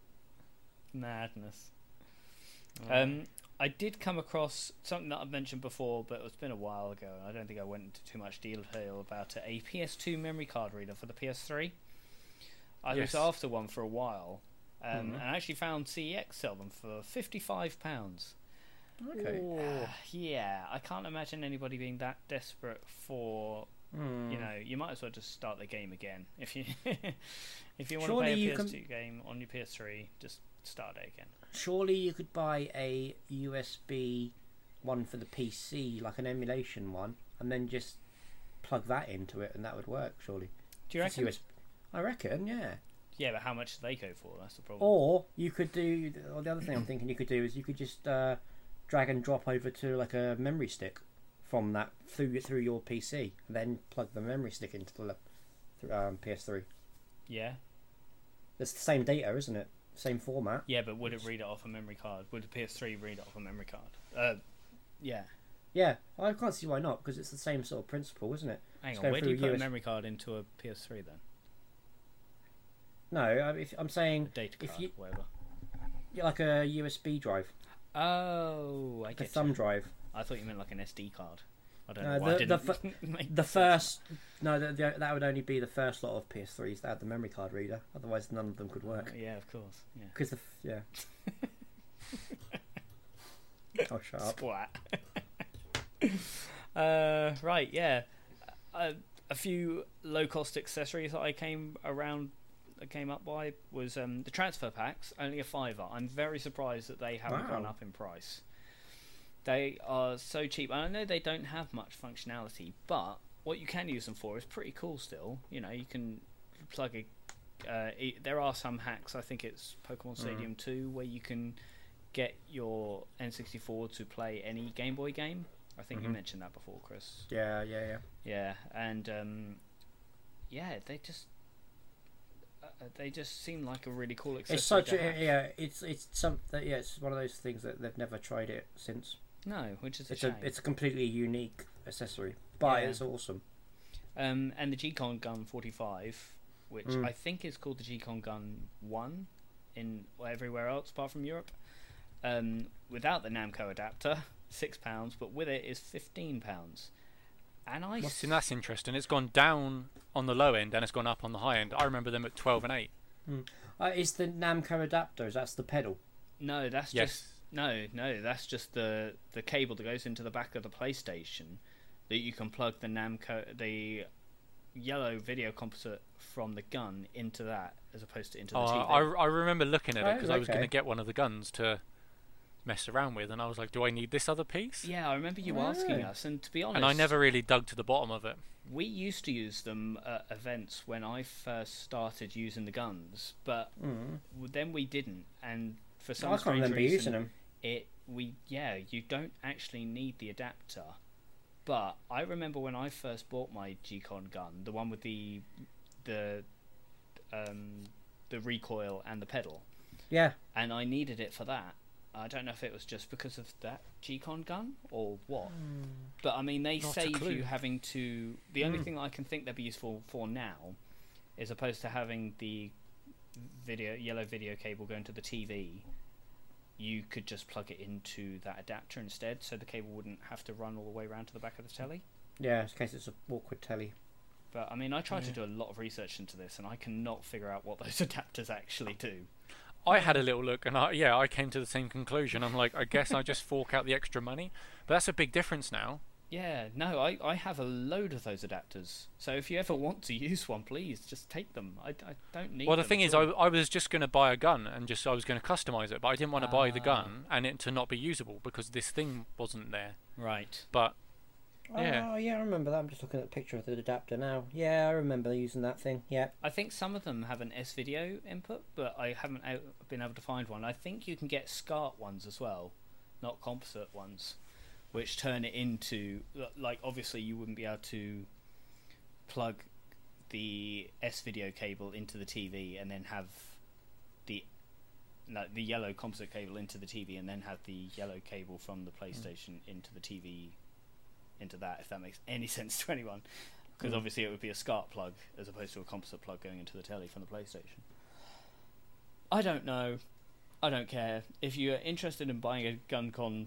Madness.
Oh.
Um, I did come across something that I've mentioned before, but it's been a while ago, and I don't think I went into too much detail about it. A PS2 memory card reader for the PS3. I
Yes. Mm-hmm.
was after one for a while, um,
Mhm.
and I actually found CEX sell them for fifty-five pounds.
Okay.
Ooh.
yeah, I can't imagine anybody being that desperate for
Hmm.
you know. You might as well just start the game again if you if you want to
Surely
play
you
a
can-
PS2 game on your PS3. Just start it again.
Surely you could buy a USB one for the PC, like an emulation one, and then just plug that into it, and that would work. Surely.
Do you
If it's
reckon?
USB I reckon, yeah.
Yeah, but how much do they go for? That's the problem.
Or you could do. Or the other thing I'm thinking you could do is you could just uh, drag and drop over to like a memory stick from that through through your PC, and then plug the memory stick into the le- um, PS3.
Yeah,
It's the same data, isn't it? Same format.
yeah, but would it read it off a memory card? Would the PS3 read it off a memory card? Uh, yeah.
Yeah, I can't see why not because it's the same sort of principle, isn't it?
Hang
It's
on,
going
where do you
through
put a
US
memory card into a PS3 then?
No, I- if, I'm
A
saying
data
If
card,
you-
whatever.
like a USB drive,
Oh, I
like a
get.
thumb
you.
drive.
I thought you meant like an SD card. I don't
No,
know why I
Uh, the- the
didn't. make
The
sense.
first, no, the, the, that would only be the first lot of PS3s that had the memory card reader. Otherwise, none of them could work.
Uh, yeah, of course. Yeah.
Because the f- yeah. oh, shut up.
Splat. uh, right, yeah. Uh, a few low cost accessories that I came around, I came up by was um, the transfer packs, only a fiver. I'm very surprised that they haven't gone
Wow.
up in price. They are so cheap. And I know they don't have much functionality, but what you can use them for is pretty cool still. You know, you can plug a. Uh, e there are some hacks. I think it's Pokemon Stadium 2 where you can get your N64 to play any Game Boy game. I think you
Mhm.
mentioned that before, Chris.
Yeah, yeah, yeah.
Yeah, and um, yeah, they just uh, uh, they just seem like a really cool accessory.
It's such a
to have.
yeah. It's it's something. Yeah, it's one of those things that they've never tried it since.
no, which is a
It's a
shame.
it's a completely unique accessory, but
Yeah.
it's awesome.
Um, and the G-Con Gun 45, which
Mm.
I think is called the G-Con Gun 1 in everywhere else apart from Europe. Um, without the Namco adapter, six pounds, but with it is fifteen pounds. And I
Well, see, that's interesting. It's gone down on the low end and it's gone up on the high end. I remember them at 12 and 8.
Uh, it's the Namco adapters. That's the pedal.
No, that's just
Yes.
no, no. That's just the the cable that goes into the back of the PlayStation that you can plug the Namco the yellow video composite from the gun into that as opposed to into the
Oh,
TV.
I, I remember looking at it
Oh,
because I was going
okay.
to get one of the guns to mess around with, and I was like, do I need this other piece?
Yeah, I remember you asking
Really?
us, and to be honest,
And I never really dug to the bottom of it.
We used to use them at events when I first started using the guns, but
Mm.
w- then we didn't, and for
I
some
can't
strange
remember
reason,
using them.
it we yeah you don't actually need the adapter but i remember when i first bought my g-con gun the one with the the um the recoil and the pedal
Yeah,
and i needed it for that i don't know if it was just because of that g-con gun or what but i mean they
Hmm. Not a
save
clue. Hmm.
you having to the only
Mm.
thing i can think they'd be useful for now is opposed to having the video yellow video cable going to the tv you could just plug it into that adapter instead, so the cable wouldn't have to run all the way around to the back of the telly.
yeah. In case it's a awkward telly.
But I mean, I tried to do a lot of research into this, and I cannot figure out what those adapters actually do.
I had a little look, and I, yeah, I came to the same conclusion. I'm like, I guess I just fork out the extra money, but that's a big difference now.
Yeah, no, I, I have a load of those adapters. So if you ever want to use one, please just take them. I, I don't need.
Well, the
them
thing
at
is, I,
all.
I was just going to buy a gun and just I was going to customize it, but I didn't want to buy the
Ah.
gun and it to not be usable because this thing wasn't there.
right.
But Yeah.
Oh, yeah, I remember that. I'm just looking at a picture of the adapter now. Yeah, I remember using that thing. Yeah.
I think some of them have an S video input, but I haven't out, been able to find one. I think you can get SCART ones as well, not composite ones, which turn it into l- like obviously you wouldn't be able to plug the S video cable into the TV and then have the like the yellow composite cable into the TV and then have the yellow cable from the PlayStation into the TV into that if that makes any sense to anyone because
Mm.
obviously it would be a SCART plug as opposed to a composite plug going into the telly from the PlayStation. I don't know. I don't care. If you're interested in buying a GunCon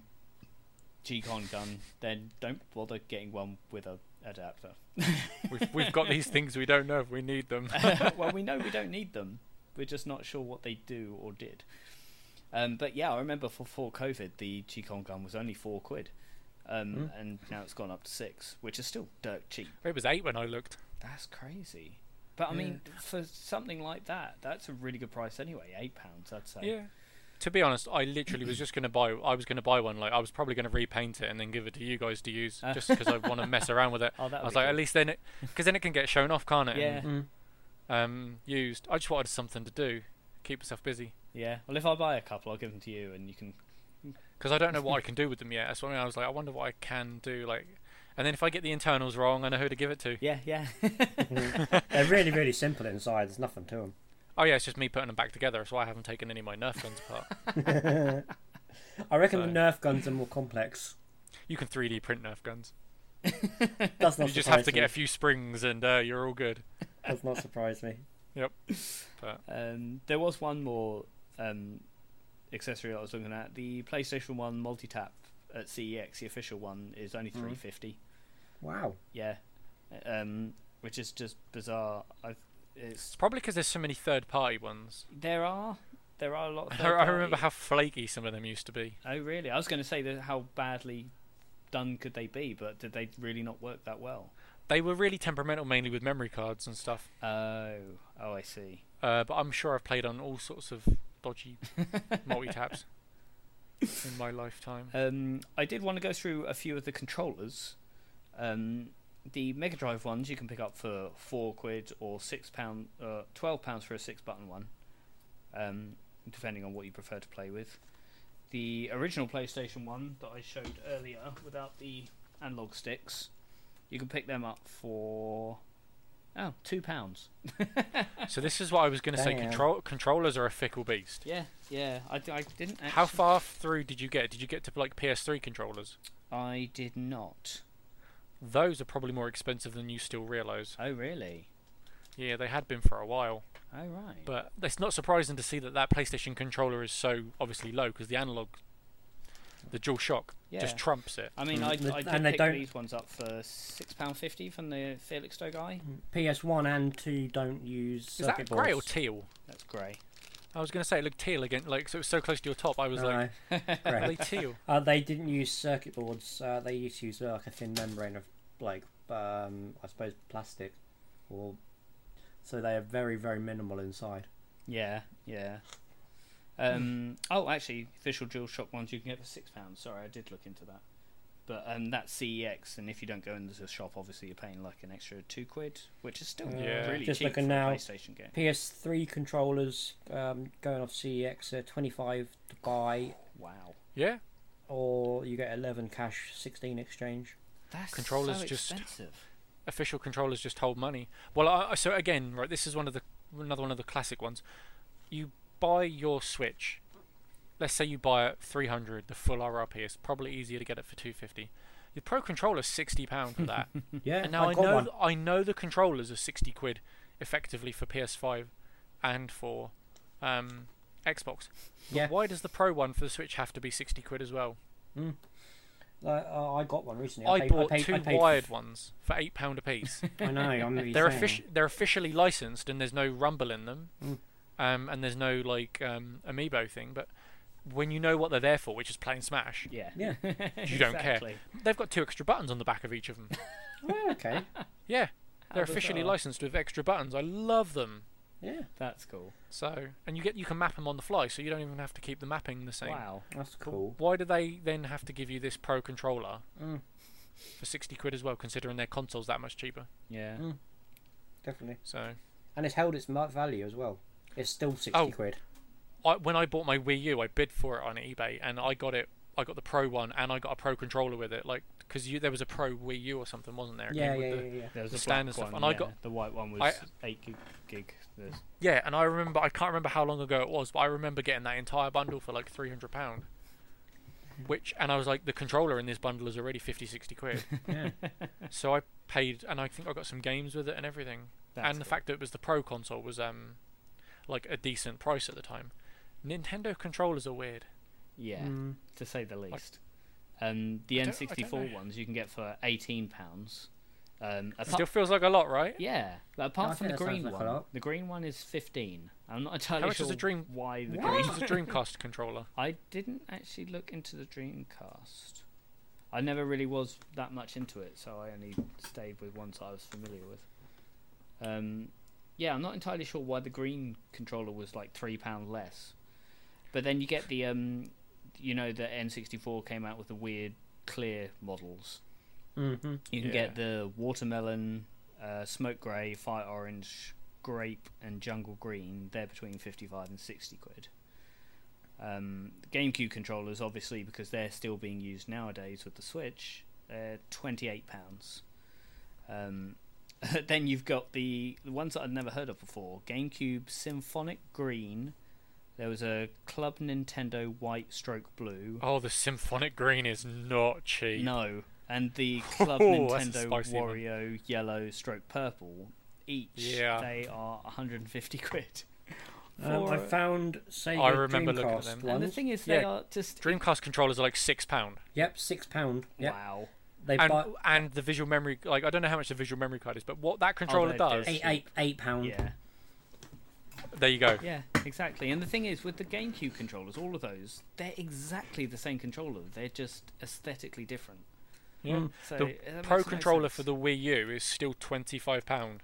G-Con gun, then don't bother getting one with a adapter.
we've, we've got these things we don't know if we need them.
well, we know we don't need them. We're just not sure what they do or did. Um, but yeah, I remember for for COVID, the G-Con gun was only four quid, um,
Mm.
and now it's gone up to six, which is still dirt cheap.
it was eight when I looked.
That's crazy. But I
Yeah.
mean, for something like that, that's a really good price anyway. Eight pounds, I'd say.
Yeah. To be honest, I literally was just going to buy. I was going to buy one. Like I was probably going to repaint it and then give it to you guys to use,
Ah.
just because I want to mess around with it.
Oh, that.
I was like, at least then, because then it can get shown off, can't it?
Yeah.
and, um, used. I just wanted something to do, keep myself busy,
yeah. Well, if I buy a couple, I'll give them to you, and you can.
because I don't know what I can do with them yet. That's what I mean. I was like, I wonder what I can do. Like, and then if I get the internals wrong, I know who to give it to.
Yeah, yeah.
They're really, really simple inside. There's nothing to them.
Oh yeah, it's just me putting them back together. That's why I haven't taken any of my Nerf guns apart.
I reckon
So-
the Nerf guns are more complex.
You can 3D print Nerf guns.
Does not
you just have
surprise
to get a
me.
few springs, and uh, you're all good.
Does not surprise me.
um, there was one more um, accessory I was looking at. The PlayStation One multi tap at CEX, the official one, is only
Mhm.
three fifty.
Wow.
Yeah. Um, which is just bizarre. I, it's
It's probably because there's so many third-party ones.
there are there are a lot. Of
I, I remember
third-party-
how flaky some of them used to be.
Oh, really? I was going to say that how badly done could they be, but did they really not work that well?
They were really temperamental, mainly with memory cards and stuff.
Oh, oh, I see.
Uh, but I'm sure I've played on all sorts of dodgy multi taps in my lifetime.
Um, I did want to go through a few of the controllers. Um, the Mega Drive ones you can pick up for four quid or six pound, uh, twelve pounds for a six-button one, um, depending on what you prefer to play with. The original PlayStation one that I showed earlier, without the analog sticks, you can pick them up for oh two pounds.
So this is what I was going to say.
Damn.
Control controllers are a fickle beast.
Yeah, yeah. I, d- I didn't. Actually,
How far through did you get? Did you get to like PS3 controllers?
I did not.
Those are probably more expensive than you still realise.
Oh really?
Yeah, they had been for a while,
Oh right.
but it's not surprising to see that that PlayStation controller is so obviously low because the analog, the DualShock,
yeah.
just trumps it.
I mean,
Mm.
I, I
The-
did
and they
pick
don't-
these ones up for six pound fifty from the Felixstowe guy.
Mm. PS1 and 2 don't use
Is
circuit
that grey or
boards.
teal?
That's grey.
I was going to say it looked teal again, like so it was so close to your top. I was like,
No.
are
Grey.
they teal?
Uh, they didn't use circuit boards. Uh, they used to use uh, like a thin membrane of like um, I suppose plastic, or so they are very very minimal inside.
Yeah, yeah.
Mm.
Um, oh, actually, official DualShock ones you can get for six pounds. Sorry, I did look into that. But um, that's CEX, and if you don't go into the shop, obviously you're paying like an extra two quid, which is still
Yeah.
really
Just
cheap
looking
for
now.
a PlayStation game.
PS3 controllers um, going off CEX are 25 to buy,
Wow,
Yeah,
or you get 11 cash, 16 exchange.
that's
Controllers
so
just-
expensive.
official controllers just hold money. Well, I, I- so again, right, this is one of the another one of the classic ones. You buy your Switch. Let's say you buy it 300, the full RRP. It's probably easier to get it for 250. Your Pro Controller's 60 pound for that.
Yeah,
Hmm. and now I,
I got
know
one.
th- I know the controllers are 60 quid effectively for PS5 and for um, Xbox. But
Yeah.
Why does the Pro one for the Switch have to be 60 quid as well?
Uh, uh, I got one recently.
I,
paid,
bought
I paid,
two
I paid
wired ones for 8 pound apiece.
I know. I'm really
they're
saying.
offici- they're officially licensed and there's no rumble in them
Mm.
um, and there's no like um, amiibo thing but when you know what they're there for, which is playing Smash,
Yeah.
Yeah.
You don't care.
Exactly.
they've got two extra buttons on the back of each of them.
Oh, okay.
Yeah, they're
bizarre.
officially licensed with extra buttons. I love them.
Yeah,
That's cool.
So, and you get you can map them on the fly, so you don't even have to keep the mapping the same.
Wow.
that's cool.
Why do they then have to give you this pro controller
Mm.
for sixty quid as well, considering their console's that much cheaper?
Yeah.
Mm. Definitely.
So,
And it's held its mar- value as well. It's still 60
Oh.
quid.
I, when I bought my Wii U, I bid for it on eBay, and I got it. I got the pro one, and I got a pro controller with it, like because there was a pro Wii U or something, wasn't there? It
Yeah,
came
yeah,
with
yeah,
the-
yeah.
There was
The
a
standard
black
stuff,
one,
and I
yeah.
got-
the white one was
I- Mm.
eight gig. gig. There's-
Yeah, and I remember I can't remember how long ago it was, but I remember getting that entire bundle for like three hundred pound. Which and I was like, the controller in this bundle is already 50, 60 quid.
yeah.
so I paid, and I think I got some games with it and everything.
that's
and the
cool.
fact that it was the Pro console was um, like a decent price at the time. Nintendo controllers are weird.
Yeah.
Mm.
to say the least. Um, the
I don't- I don't
N64
know.
ones you can get for eighteen pounds. Um, apart,
Still feels like a lot, right?
yeah, but apart
I
from the
think that sounds
green
like a
one,
lot.
the green one is fifteen. I'm not entirely
How much
sure
is the Dream-
why the
How
green.
much is a Dreamcast controller?
I didn't actually look into the Dreamcast. I never really was that much into it, so I only stayed with ones I was familiar with. Um, yeah, I'm not entirely sure why the green controller was like three pound less, but then you get the um, you know, the N64 came out with the weird clear models.
Mm-hmm.
You can
Yeah.
get the watermelon, uh, smoke grey, fire orange, grape, and jungle green. They're between fifty-five and sixty quid. Um, the GameCube controllers, obviously, because they're still being used nowadays with the Switch, they're Uh, twenty-eight pounds. Um, then you've got the, the ones that I'd never heard of before: GameCube Symphonic Green. There was a Club Nintendo White Stroke Blue.
Oh, the Symphonic Green is not cheap.
No, and the Club
Oh, that's a
Nintendo
spicy one.
Wario Yellow Stroke Purple each.
Yeah.
They are 150 quid.
Um, I
For-
found Sega
uh, I remember
Dreamcast
looking at them.
and the
ones.
thing is, they
Yeah.
are just
Dreamcast controllers are like six pound.
Yep, six pound. Yep.
wow.
They
and
buy
and the visual memory like I don't know how much the visual memory card is, but what that controller
it
does,
does.
eight, eight, eight pound.
Yeah,
there you go.
yeah, exactly. And the thing is, with the GameCube controllers, all of those, they're exactly the same controller. They're just aesthetically different.
Yeah.
So
Hmm. The
it makes
Pro
no
controller for
sense.
the Wii U is still twenty five pound.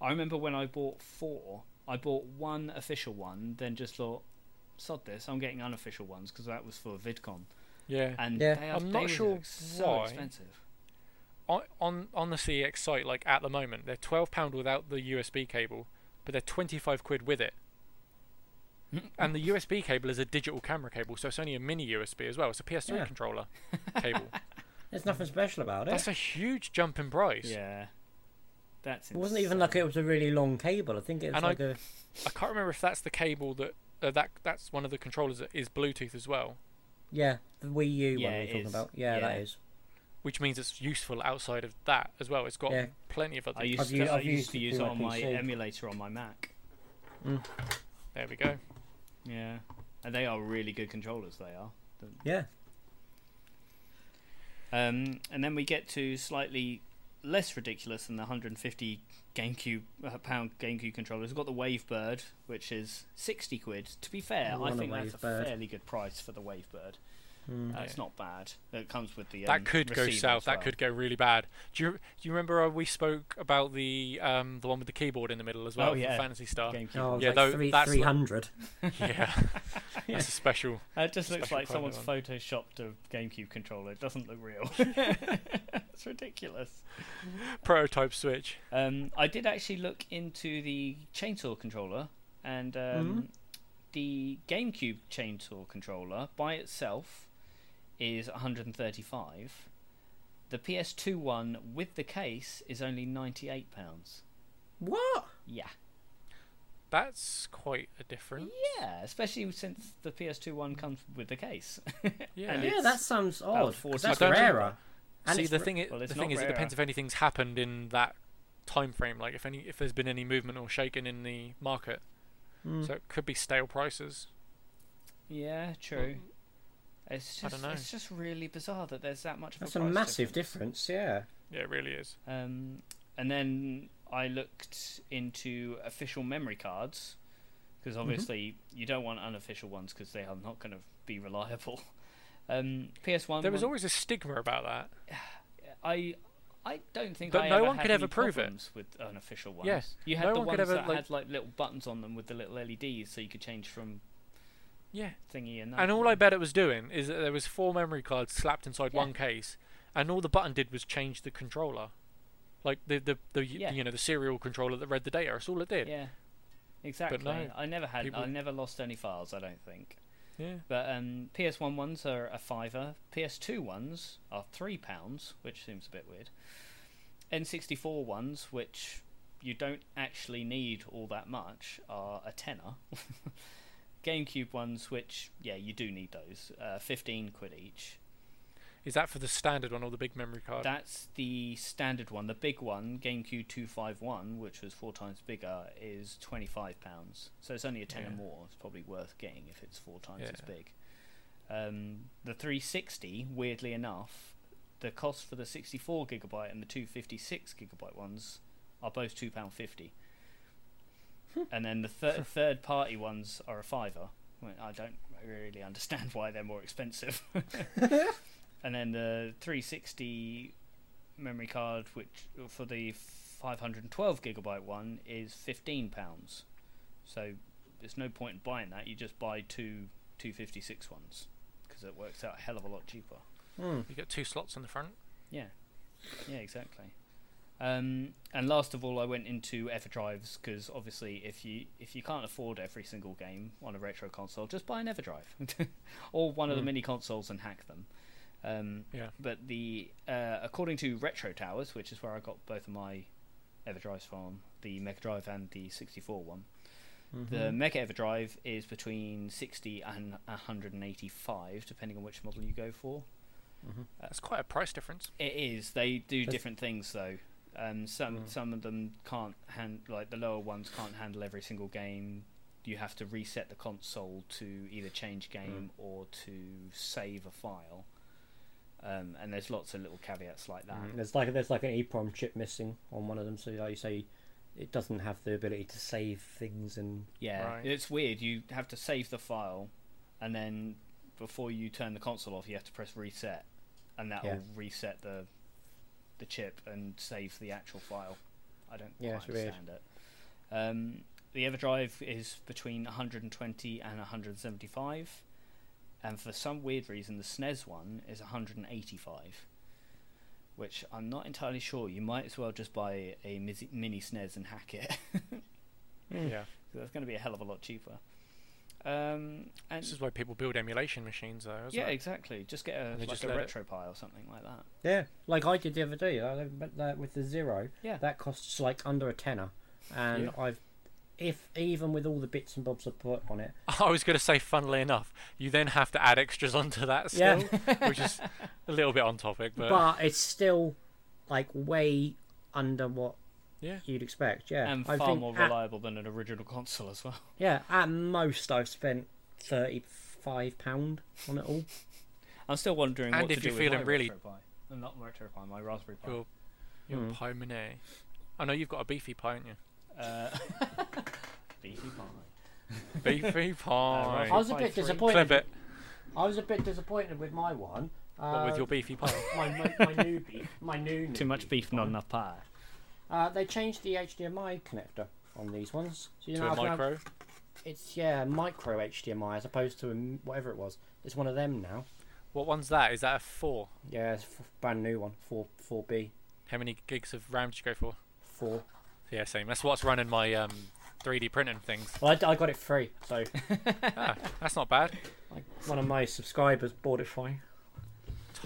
I remember when I bought four, I bought one official one, then just thought, sod this, I'm getting unofficial ones because that was for VidCon.
Yeah.
And
Yeah.
they are,
I'm
they
not
were
sure
so
why.
expensive.
On on on the CEX site, like at the moment, they're twelve pound without the USB cable, but they're twenty five quid with it. and the USB cable is a digital camera cable, so it's only a mini USB as well. It's a PS3
Yeah.
controller cable.
There's nothing special about it.
That's a huge jump in price.
Yeah, that's
it wasn't even like it was a really long cable. I think it was
And I-
like a
I can't remember if that's the cable that uh, that that's one of the controllers that is Bluetooth as well,
yeah, the Wii U
Yeah,
one
it
we we're talking
is.
about. Yeah, that
Yeah.
is.
which means it's useful outside of that as well. It's got
Yeah.
plenty of other.
I used
I've
to,
used-
I
I've
used
used
to
it
use it
through my
on my
PC.
emulator on my Mac.
There we go.
Yeah, and they are really good controllers. They are.
Yeah.
Um, and then we get to slightly less ridiculous than the 150 GameCube uh, pound GameCube controllers. We've got the Wavebird, which is 60 quid. To be fair,
I
I
want a
think that's a
Wavebird.
fairly good price for the Wavebird.
Mm.
Uh, it's not bad. It comes with the um,
That could go
receiver
south.
as
That
well.
could go really bad. Do you do you remember uh, we spoke about the um the one with the keyboard in the middle as well
Oh,
for
yeah.
Fantasy Star?
GameCube.
Oh,
Yeah,
yeah, like
though-
three,
that's like-
300.
Yeah, that's a special.
It just looks
Special
like
colour
someone's photoshopped a GameCube controller. It doesn't look real. it's ridiculous.
prototype Switch.
Um, I did actually look into the chainsaw controller, and um, the GameCube chainsaw controller by itself is 135. The PS2 one with the case is only 98 pounds.
What?
Yeah,
That's quite a difference.
yeah. Especially since the PS2 one comes with the case.
Yeah.
And
Yeah,
it's
that sounds odd. 'cause
40
That's
quid.
rarer. And
See,
it's
the
r-
thing is,
well, it's
the thing
not
is, it depends
rare.
if anything's happened in that time frame. Like if any, if there's been any movement or shaking in the market,
Hmm.
so it could be stale prices.
Yeah, true. It's
I
just,
don't know.
it's just really bizarre that there's that much of
That's
a,
a
price
massive difference. Yeah.
Yeah, it really is.
Um, and then I looked into official memory cards
Mm-hmm.
because obviously you don't want unofficial ones because they are not going to be reliable. Um, PS1.
There was
one-
always a stigma about that.
I I don't think
But
I
no
ever
one
had
could ever
any
prove it.
problems with unofficial ones.
Yes,
you had
no
the
one
ones
could ever,
that
like-
had like little buttons on them with the little LEDs, so you could change from
Yeah.
thingy and that.
And all I bet it was doing is that there was four memory cards slapped inside
Yeah.
one case, and all the button did was change the controller, like the the, the y-
Yeah.
you know the serial controller that read the data. That's all it did.
yeah, exactly.
no,
I never had.
people-
I never lost any files. I don't think.
Yeah.
But um, PS1 ones are a fiver. PS2 ones are three pounds, which seems a bit weird. N64 ones, which you don't actually need all that much, are a tenner. GameCube ones, which yeah, you do need those, uh, fifteen quid each.
Is that for the standard one or the big memory card?
That's the standard one. The big one, GameCube two five one, which was four times bigger, is twenty five pounds. So it's only a tenner
Yeah.
more. It's probably worth getting if it's four times as
Yeah.
big. Um, the three sixty, weirdly enough, the cost for the sixty four gigabyte and the two fifty six gigabyte ones are both two pound fifty. and then the thir- third party ones are a fiver. Well, I don't really understand why they're more expensive. and then the 360 memory card, which for the 512 gigabyte one is 15 pounds. So there's no point in buying that. You just buy two 256 ones because it works out a hell of a lot cheaper.
Hmm.
You get two slots on the front.
Yeah, yeah, exactly. Um, and last of all, I went into Everdrives because obviously, if you if you can't afford every single game on a retro console, just buy an Everdrive or one of the
Mm.
mini consoles and hack them. Um,
Yeah.
But the uh, according to Retro Towers, which is where I got both of my Everdrives from, the Mega Drive and the 64 one, the Mega Everdrive is between 60 and 185, depending on which model you go for.
That's quite a price difference.
It is. They do
That's-
different things though. Um, some
Mm.
some of them can't hand like the lower ones can't handle every single game. You have to reset the console to either change game or to save a file. Um, and there's lots of little caveats like that.
Mm-hmm. There's like there's like an EEPROM chip missing on one of them, so like you say, it doesn't have the ability to save things and
Yeah,
Right.
it's weird. You have to save the file, and then before you turn the console off, you have to press reset, and that will
Yeah.
reset the the chip and save the actual file. I don't
Yeah,
quite
it's weird.
understand it. Um, the EverDrive is between 120 and 175, and for some weird reason, the SNES one is 185. Which I'm not entirely sure. You might as well just buy a mis- mini SNES and hack it. Hmm.
Yeah.
So that's going to be a hell of a lot cheaper. Um, and
This is why people build emulation machines, though. Isn't
yeah,
it?
exactly. Just get a
And they
like
just
a
let it-
retro pie or something like that.
yeah, like I did the other day. I, but that with the zero,
Yeah.
that costs like under a tenner, and
Yeah.
I've if even with all the bits and bobs I put on it,
I was going to say, funnily enough, you then have to add extras onto that
Yeah.
still, which is a little bit on topic, but,
but it's still like way under what
Yeah.
you'd expect. Yeah,
And
I
far
think
more
at-
reliable than an original console as well.
Yeah, at most I've spent thirty-five pound on it all.
I'm still wondering
And
what
if
to do
you're
with
feeling
my
really-
retro pie. No, not retro pie, my Raspberry Pi.
your your
Hmm.
pie Monet. I know you've got a beefy pie, haven't you?
Uh, Beefy pie.
Beefy pie.
I was a
Five
bit
three.
disappointed.
Clip it.
I was a bit disappointed with my one.
What with
Uh,
your beefy pie?
my, my, my new beef, my new
Too
new
much beef, not enough pie.
Uh, they changed the HDMI connector on these ones. So you
to
know,
a
I've now-
micro?
it's yeah, micro HDMI as opposed to a m whatever it was. It's one of them now.
What one's that? Is that a four?
Yeah, it's f- brand new one. Four four B
How many gigs of RAM did you go for?
four.
Yeah, same. That's what's running my um, 3D printing things.
Well, I d- I, got it free, so
ah, that's not bad.
one of my subscribers bought it for me.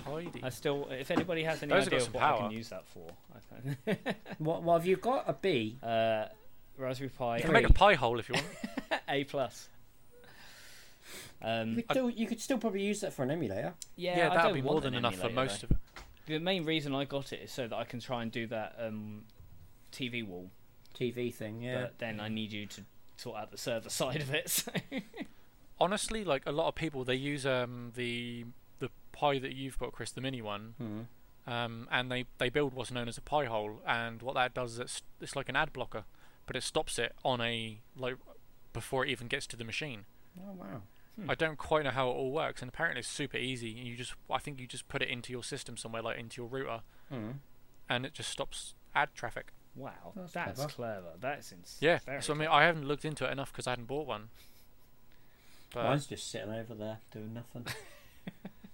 Tidy.
I still, if anybody has any
Those have
idea
got
of
some
what I
power.
can use that for, I
What what have you got? A B?
can. Uh, Raspberry Pi
You can make a pie hole if you want.
A plus.
You
Um,
Mm,
could, still, you could still probably use that for an emulator.
yeah,
Yeah,
I
that'll
don't
be more
want
than
an
enough for
emulator, though.
most of it.
The main reason I got it is so that I can try and do that um, TV wall,
TV thing, yeah.
but then I need you to sort out the server side of it. So.
Honestly, like a lot of people, they use um, the the pie that you've got, Chris, the mini one,
Hmm.
um, and they, they build what's known as a pie hole. And what that does is it's, it's like an ad blocker, but it stops it on a like before it even gets to the machine.
Oh wow.
I don't quite know how it all works, and apparently it's super easy. You just, I think you just put it into your system somewhere, like into your router,
Mm.
and it just stops ad traffic.
Wow,
That's
that's,
clever.
clever. That's insane.
Yeah. so I mean, I haven't looked into it enough because I hadn't bought one. But
Mine's just sitting over there doing nothing.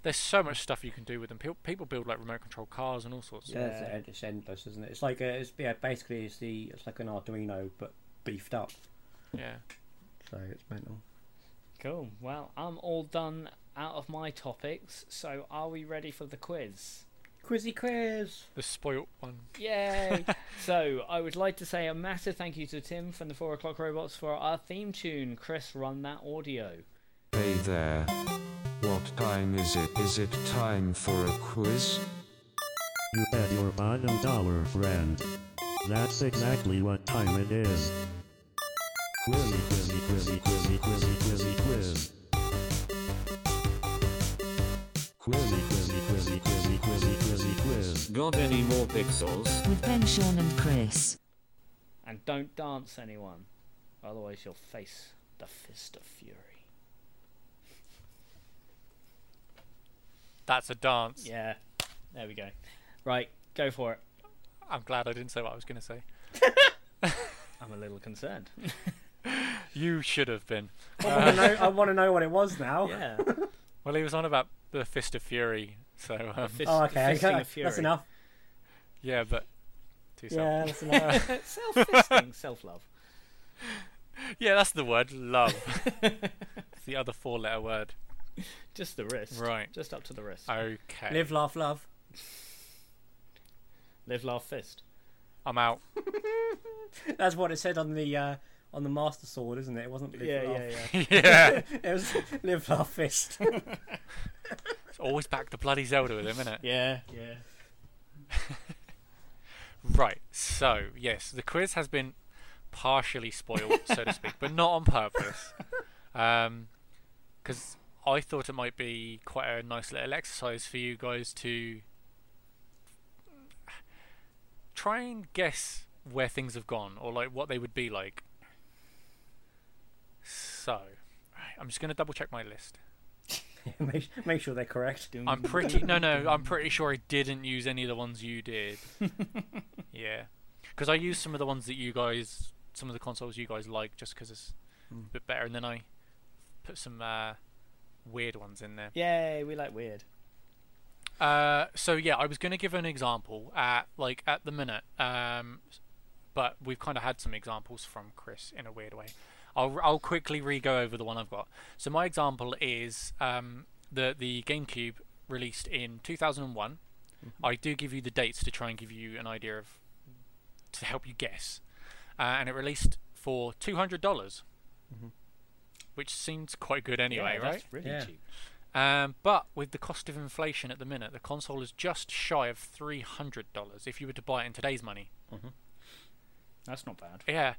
there's so much stuff you can do with them. People, people build like remote control cars and all sorts.
Yeah, it's- e- It's, endless, isn't it? It's like a, it's yeah, basically it's the it's like an Arduino but beefed up.
Yeah.
So it's mental.
Cool. Well, I'm all done out of my topics. So are we ready for the quiz?
Quizzy quiz.
The spoilt one.
Yay! so I would like to say a massive thank you to Tim from the Four O'clock Robots for our theme tune. Chris, run that audio.
Hey there. What time is it? Is it time for a quiz?
You bet your bottom dollar, friend. That's exactly what time it is. Quizzy, quizzy, quizzy, quizzy, quizzy, quizzy, quiz. Quizzy, quizzy, quizzy, quizzy, quizzy, quizzy, quiz.
Got any more pixels?
with Ben, Sean, and Chris.
And don't dance, anyone. Otherwise, you'll face the fist of fury.
That's a dance.
Yeah. There we go. Right, go for it.
I'm glad I didn't say what I was going to say.
I'm a little concerned.
You should have been.
I
Uh,
want to know. I want to know what it was now.
Yeah.
Well, he was on about the Fist of Fury, so um,
Fist,
Oh, okay.
fisting
okay,
of fury.
That's enough.
yeah, but too
Yeah,
yeah.
that's enough.
self fisting, self love.
yeah, that's the word. Love. It's the other four-letter word.
Just the wrist.
Right.
Just up to the wrist.
Okay.
Live, laugh, love.
Live, laugh, fist.
I'm out.
That's what it said on the uh, on the Master Sword, isn't it? It wasn't live, laugh.
yeah.
It was live, laugh, fist.
It's always back to bloody Zelda with him, isn't it?
Yeah, yeah.
Right. So yes, the quiz has been partially spoiled, so to speak, but not on purpose. Um, because I thought it might be quite a nice little exercise for you guys to try and guess where things have gone or like what they would be like. So, right, I'm just gonna double check my list.
make, make sure they're correct.
I'm pretty no no. I'm pretty sure I didn't use any of the ones you did. yeah, because I used some of the ones that you guys, some of the consoles you guys like, just because it's a bit better. And then I put some uh, weird ones in there.
Yay, we like weird.
Uh, so yeah, I was gonna give an example at like at the minute, um, but we've kind of had some examples from Chris in a weird way. I'll I'll quickly re-go over the one I've got. So my example is um, the the GameCube released in 2001.
Mm-hmm.
I do give you the dates to try and give you an idea of to help you guess, uh, and it released for two hundred dollars, which seems quite good anyway,
Mm-hmm. yeah,
right?
That's really
Yeah.
cheap.
Um, but with the cost of inflation at the minute, the console is just shy of three hundred dollars if you were to buy it in today's money.
That's not bad.
Yeah,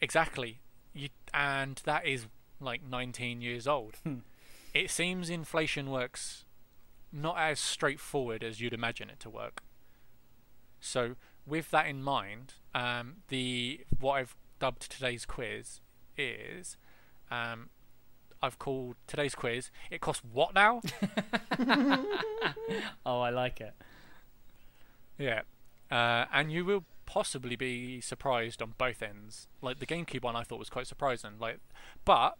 exactly. You and that is like nineteen years old. it seems inflation works not as straightforward as you'd imagine it to work. So with that in mind, um, the what I've dubbed today's quiz is um, I've called today's quiz. It costs what now?
Oh, I like it.
Yeah, uh, and you will possibly be surprised on both ends. Like the GameCube one, I thought was quite surprising. Like, but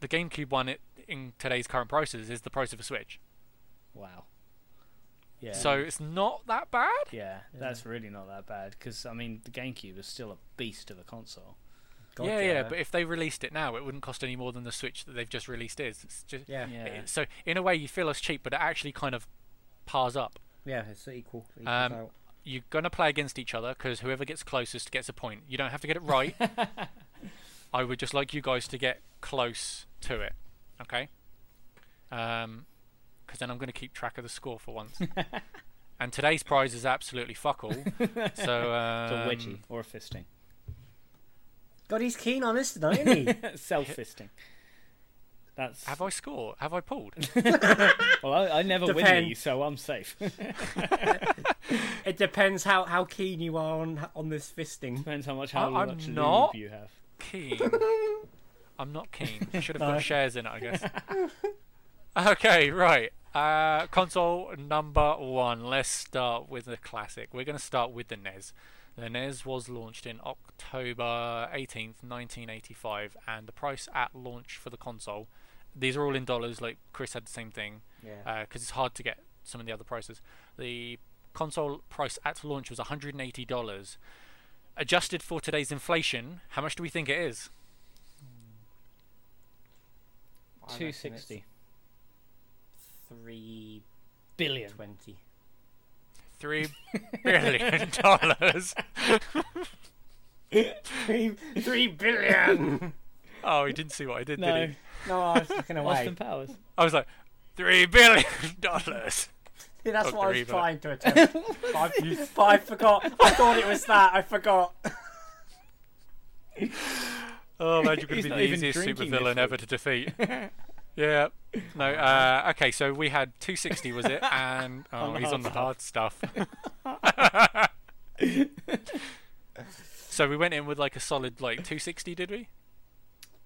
the GameCube one it, in today's current prices is the price of a Switch,
Wow. Yeah.
so it's not that bad.
yeah, that's really not that bad because I mean the GameCube is still a beast of a console.
God,
yeah, yeah, But if they released it now, it wouldn't cost any more than the Switch that they've just released is. It's just,
yeah, yeah,
Yeah.
it- so in a way, you feel it's cheap, but it actually kind of pars up.
It's equal. equals
Um,
out.
You're gonna play against each other because whoever gets closest gets a point. You don't have to get it right. I would just like you guys to get close to it, okay? Um, because then I'm going to keep track of the score for once. and today's prize is absolutely fuck all. So
It's
um,
a wedgie or a fisting.
God, he's keen on this tonight, isn't he?
Self fisting. That's
Have I scored? Have I pulled?
well, I, I never win
Depend.
these, so I'm safe.
it depends how, how keen you are on on this fisting.
Depends how much how
I- I'm
much lube
not.
you have.
Keen. I'm not keen. I should have put shares in it, I guess. okay, right. Uh, console number one. Let's start with the classic. We're going to start with the NES. The NES was launched in October 18th, 1985, and the price at launch for the console, these are all in dollars, like Chris had the same thing, because
Yeah.
it's hard to get some of the other prices. The console price at launch was $180. Adjusted for today's inflation, how much do we think it is?
I reckon
Two
it's
sixty
Three
billion.
twenty.
Three billion dollars.
Three, three billion.
Oh, he didn't see what I did,
No,
did he?
no, I was looking away.
Austin Powers.
I was like, three billion dollars.
Yeah, that's
Oh,
what I
three
was
billion.
trying to attempt, but I, but I forgot. I thought it was that. I forgot.
Oh man, you're
He's
going to be
not
the
even
easiest
drinking this
supervillain ever to defeat. yeah. No. Uh, okay, so we had 260, was it? And oh,
On the
he's
hard
on the hard stuff. so we went in with like a solid like 260, did we?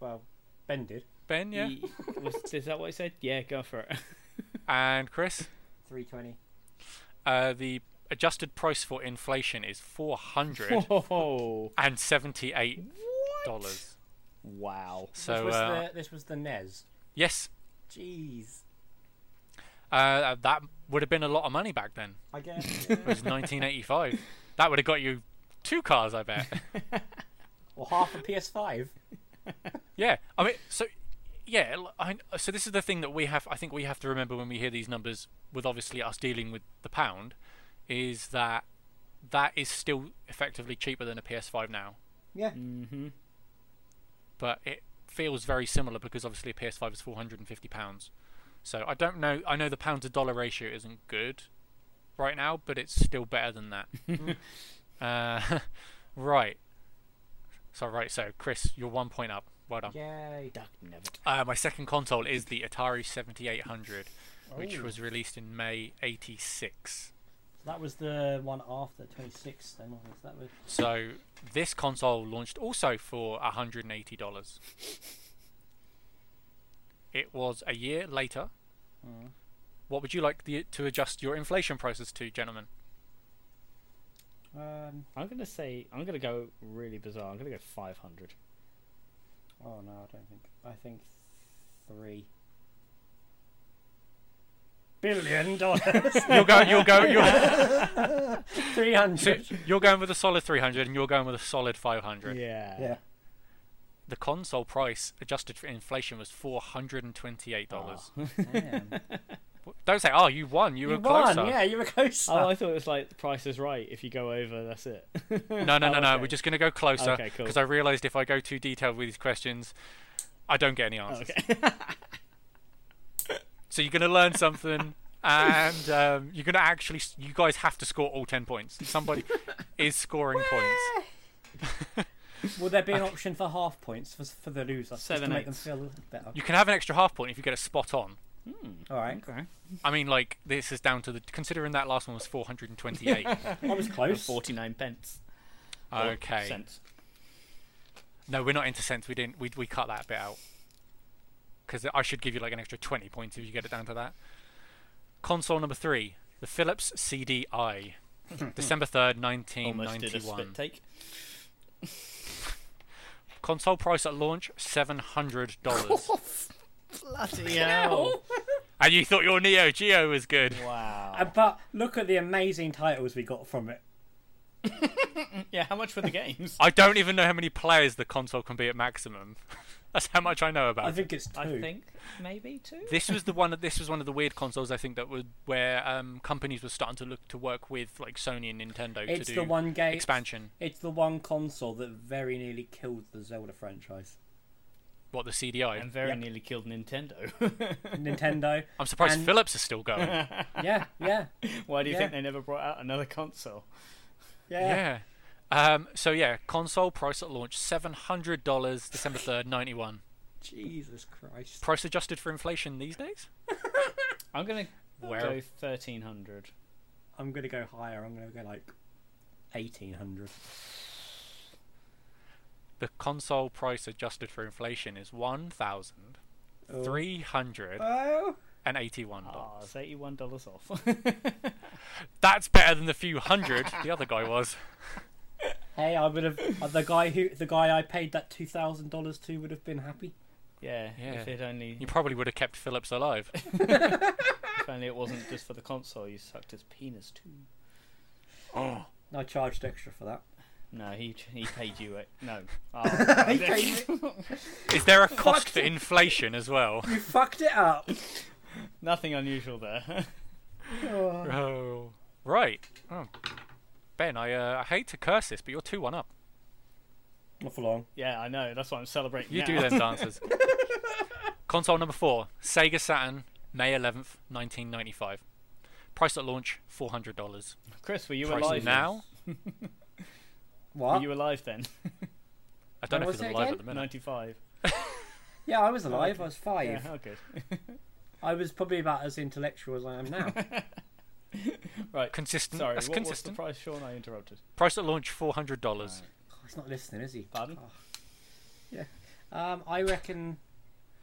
Well, Ben did.
Ben, yeah.
Ye- was, is that what he said? Yeah, go for it.
And Chris,
Three twenty.
uh, the adjusted price for inflation is 400
Whoa!
and 78 dollars.
Wow.
This
So
was
uh,
the this was the Nez.
yes,
Jeez.
uh, that would have been a lot of money back then.
I guess.
It was 1985. that would have got you two cars, I bet.
or half a PS5.
Yeah, I mean, so yeah, l- I, uh, so this is the thing that we have. I think we have to remember when we hear these numbers, with obviously us dealing with the pound, is that that is still effectively cheaper than a PS5 now,
Yeah.
Mm. but it feels very similar because obviously a PS5 is 450 pounds. So I don't know. I know the pound to dollar ratio isn't good right now, but it's still better than that. uh, right. So right. So Chris, you're one point up. Well done.
Yay.
Duck Nevitt.
Uh, my second console is the Atari 7800, which was released in May 86.
That was the one after 26. Then wasn't it? that was
So this console launched also for $180. It was a year later.
Hmm.
What would you like the, to adjust your inflation prices to, gentlemen?
um.
I'm gonna say I'm gonna go really bizarre. I'm gonna go 500.
Oh no, I don't think. I think three billion dollars.
You'll go. You'll go. You're,
Three
so
hundred.
you're going with a solid 300, and you're going with a solid 500.
Yeah.
Yeah.
The console price adjusted for inflation was 428 dollars.
Damn.
Don't say, "Oh, you won. You,
Oh. You
were
won.
closer."
Yeah, you were closer.
Oh, I thought it was like the Price is Right. If you go over, that's it.
No, no,
Oh,
no, no.
okay.
We're just going to go closer
Okay,
because
cool.
I realised if I go too detailed with these questions, I don't get any answers.
Okay.
So you're going to learn something, and um, you're going to actually. s- You guys have to score all ten points. Somebody is scoring points.
Will there be an option for half points for, for the loser? just
Seven
to make them
eighths.
feel better.
You can have an extra half point if you get a spot on.
All right.
okay.
I mean, like this is down to the considering that last one was 428.
I was close.
49 pence. Or
okay.
Cents.
No, we're not into cents. We didn't. We we cut that bit out. Because I should give you like an extra twenty points if you get it down to that. Console number three, the Philips CDI, December third, nineteen
Almost did a spit
ninety-one.
take.
Console price at launch seven hundred dollars.
Bloody hell.
and you thought your Neo Geo was good?
Wow.
Uh, But look at the amazing titles we got from it.
Yeah, how much were the games?
I don't even know how many players the console can be at maximum. That's how much I know about.
I
it.
think it's two.
I think maybe two.
this was the one. This was one of the weird consoles I think that would where um, companies were starting to look to work with like Sony and Nintendo
it's
to do
the one game
expansion.
It's the one console that very nearly killed the Zelda franchise.
What the CDI?
And very
Yep.
nearly killed Nintendo.
Nintendo.
I'm surprised
and-
Philips is still going. yeah.
yeah, yeah,
Why do you
Yeah.
think they never brought out another console?
yeah.
Um, so yeah, console price at launch seven hundred dollars, December third, ninety one.
Jesus Christ.
Price adjusted for inflation these days.
I'm gonna
Where?
go 1300.
I'm gonna go higher. I'm gonna go like eighteen hundred.
The the console price adjusted for inflation is one thousand three hundred
Oh,
and eighty-one
Ah,
dollars.
it's eighty-one dollars off.
That's better than the few hundred the other guy was.
hey, I would have the guy who the guy I paid that two thousand dollars to would have been happy.
yeah,
Yeah.
if it only
You probably would have kept Phillips alive.
if only it wasn't just for the console. You sucked his penis too.
I charged extra for that.
No, he he paid you it. No, oh,
He paid
Is there a cost for inflation as well?
You fucked it up.
nothing unusual there.
Oh.
Oh, right. Oh. Ben, I, uh, I hate to curse this, but you're two one up.
Not for long.
yeah, I know. That's why I'm celebrating.
You
now.
do them dances. Console number four, Sega Saturn, May 11th, 1995. Price at launch, $400.
Chris. Were you
Price
alive
now?
Then? Were
What?
you alive then?
I don't
When
know if
was
it's
it
alive
again?
at the minute.
Ninety-five.
Yeah, I was alive. I was five.
Oh, Yeah, how good.
I was probably about as intellectual as I am now.
right.
Consistent.
Sorry,
Mm, That's
what
consistent.
was the price, Sean? I interrupted.
Price at launch, $400.
Oh, he's not listening, is he?
Pardon?
Oh. Yeah. Um, I reckon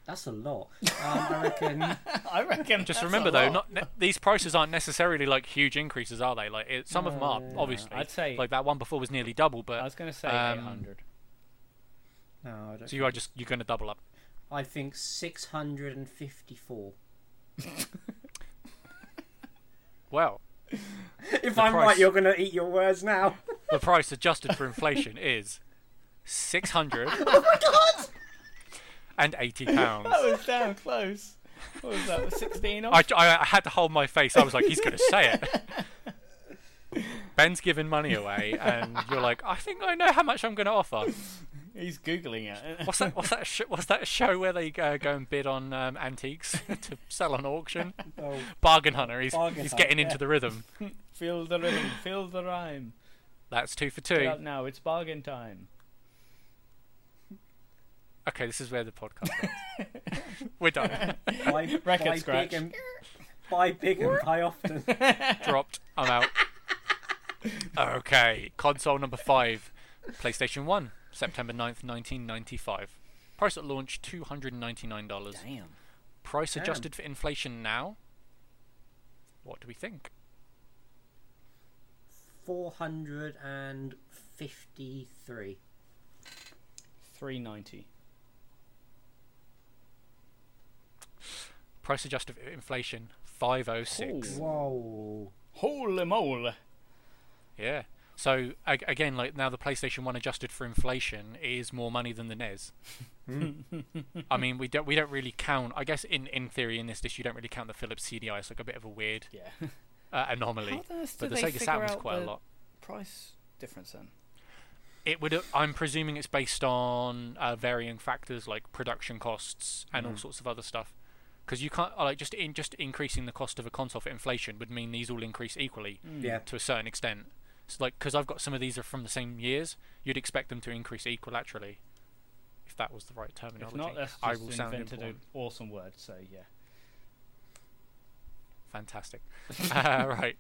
that's a lot. Um, I reckon.
I reckon.
Oh. Just
that's
remember
a
though,
lot.
not ne- these prices aren't necessarily like huge increases, are they? Like it, some of them are,
No.
obviously.
Uh, I'd say-
like that one before was nearly double, but
I was going to say
um,
800.
No, I don't.
so you are just you're going to double up.
I think six hundred and fifty-four.
Well,
If
The
I'm
price.
right, you're gonna eat your words now.
the price adjusted for inflation is six hundred and eighty pounds.
Oh That was damn close. What was that? 16 off?
I, I, I had to hold my face. I was like, he's going to say it. Ben's giving money away, and you're like, I think I know how much I'm going to offer.
He's googling it.
What's that? What's that? Sh- what's that show where they uh, go and bid on um, antiques to sell on auction?
Oh,
Bargain hunter. He's
Bargain
he's
hunter,
getting into
yeah.
the rhythm.
Feel the rhythm. Feel the rhyme.
That's two for
Get
two.
up now. It's bargain time.
Okay, this is where the podcast ends. We're done.
buy,
Record
buy
scratch.
big and buy big and buy often.
Dropped. I'm out. Okay, console number five, PlayStation One, September 9th, 1995. Price at launch: two hundred and ninety-nine dollars.
Damn.
Price adjusted for inflation now. What do we think?
Four hundred and fifty-three.
390.
Price adjusted for inflation: five oh six.
Whoa.
Holy moly.
Yeah. So ag- again, like now, the PlayStation One adjusted for inflation is more money than the NES.
Hmm.
I mean, we don't we don't really count. I guess in, in theory, in this list, you don't really count the Philips CDI. It's like a bit of a weird
Yeah.
uh, anomaly.
on earth
But
do they
the Sega
figure
Saturn was
out
quite a
the-
lot.
Price difference then.
It would. I'm presuming it's based on uh, varying factors like production costs and
Mm.
all sorts of other stuff. Because you can't uh, like just in just increasing the cost of a console for inflation would mean these all increase equally
Hmm.
Yeah.
to a certain extent. So like, because I've got some of these are from the same years, you'd expect them to increase equilaterally, if that was the right terminology.
If not, that's
I
just
will sound
invented
important.
an awesome word, so yeah.
Fantastic. uh, right.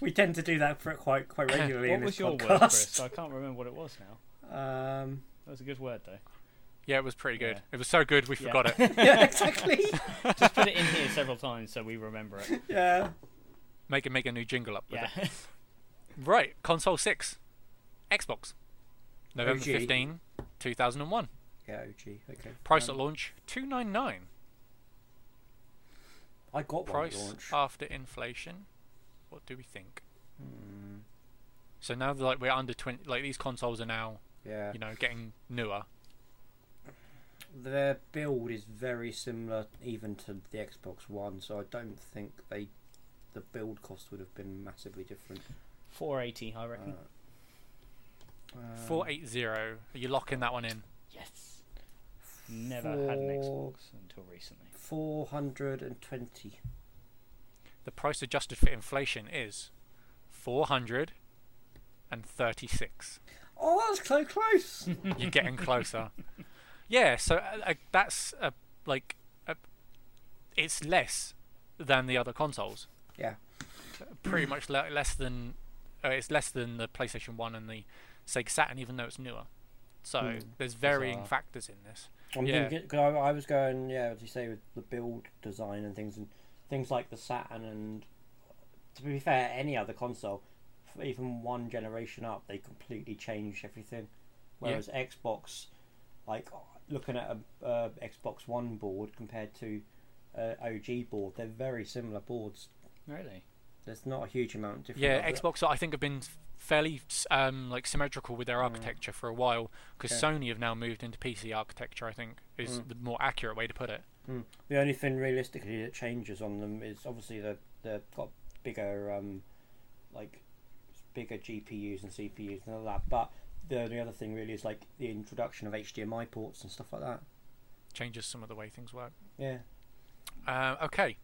We tend to do that for quite quite regularly in
What was
this
your word, Chris?
podcast.
I can't remember what it was now.
Um,
That was a good word, though.
Yeah, it was pretty good.
Yeah.
It was so good we forgot it.
yeah, exactly.
Just put it in here several times so we remember it.
yeah.
Make it make a new jingle up with
Yeah.
it. Right, console six, Xbox, November
OG.
15, 2001.
Yeah, OG. Okay. Um,
Price at launch 299.
I got
Price
one at launch.
after inflation. What do we think?
Hmm.
So now that like we're under 20, like these consoles are now,
yeah.
you know, getting newer.
Their build is very similar even to the Xbox One, so I don't think they the build cost would have been massively different.
480, I reckon.
Uh, Um,
480. Are you locking that one in?
yes. Never had an
four-
Xbox until recently.
420.
The price adjusted for inflation is 436.
Oh, that's so close.
You're getting closer. yeah, so uh, uh, that's uh, like uh, it's less than the other consoles.
yeah.
Pretty much le- less than uh, it's less than the PlayStation One and the Sega Saturn, even though it's newer. So
Mm,
there's varying
bizarre.
factors in this.
I'm
Yeah.
thinking, cause I, I was going, yeah, as you say, with the build design and things, and things like the Saturn, and to be fair, any other console, f- even one generation up, they completely change everything.
Yeah.
Whereas Xbox, like looking at a uh, Xbox One board compared to uh, OG board, they're very similar boards.
Really?
There's not a huge amount of difference.
Yeah, Xbox I think have been fairly s- um, like symmetrical with their architecture for a while because
Hmm. Yeah. Hmm.
Sony have now moved into PC architecture. I think is the more accurate way to put it.
The only thing realistically that changes on them is obviously they've, they've got bigger, um, like bigger GPUs and CPUs and all that. But the only other thing really is like the introduction of HDMI ports and stuff like that.
Changes some of the way things work.
Yeah.
Uh, okay.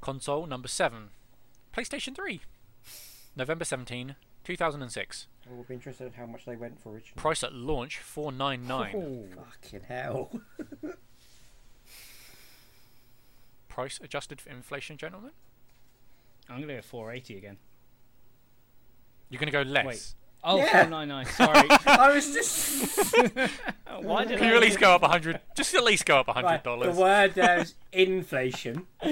Console number seven, PlayStation Three, November 17, 2006.
I would be interested in how much they went for originally.
Price at launch
Oh.
499.
Fucking hell.
Price adjusted for inflation, gentlemen.
I'm gonna go 480 again.
You're gonna go less.
Oh,
Yeah.
499. Sorry.
I was just
Why did
Can
I
you at least go up 100? Just at least go up 100
the
dollars.
word there is inflation.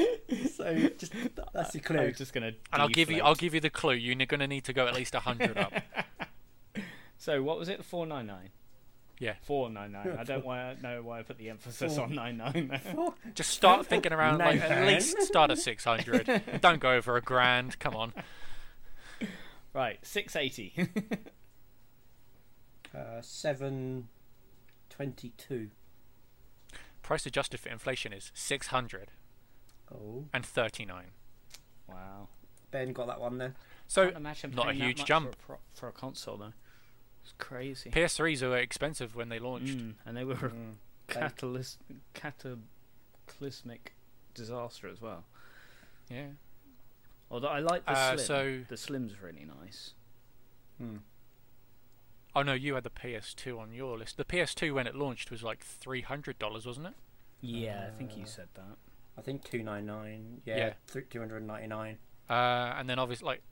so just that's a clue.
I'm just gonna.
and I'll give you,
deflate.
I'll give you the clue. You're gonna need to go at least 100 up.
So what was it? 499.
Yeah.
499. I don't why I know why I put the emphasis on 99.
Just start thinking around like at
Nathan.
least start at 600. Don't go over a grand. Come on.
right, 680.
Uh, seven twenty-two.
Price adjusted for inflation is 600
Oh,
and 39.
wow.
Ben got that one then.
So
Can't imagine
not a
paying that
huge
much
jump.
for a, pro- for a console though. It's crazy.
PS3s were expensive when they launched.
Mm, and they were a catalyst, cataclysmic disaster as well.
Yeah.
Although I like the
Uh,
slim.
so-
The slim's really nice.
Oh no, you had the PS2 on your list. The PS2 when it launched was like $300, wasn't it?
Yeah, I think you said that.
I think two nine nine. Yeah,
Yeah.
two hundred ninety nine.
Uh, and then obviously like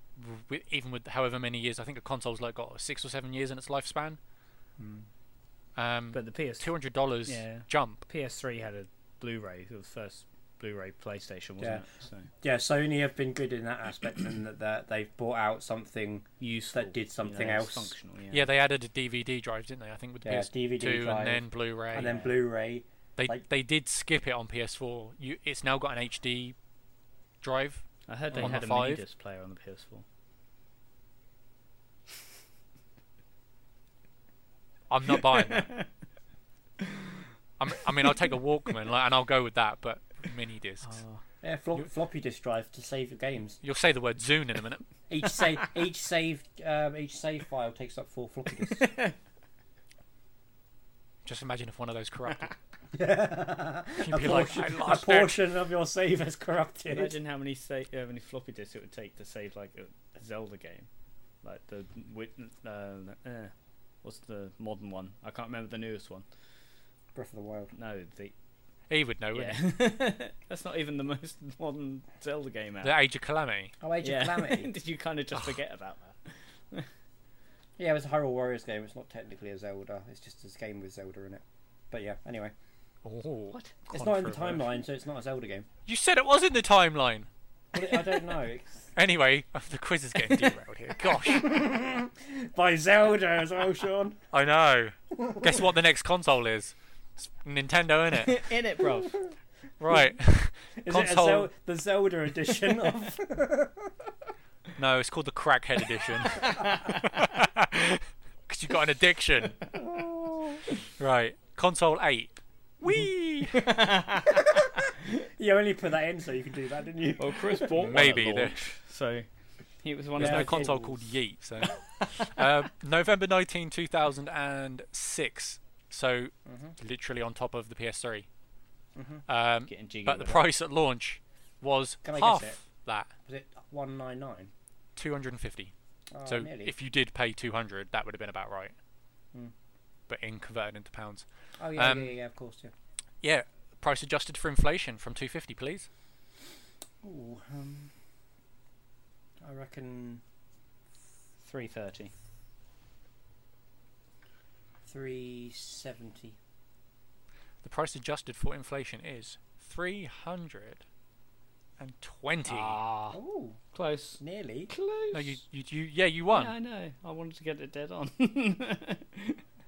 w even with however many years, I think a console's like got 6 or 7 years in its lifespan.
Hmm.
Um
But the PS
$200
Yeah.
jump.
PS3 had a Blu-ray, the first Blu-ray PlayStation, wasn't
Yeah.
it? So
Yeah, Sony have been good in that aspect, and that that they've brought out something.
useful.
did something
it was
else.
Functional, yeah.
Yeah. they added a DVD drive, didn't they? I think with the
Yeah,
PS2
DVD drive,
and then Blu-ray.
And then Blu-ray.
They
Like-
they did skip it on PS4. You it's now got an HD drive.
I heard they
On the
had a mini
five.
disc player on the PS4.
I'm not buying that. I'm, I mean, I'll take a Walkman like, and I'll go with that, but mini
Oh.
discs.
Yeah, flop, floppy disk drive to save your games.
You'll say the word Zune in a minute.
Each save, each save, um, each save file takes up four floppy disks.
Just imagine if one of those corrupted.
a,
You'd be like,
portion,
I
a
lost it.
portion of your save is corrupted.
Imagine how many sa- how many floppy disks it would take to save like a, a Zelda game, like the wit- uh, uh, what's the modern one? I can't remember the newest one.
Breath of the Wild.
No, the
He would know, wouldn't
yeah, that's not even the most modern Zelda game
he?
out.
The Age of Calamity.
Oh, Age
yeah,
of Calamity.
did you kind of just forget about that?
yeah, it was a Hyrule Warriors game. It's not technically a Zelda. It's just a game with Zelda in it. But yeah, anyway,
Oh,
it's not in the
controversial.
timeline, so it's not a Zelda game.
You said it was in the timeline.
Well, I don't know. It's-
Anyway, the quiz is getting derailed here. Gosh,
by Zelda as well, Sean.
I know. Guess what the next console is? It's Nintendo, isn't it?
In it, bro.
Right.
Is
Console.
it a Zel- the Zelda edition of?
No, it's called the Crackhead Edition. Because you got an addiction. right. Console 8. Whee!
you only put that in so you can do that, didn't you?
Well, Chris bought one
Maybe
at
there-
launch, so he was one
There's
of
no
those.
console
it
called Yeet. So. um, November 19, 2006. So,
Mm-hmm.
literally on top of the PS3. Um,
Getting jiggy
but the
with it.
price at launch was
Can I guess
half
it?
that
Was it one nine nine?
250
Oh,
So
nearly. Hmm.
if you did pay 200, that would have been about right. But in converted into pounds.
oh yeah,
um,
yeah, yeah, yeah, of course, yeah.
Yeah, price adjusted for inflation from 250, please.
Ooh, um, I reckon
Three thirty.
three seventy.
The price adjusted for inflation is three hundred and twenty.
Ah,
Oh,
close.
nearly.
Close.
no, you, you, you, yeah, you won.
Yeah, I know. I wanted to get it dead on.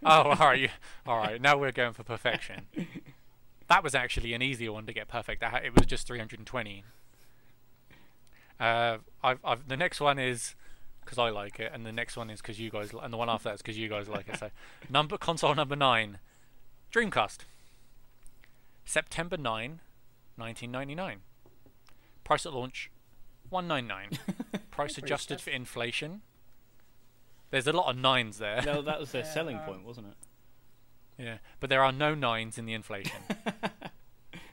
Oh, all right, you, all right. Now we're going for perfection. That was actually an easier one to get perfect. I ha- It was just 320. Uh, I've, I've, the next one is because I like it, and the next one is because you guys, li- and the one after that is because you guys like it. So, number console number nine, Dreamcast, September 9, 1999. Price at launch, 199. Price adjusted for inflation. There's a lot of nines there.
no, that was their selling point, wasn't it?
Yeah, but there are no nines in the inflation.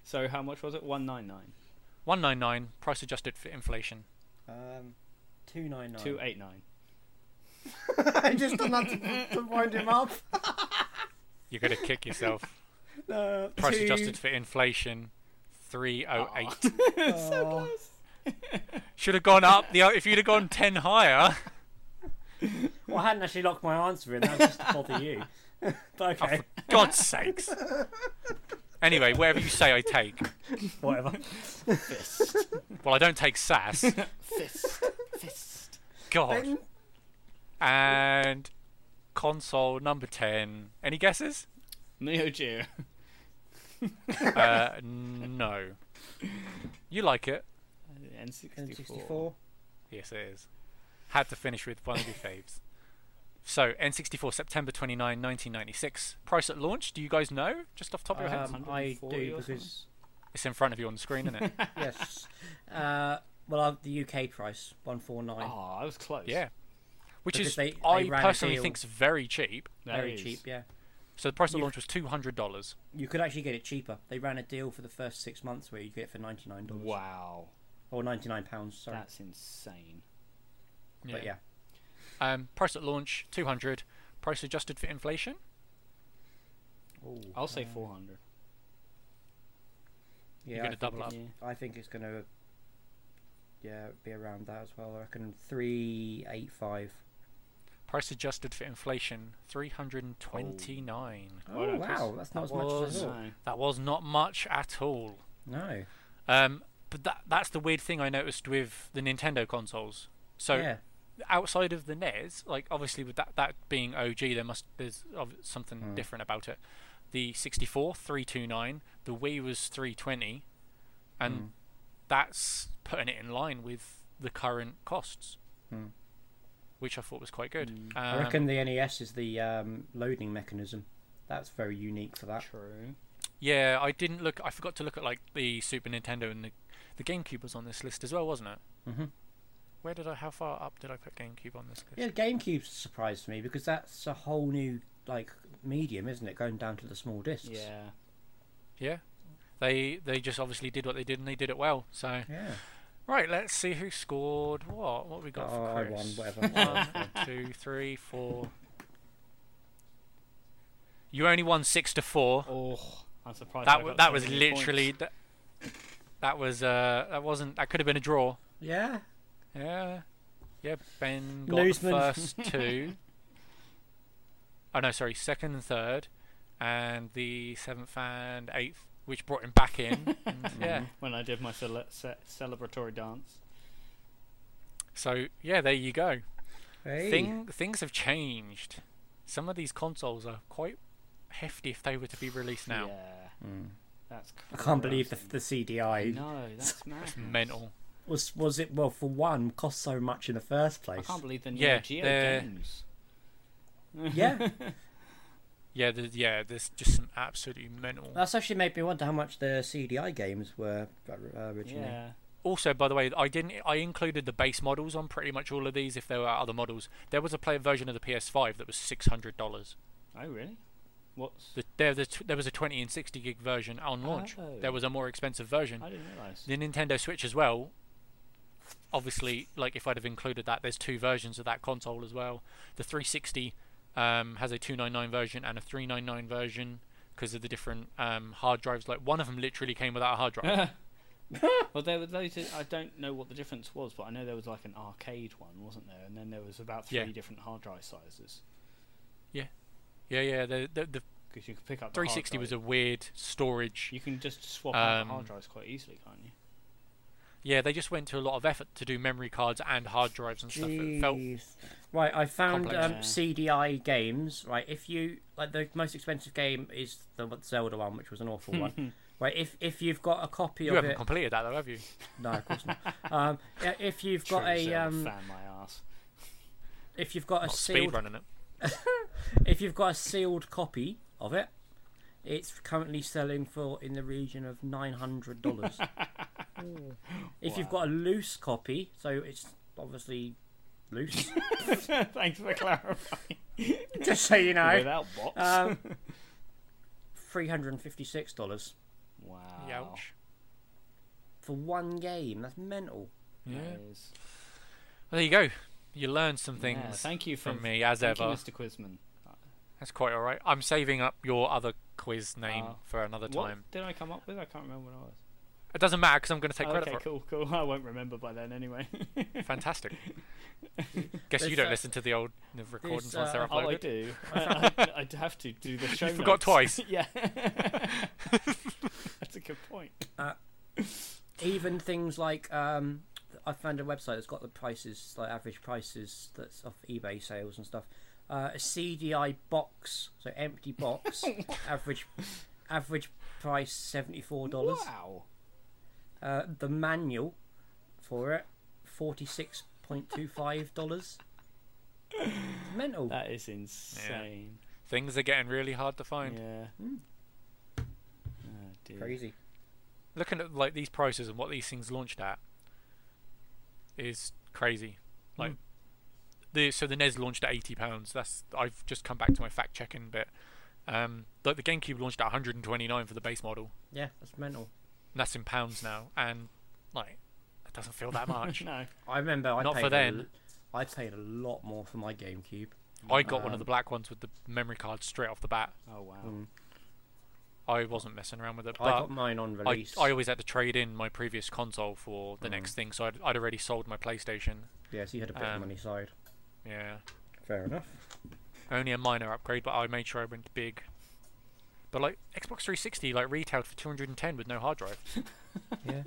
So how much was it? One nine nine.
199, price adjusted for inflation.
Um, two nine nine.
Two eight nine.
e-
I just done that to, to wind him up.
You're going to kick yourself.
Uh,
Price
two-
adjusted for inflation, 308.
Oh.
Should have gone up. The o- If you'd have gone 10 higher,
Well, I hadn't actually locked my answer in. That was just to bother you. but okay,
God's sakes. Anyway, whatever you say, I take.
whatever.
Well, I don't take sass.
Fist. Fist.
God. And console number 10. Any guesses?
Neo Geo.
Uh, no. You like it.
N sixty four.
N64.
Yes, it is. Had to finish with one of your faves. So, N64, September 29, 1996. Price at launch, do you guys know? Just off the top of your head?
Um, I
140
do
or
because
It's in front of you on the screen, isn't it?
yes. Uh, well, uh, the UK price one four nine.
Oh, I was close.
yeah. Which
Because
is,
they- they
I
ran a
personally
deal.
think, is very cheap.
That
Very
is-
cheap, yeah.
So, the price at
You-
launch was $200.
You could actually get it cheaper. They ran a deal for the first six months where you get it for ninety nine dollars
Wow,
or ninety nine pounds. Sorry,
that's insane.
but yeah,
Um, price at launch, 200 Price adjusted for inflation?
I'll say four hundred.
yeah.
You're going
I
to
think
double up.
it's- I think it's going to, yeah, be around that as well. I reckon three eight five.
Price adjusted for inflation, 329
Well
Oh
done, Chris.
wow, that's not as
That
much as
was-
I thought.
No.
That was not much at all.
No.
Um, but that that's the weird thing I noticed with the Nintendo consoles. So
yeah.
outside of the NES, like obviously with that that being OG, there must there's ob- something
Hmm.
different about it. The 64 329, the Wii was 320, and
Hmm.
that's putting it in line with the current costs, which I thought was quite good.
Hmm. I
Um,
reckon the NES is the um, loading mechanism. That's very unique for that.
True.
Yeah, I didn't look. I forgot to look at like the Super Nintendo and the the GameCube was on this list as well, wasn't it?
Mhm.
Where did I? How far up did I put GameCube on this list?
Yeah, GameCube's a surprise to me because that's a whole new like medium, isn't it? Going down to the small discs.
Yeah.
Yeah. They they just obviously did what they did and they did it well. So
Yeah.
right, let's see who scored what. What we got
Oh,
for
I
Chris?
won, whatever.
One, two, three, four. You only won six to four.
Oh, I'm surprised. I
that w-
got so
that was
many points.
literally that, that was uh that wasn't that could have been a draw.
Yeah.
Yeah. Yeah, Ben got
Newsman.
the first two. oh no, sorry, second and third, and the seventh and eighth, which brought him back in. And, yeah.
when I did my cele- ce- celebratory dance.
So yeah, there you go.
Hey.
Thing things have changed. Some of these consoles are quite hefty if they were to be released now.
Yeah. That's
I can't believe the, the CDI
No, that's mad.
Mental.
was was it well for one cost so much in the first
I
place.
can't believe the Neo
Yeah,
Geo
they're-
games.
yeah,
Yeah, there's, yeah. There's just some absolutely mental.
that's actually made me wonder how much the CDI games were uh, originally.
Yeah.
also by the way i didn't i included the base models on pretty much all of these if there were other models there was a player version of the ps5 that was $600
Oh really? What's?
the, there, the, there was a 20 and 60 gig version on launch
Oh.
there was a more expensive version
I didn't realize.
the nintendo switch as well obviously like if i'd have included that there's two versions of that console as well the 360 um, has a 299 version and a 399 version because of the different um, hard drives like one of them literally came without a hard drive
Well, there were those. that- I don't know what the difference was, but I know there was like an arcade one, wasn't there? And then there was about three
Yeah.
different hard drive sizes.
Yeah, yeah. The the, the
because you can pick up. the hard
360 was a
drive.
weird storage.
You can just swap out
um,
the hard drives quite easily, can't you?
Yeah, they just went to a lot of effort to do memory cards and hard drives and stuff. It felt
Jeez. Right, I found
Complex.
um,
Yeah.
CDI games. Right, if you like the most expensive game is the one- Zelda one, which was an awful one. Right, if if you've got a copy
you
of
haven't
it,
completed that though, have you?
no, of course not. Um, yeah, if you've got
True
a
Zelda
um,
fan my ass.
if you've got a
Not
sealed,
speedrunning it.
if you've got a sealed copy of it, it's currently selling for in the region of nine hundred dollars. if you've got a loose copy, so it's obviously loose.
Thanks for clarifying.
just so you know.
Without box.
Um, three hundred and fifty-six dollars
wow.
Ouch.
for one game. That's mental.
Yeah.
That
Well,
is-
there you go. You learned some
yeah,
things.
thank you for,
from me as
thank
ever.
you, Mr. Quizman.
That's quite all right. I'm saving up your other quiz name
Oh.
for another
What
time.
did I come up with? I can't remember what I was.
It doesn't matter because I'm going to take
Oh,
credit
okay,
for
cool, cool. I won't remember by then anyway.
it. Fantastic. Guess
There's
you don't
a-
listen to the old the recordings once they're
uh,
oh, I
uploaded.
do. I, I, I'd have to do the show.
forgot
notes.
twice.
yeah. That's a good point.
Even things like um, I found a website that's got the prices, like average prices, that's off eBay sales and stuff. Uh, a CDI box, so empty box, average, average price seventy-four dollars.
Wow.
Uh, the manual for it, forty-six point two five dollars. Mental.
That is insane.
Things are getting really hard to
Yeah.
find.
Hmm. Oh, dear.
Crazy.
Looking at like these prices and what these things launched at is crazy.
Hmm.
Like the so the NES launched at eighty pounds. That's I've just come back to my fact checking bit. Um, like the GameCube launched at one hundred and twenty nine for the base model.
Yeah, that's mental.
And that's in pounds now, and like that doesn't feel that much.
No.
I remember I
Not
paid
for
a
then.
l- I paid a lot more for my GameCube.
I got one
Um,
of the black ones with the memory card straight off the bat.
Oh wow.
I wasn't messing around with it,
I
but
got mine on
I,
release. Hmm.
I always had to trade in my previous console for the next thing, so I'd, I'd already sold my PlayStation.
yeah, so you had a bit
um,
of money side.
Yeah,
Fair enough.
only a minor upgrade, but I made sure I went big. But like Xbox 360, like retailed for 210 with no hard drive.
Yeah.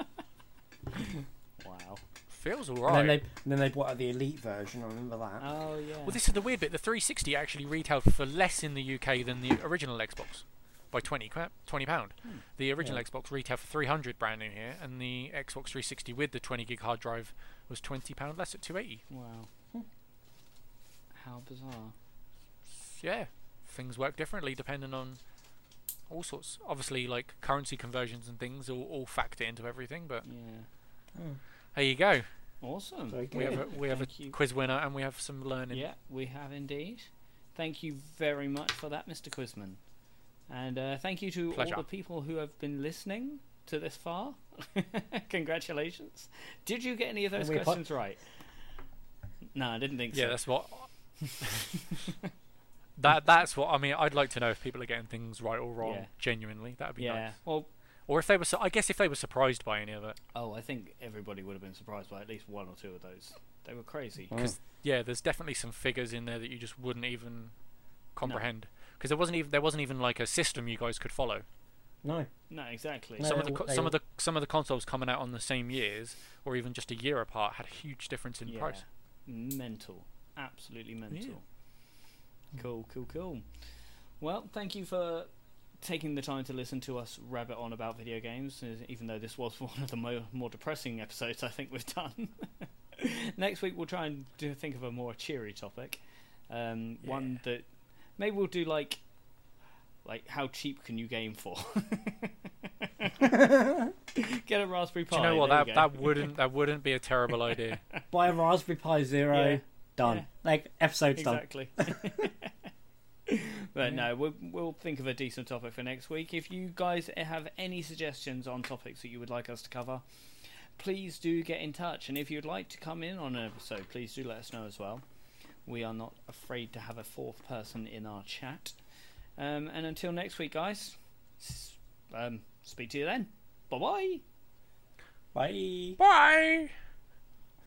Wow.
Feels
And then
alright.
they and then they bought out the elite version. I remember that.
Oh yeah.
Well, this is the weird bit. The 360 actually retailed for less in the UK than the original Xbox by 20 cra- 20 pound.
Hmm.
The original Xbox retailed for 300 brand new here, and the Xbox 360 with the 20 gig hard drive was 20 pound less at 280.
Wow. How bizarre.
Yeah, things work differently depending on all sorts. Obviously, like currency conversions and things all, all factor into everything. But
Yeah.
there you go.
Awesome.
We have a, we have a
Thank you.
quiz winner, and we have some learning.
Yeah, we have indeed. Thank you very much for that, Mr. Quizman. And uh, thank you to
Pleasure.
all the people who have been listening to this far. Congratulations. Did you get any of those
we apo-
questions right? No, I didn't think
Yeah,
so.
that's what. that that's what I mean. I'd like to know if people are getting things right or wrong.
Yeah.
Genuinely, that'd be
yeah.
nice.
Well,
Or if they were, su- I guess if they were surprised by any of it,
oh, I think everybody would have been surprised by at least one or two of those. They were crazy.
because yeah, there's definitely some figures in there that you just wouldn't even comprehend. Because there wasn't even there wasn't even like a system you guys could follow.
No.
No, exactly.
No,
Some of
they
the
all-
co-
they
some
all-
of the some of the consoles coming out on the same years, or even just a year apart, had a huge difference in
yeah.
price.
Mental. Absolutely mental. Cool, cool, cool. Well, thank you for taking the time to listen to us rabbit on about video games, uh, even though this was one of the mo- more depressing episodes I think we've done. Next week, we'll try and do, think of a more cheery topic. Um, One that maybe we'll do like. Like how cheap can you game for? Get a Raspberry Pi.
Do you know what?
there
That
you go.
that wouldn't that wouldn't be a terrible idea.
Buy a Raspberry Pi Zero.
Yeah.
Done.
Yeah.
Like episode's done.
exactly. but no, we'll, we'll think of a decent topic for next week. If you guys have any suggestions on topics that you would like us to cover, please do get in touch. And if you'd like to come in on an episode, please do let us know as well. We are not afraid to have a fourth person in our chat. Um, and until next week, guys, s- um, speak to you then. Bye bye.
Bye.
Bye.